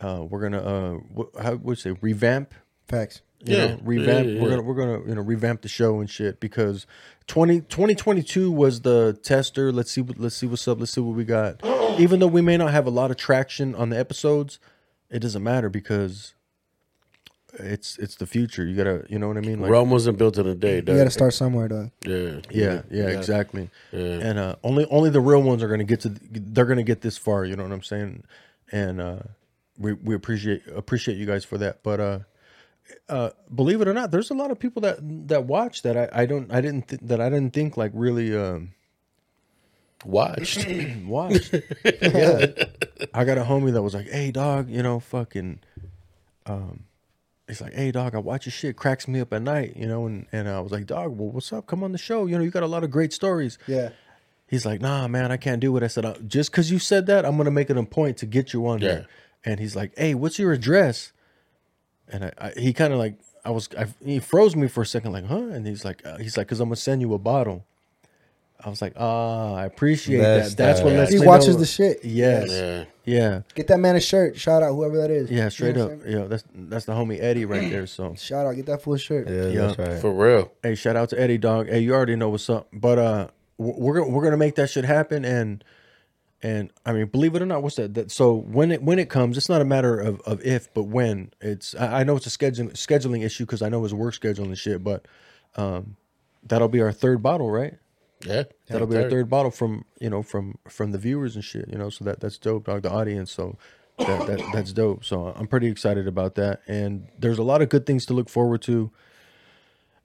uh, we're gonna uh, wh- how would you say revamp?
Facts.
You
Yeah.
know, revamp.
Yeah, yeah,
We're
yeah.
gonna we're gonna you know revamp the show and shit because 20, 2022 was the tester. Let's see what let's see what's up. Let's see what we got. Even though we may not have a lot of traction on the episodes, it doesn't matter because it's it's the future. You gotta you know what I mean. Like,
Rome wasn't built in a day,
You got to
Doug.
start somewhere, dog.
Yeah.
yeah, yeah, exactly. And uh, only only the real ones are gonna get to. They're gonna get this far. You know what I'm saying? And uh, we we appreciate appreciate you guys for that. But uh, uh, believe it or not, there's a lot of people that that watch that I, I don't I didn't th- that I didn't think like really um,
Watched.
watched. yeah, I got a homie that was like, "Hey, dog, you know, fucking." Um, he's like, "Hey, dog, I watch your shit. Cracks me up at night, you know." And and I was like, "Dog, well, what's up? Come on the show. You know, you got a lot of great stories."
Yeah.
He's like, nah, man, I can't do it. I said, "Uh, just because you said that, I'm gonna make it a point to get you on
Yeah.
there. And he's like, hey, what's your address? And I, I he kind of like, I was, I, he froze me for a second, like, huh? And he's like, uh, he's like, cause I'm gonna send you a bottle. I was like, ah, I appreciate
That's
that. That's what
tight.
lets
He
me
watches
know-
the shit.
Yes.
Yeah.
Yeah.
Get that man a shirt. Shout out whoever that is.
Yeah,
You
straight
know
up.
what I'm saying?
Yeah, that's that's the homie Eddie right there. So
Shout out. Get that full shirt.
Yeah,
Yeah.
that's right.
For real.
hey, shout out to Eddie Dog. Hey, you already know what's up. But uh w- we're gonna we're gonna make that shit happen and and I mean believe it or not, what's that? that so when it when it comes, it's not a matter of, of if, but when. It's I, I know it's a scheduling scheduling issue because I know his work schedule and shit, but um that'll be our third bottle, right?
Yeah.
That'll be our third bottle from you know from from the viewers and shit. You know, so that that's dope, dog. The audience, so that, that that's dope. So I'm pretty excited about that. And there's a lot of good things to look forward to,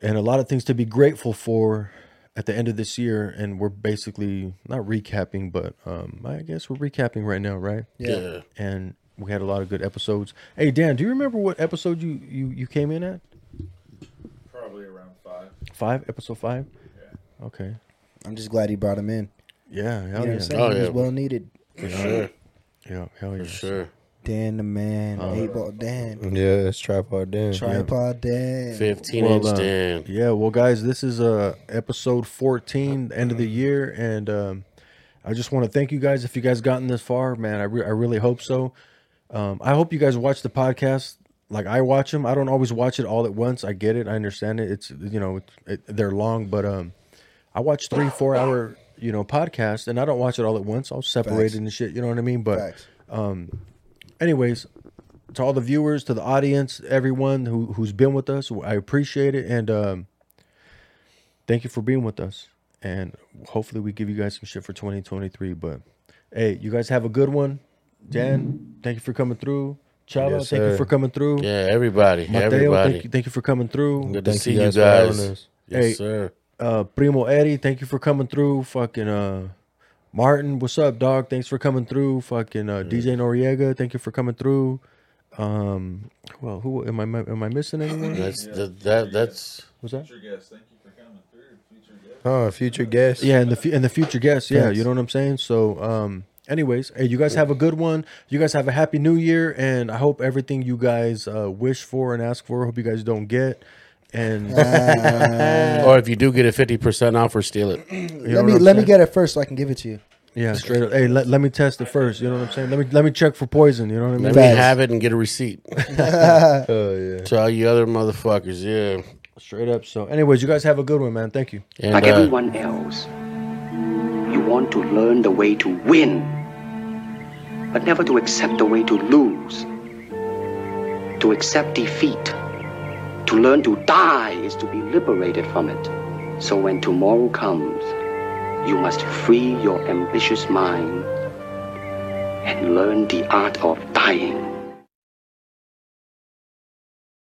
and a lot of things to be grateful for at the end of this year. And we're basically not recapping, but um, I guess we're recapping right now, right?
Yeah.
And we had a lot of good episodes. Hey Dan, do you remember what episode you you you came in at?
Probably around five.
Five, episode five. Yeah. Okay.
I'm just glad he brought him in.
Yeah.
You know
Hell
what I'm
yeah.
saying?
Oh,
He was
yeah.
well needed.
For sure.
Yeah. Hell yeah.
For sure.
Dan the man.
Oh.
Eight ball Dan.
Yeah, it's tripod damn.
Tripod Dan.
15
Well,
inch
uh,
Dan.
Yeah, well, guys, this is uh episode 14, end of the
Mm-hmm.
year, and um, I just want to thank you guys if you guys gotten this far, man. I re- I really hope so. Um, I hope you guys watch the podcast like I watch them. I don't always watch it all at once. I get it. I understand it. It's you know it's, it, they're long, but um, I watch three four hour you know podcasts, and I don't watch it all at once. I'll separate
Facts.
it and shit. You know what I mean? But
Facts.
anyways to all the viewers to the audience everyone who, who's been with us i appreciate it and um, thank you for being with us and hopefully we give you guys some shit for 2023 but hey you guys have a good one dan thank you for coming through Chava,
Yes,
thank you
sir.
for coming through
Yeah, everybody.
Mateo,
everybody.
thank you, thank you for coming through
Good to
Thank
see
you
you
guys for
guys.
having us.
Yes,
Hey.
sir.
uh primo eddie thank you for coming through fucking uh martin what's up dog thanks for coming through fucking uh dj noriega thank you for coming through um well who am i am i missing anyone
That's that, that that's
what's that
Future guest, thank you for coming through. Future guest.
Oh, future guest.
yeah and the fu- and the future guests yeah
Thanks.
you know what i'm saying so um anyways hey you guys have a good one you guys have a happy new year and i hope everything you guys uh wish for and ask for hope you guys don't get and
or if you do get a fifty percent off or steal it.
you know
let
what
me
I'm
let me
saying?
get it first so I can give it to you.
yeah straight up hey let, let me test it first you know what i'm saying let me let me check for poison you know what i mean
Let me
Facts.
have it and get a receipt.
Oh yeah.
to all you other motherfuckers, yeah.
Straight up. So, anyways, you guys have a good one, man. Thank you.
And
like
uh,
everyone else, you want to learn the way to win, but never to accept the way to lose. To accept defeat, to learn to die is to be liberated from it. So when tomorrow comes, you must free your ambitious mind and learn the art of dying.